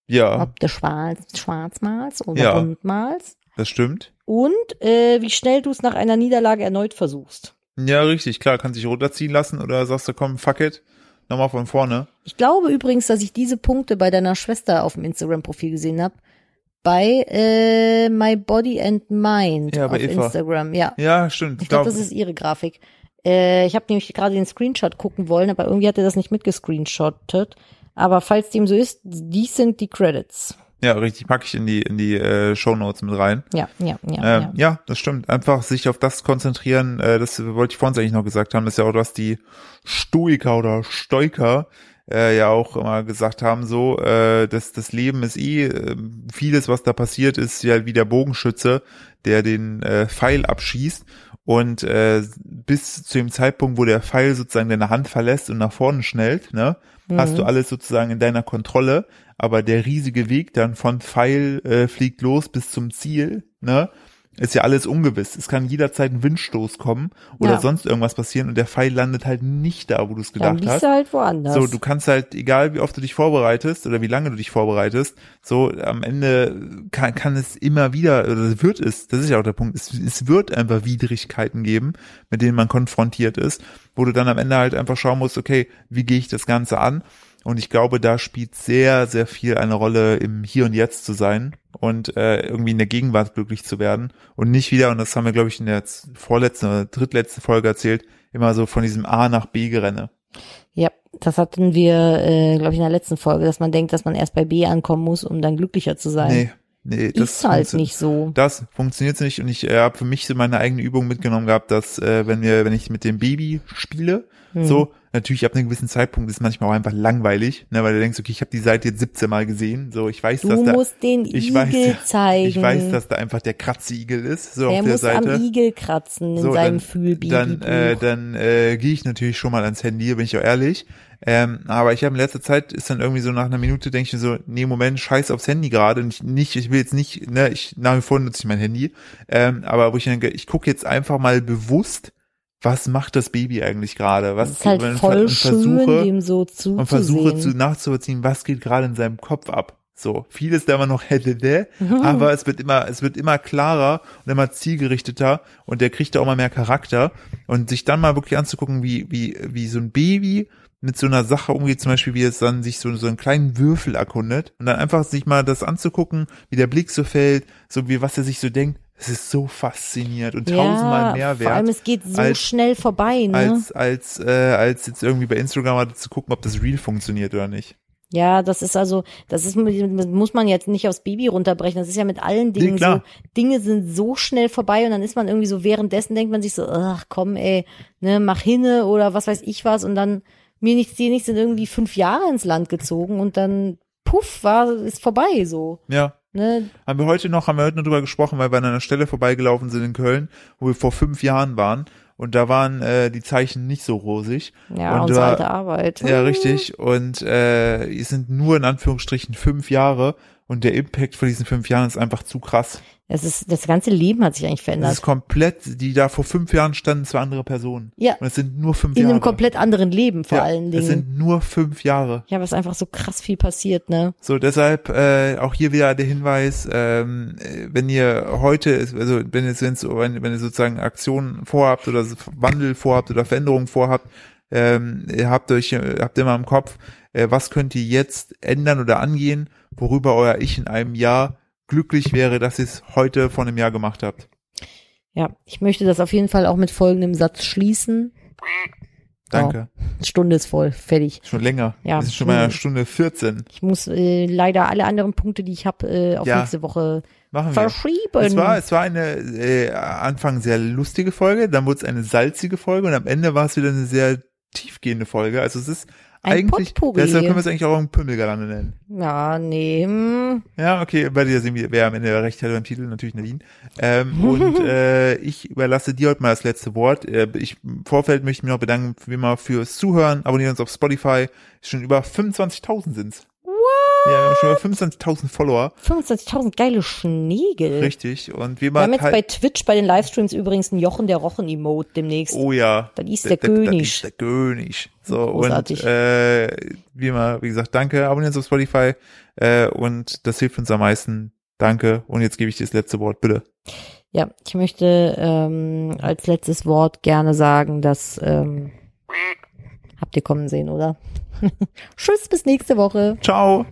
Speaker 1: Ja,
Speaker 2: Ob du schwarz, schwarz malst oder
Speaker 1: Ja.
Speaker 2: bunt malst.
Speaker 1: das stimmt.
Speaker 2: Und äh, wie schnell du es nach einer Niederlage erneut versuchst.
Speaker 1: Ja, richtig. Klar, kann sich runterziehen lassen oder sagst du, komm, fuck it. Nochmal von vorne.
Speaker 2: Ich glaube übrigens, dass ich diese Punkte bei deiner Schwester auf dem Instagram-Profil gesehen habe. Bei äh, My Body and Mind
Speaker 1: Ja,
Speaker 2: auf
Speaker 1: bei Eva.
Speaker 2: Instagram. Ja,
Speaker 1: Ja, stimmt.
Speaker 2: ich glaube, das ist ihre Grafik. Äh, ich habe nämlich gerade den Screenshot gucken wollen, aber irgendwie hat er das nicht mitgescreenshottet. Aber falls dem so ist, dies sind die Credits.
Speaker 1: ja, richtig, packe ich in die, in die äh, Shownotes mit rein.
Speaker 2: Ja, ja, ja.
Speaker 1: Ähm, ja. das stimmt. Einfach sich auf das konzentrieren, äh, das wollte ich vorhin eigentlich noch gesagt haben, das ist ja auch, dass die Stoiker oder Stoiker äh, ja auch immer gesagt haben, so, äh, dass das Leben ist eh, äh, vieles, was da passiert, ist ja wie der Bogenschütze, der den äh, Pfeil abschießt. Und äh, bis zu dem Zeitpunkt, wo der Pfeil sozusagen deine Hand verlässt und nach vorne schnellt, ne, hast du alles sozusagen in deiner Kontrolle. Aber der riesige Weg dann von Pfeil äh, fliegt los bis zum Ziel, ne, ist ja alles ungewiss. Es kann jederzeit ein Windstoß kommen oder
Speaker 2: Ja.
Speaker 1: sonst irgendwas passieren und der Pfeil landet halt nicht da, wo du es
Speaker 2: Dann
Speaker 1: gedacht
Speaker 2: liest
Speaker 1: hast.
Speaker 2: er halt woanders.
Speaker 1: So, du kannst halt, egal wie oft du dich vorbereitest oder wie lange du dich vorbereitest, so am Ende kann, kann es immer wieder, oder wird es, das ist ja auch der Punkt, es, es wird einfach Widrigkeiten geben, mit denen man konfrontiert ist, wo du dann am Ende halt einfach schauen musst, okay, wie gehe ich das Ganze an? Und ich glaube, da spielt sehr, sehr viel eine Rolle, im Hier und Jetzt zu sein und äh, irgendwie in der Gegenwart glücklich zu werden und nicht wieder, und das haben wir, glaube ich, in der z- vorletzten oder drittletzten Folge erzählt, immer so von diesem A nach B gerenne.
Speaker 2: ja, das hatten wir, äh, glaube ich, in der letzten Folge, dass man denkt, dass man erst bei B ankommen muss, um dann glücklicher zu sein.
Speaker 1: Nee, nee, das
Speaker 2: ist halt
Speaker 1: funktio-
Speaker 2: nicht so.
Speaker 1: Das funktioniert nicht und ich äh, habe für mich so meine eigene Übung mitgenommen gehabt, dass äh, wenn wir, wenn ich mit dem Baby spiele,
Speaker 2: Hm.
Speaker 1: so natürlich ab einem gewissen Zeitpunkt ist es manchmal auch einfach langweilig, ne, weil du denkst, okay, ich habe die Seite jetzt 17 Mal gesehen, so ich weiß, dass
Speaker 2: Du
Speaker 1: da
Speaker 2: musst den
Speaker 1: ich
Speaker 2: Igel
Speaker 1: weiß,
Speaker 2: zeigen.
Speaker 1: ich weiß, dass da einfach der Kratzigel ist, so
Speaker 2: der
Speaker 1: auf der
Speaker 2: muss
Speaker 1: Seite.
Speaker 2: am Igel kratzen in
Speaker 1: So, Dann,
Speaker 2: seinem
Speaker 1: äh,
Speaker 2: Fühlbabybuch.
Speaker 1: dann äh, gehe ich natürlich schon mal ans Handy, bin ich auch ehrlich. Ähm, aber ich habe in letzter Zeit ist dann irgendwie so nach einer Minute denke ich mir so, nee, Moment, scheiß aufs Handy gerade. Und ich nicht, ich will jetzt nicht, ne, ich nach wie vor nutze ich mein Handy. Ähm, aber wo ich denke, ich gucke jetzt einfach mal bewusst, was macht das Baby eigentlich gerade? Was
Speaker 2: Das ist halt
Speaker 1: und ver-
Speaker 2: voll
Speaker 1: und
Speaker 2: schön, dem so zuzusehen.
Speaker 1: und versuche zu nachzuvollziehen, was geht gerade in seinem Kopf ab. So, vieles da immer noch hätte, ne?
Speaker 2: Mhm.
Speaker 1: aber es wird immer, es wird immer klarer und immer zielgerichteter und der kriegt da auch mal mehr Charakter und sich dann mal wirklich anzugucken, wie, wie, wie so ein Baby mit so einer Sache umgeht, zum Beispiel, wie es dann sich so, so einen kleinen Würfel erkundet und dann einfach sich mal das anzugucken, wie der Blick so fällt, so wie was er sich so denkt. Es ist so faszinierend und tausendmal
Speaker 2: ja,
Speaker 1: mehr wert
Speaker 2: Vor allem, es geht so
Speaker 1: als-
Speaker 2: schnell vorbei, ne?
Speaker 1: als als äh, als jetzt irgendwie bei Instagram mal zu gucken, ob das Reel funktioniert oder nicht.
Speaker 2: ja, das ist also, das ist mit- muss man jetzt nicht aufs Baby runterbrechen. Das ist ja mit allen Dingen so.
Speaker 1: klar.
Speaker 2: Dinge sind so schnell vorbei und dann ist man irgendwie so währenddessen denkt man sich so, ach komm, ey, ne, mach hinne oder was weiß ich was und dann mir nichts, dir nichts sind irgendwie fünf Jahre ins Land gezogen und dann puff war ist vorbei so.
Speaker 1: Ja.
Speaker 2: Ne,
Speaker 1: Haben wir heute noch, haben wir heute noch drüber gesprochen, weil wir an einer Stelle vorbeigelaufen sind in Köln, wo wir vor fünf Jahren waren und da waren äh, die Zeichen nicht so rosig.
Speaker 2: ja,
Speaker 1: und
Speaker 2: unsere
Speaker 1: da-
Speaker 2: alte Arbeit.
Speaker 1: Ja, richtig. Und äh, es sind nur in Anführungsstrichen fünf Jahre und der Impact von diesen fünf Jahren ist einfach zu krass.
Speaker 2: Es ist, das ganze Leben hat sich eigentlich
Speaker 1: Das
Speaker 2: verändert.
Speaker 1: ist komplett, die da vor fünf Jahren standen, zwei andere Personen.
Speaker 2: Ja.
Speaker 1: Und es sind nur fünf
Speaker 2: In
Speaker 1: Jahre.
Speaker 2: einem komplett anderen Leben vor
Speaker 1: ja,
Speaker 2: allen
Speaker 1: Es
Speaker 2: Dingen.
Speaker 1: sind nur fünf Jahre.
Speaker 2: Ja, was einfach so krass viel passiert, ne?
Speaker 1: So, deshalb äh, auch hier wieder der Hinweis, ähm, äh, wenn ihr heute, also wenn ihr, wenn's, wenn, wenn ihr sozusagen Aktionen vorhabt oder so Wandel vorhabt oder Veränderungen vorhabt, ähm, ihr habt euch, äh, habt immer im Kopf, äh, was könnt ihr jetzt ändern oder angehen, worüber euer Ich in einem Jahr glücklich wäre, dass ihr es heute vor einem Jahr gemacht habt.
Speaker 2: Ja, ich möchte das auf jeden Fall auch mit folgendem Satz schließen. Oh,
Speaker 1: Danke.
Speaker 2: Stunde ist voll, fertig.
Speaker 1: Schon länger.
Speaker 2: Genau. Ja.
Speaker 1: Wir sind schon bei einer Stunde 14.
Speaker 2: Ich muss äh, leider alle anderen Punkte, die ich habe, äh, auf
Speaker 1: Ja. Oh,
Speaker 2: nächste Woche
Speaker 1: Machen wir.
Speaker 2: verschieben.
Speaker 1: Es war, es war eine äh, Anfang sehr lustige Folge, dann wurde es eine salzige Folge und am Ende war es wieder eine sehr tiefgehende Folge. Also es ist
Speaker 2: Ein
Speaker 1: eigentlich,
Speaker 2: Potpourri.
Speaker 1: deshalb können wir es eigentlich auch einen Pümmelgarande nennen.
Speaker 2: ja, nee. hm.
Speaker 1: Ja, okay, werdet ihr sehen, wie- wer am Ende recht hatte beim Titel, natürlich Nadine. Ähm, und äh, ich überlasse dir heute mal das letzte Wort. Äh, ich im Vorfeld möchte ich mich noch bedanken, wie immer, fürs Zuhören. Abonniert uns auf Spotify. Schon über 25.000 sind's. What? Ja, wir haben schon über 25.000 Follower.
Speaker 2: 25.000 geile Schnegel.
Speaker 1: Richtig. Halt. Und wie
Speaker 2: Wir
Speaker 1: immer,
Speaker 2: haben jetzt
Speaker 1: teil-
Speaker 2: bei Twitch bei den Livestreams übrigens einen Jochen der Rochen-Emote demnächst.
Speaker 1: Oh ja.
Speaker 2: Das ist der König.
Speaker 1: Das ist der König. So,
Speaker 2: Großartig.
Speaker 1: und äh, wie immer, wie gesagt, danke, abonniert uns auf Spotify äh, und das hilft uns am meisten. Danke. Und jetzt gebe ich dir das letzte Wort, bitte.
Speaker 2: Ja, ich möchte ähm, als letztes Wort gerne sagen, dass ähm, habt ihr kommen sehen, oder? Tschüss, bis nächste Woche.
Speaker 1: Ciao.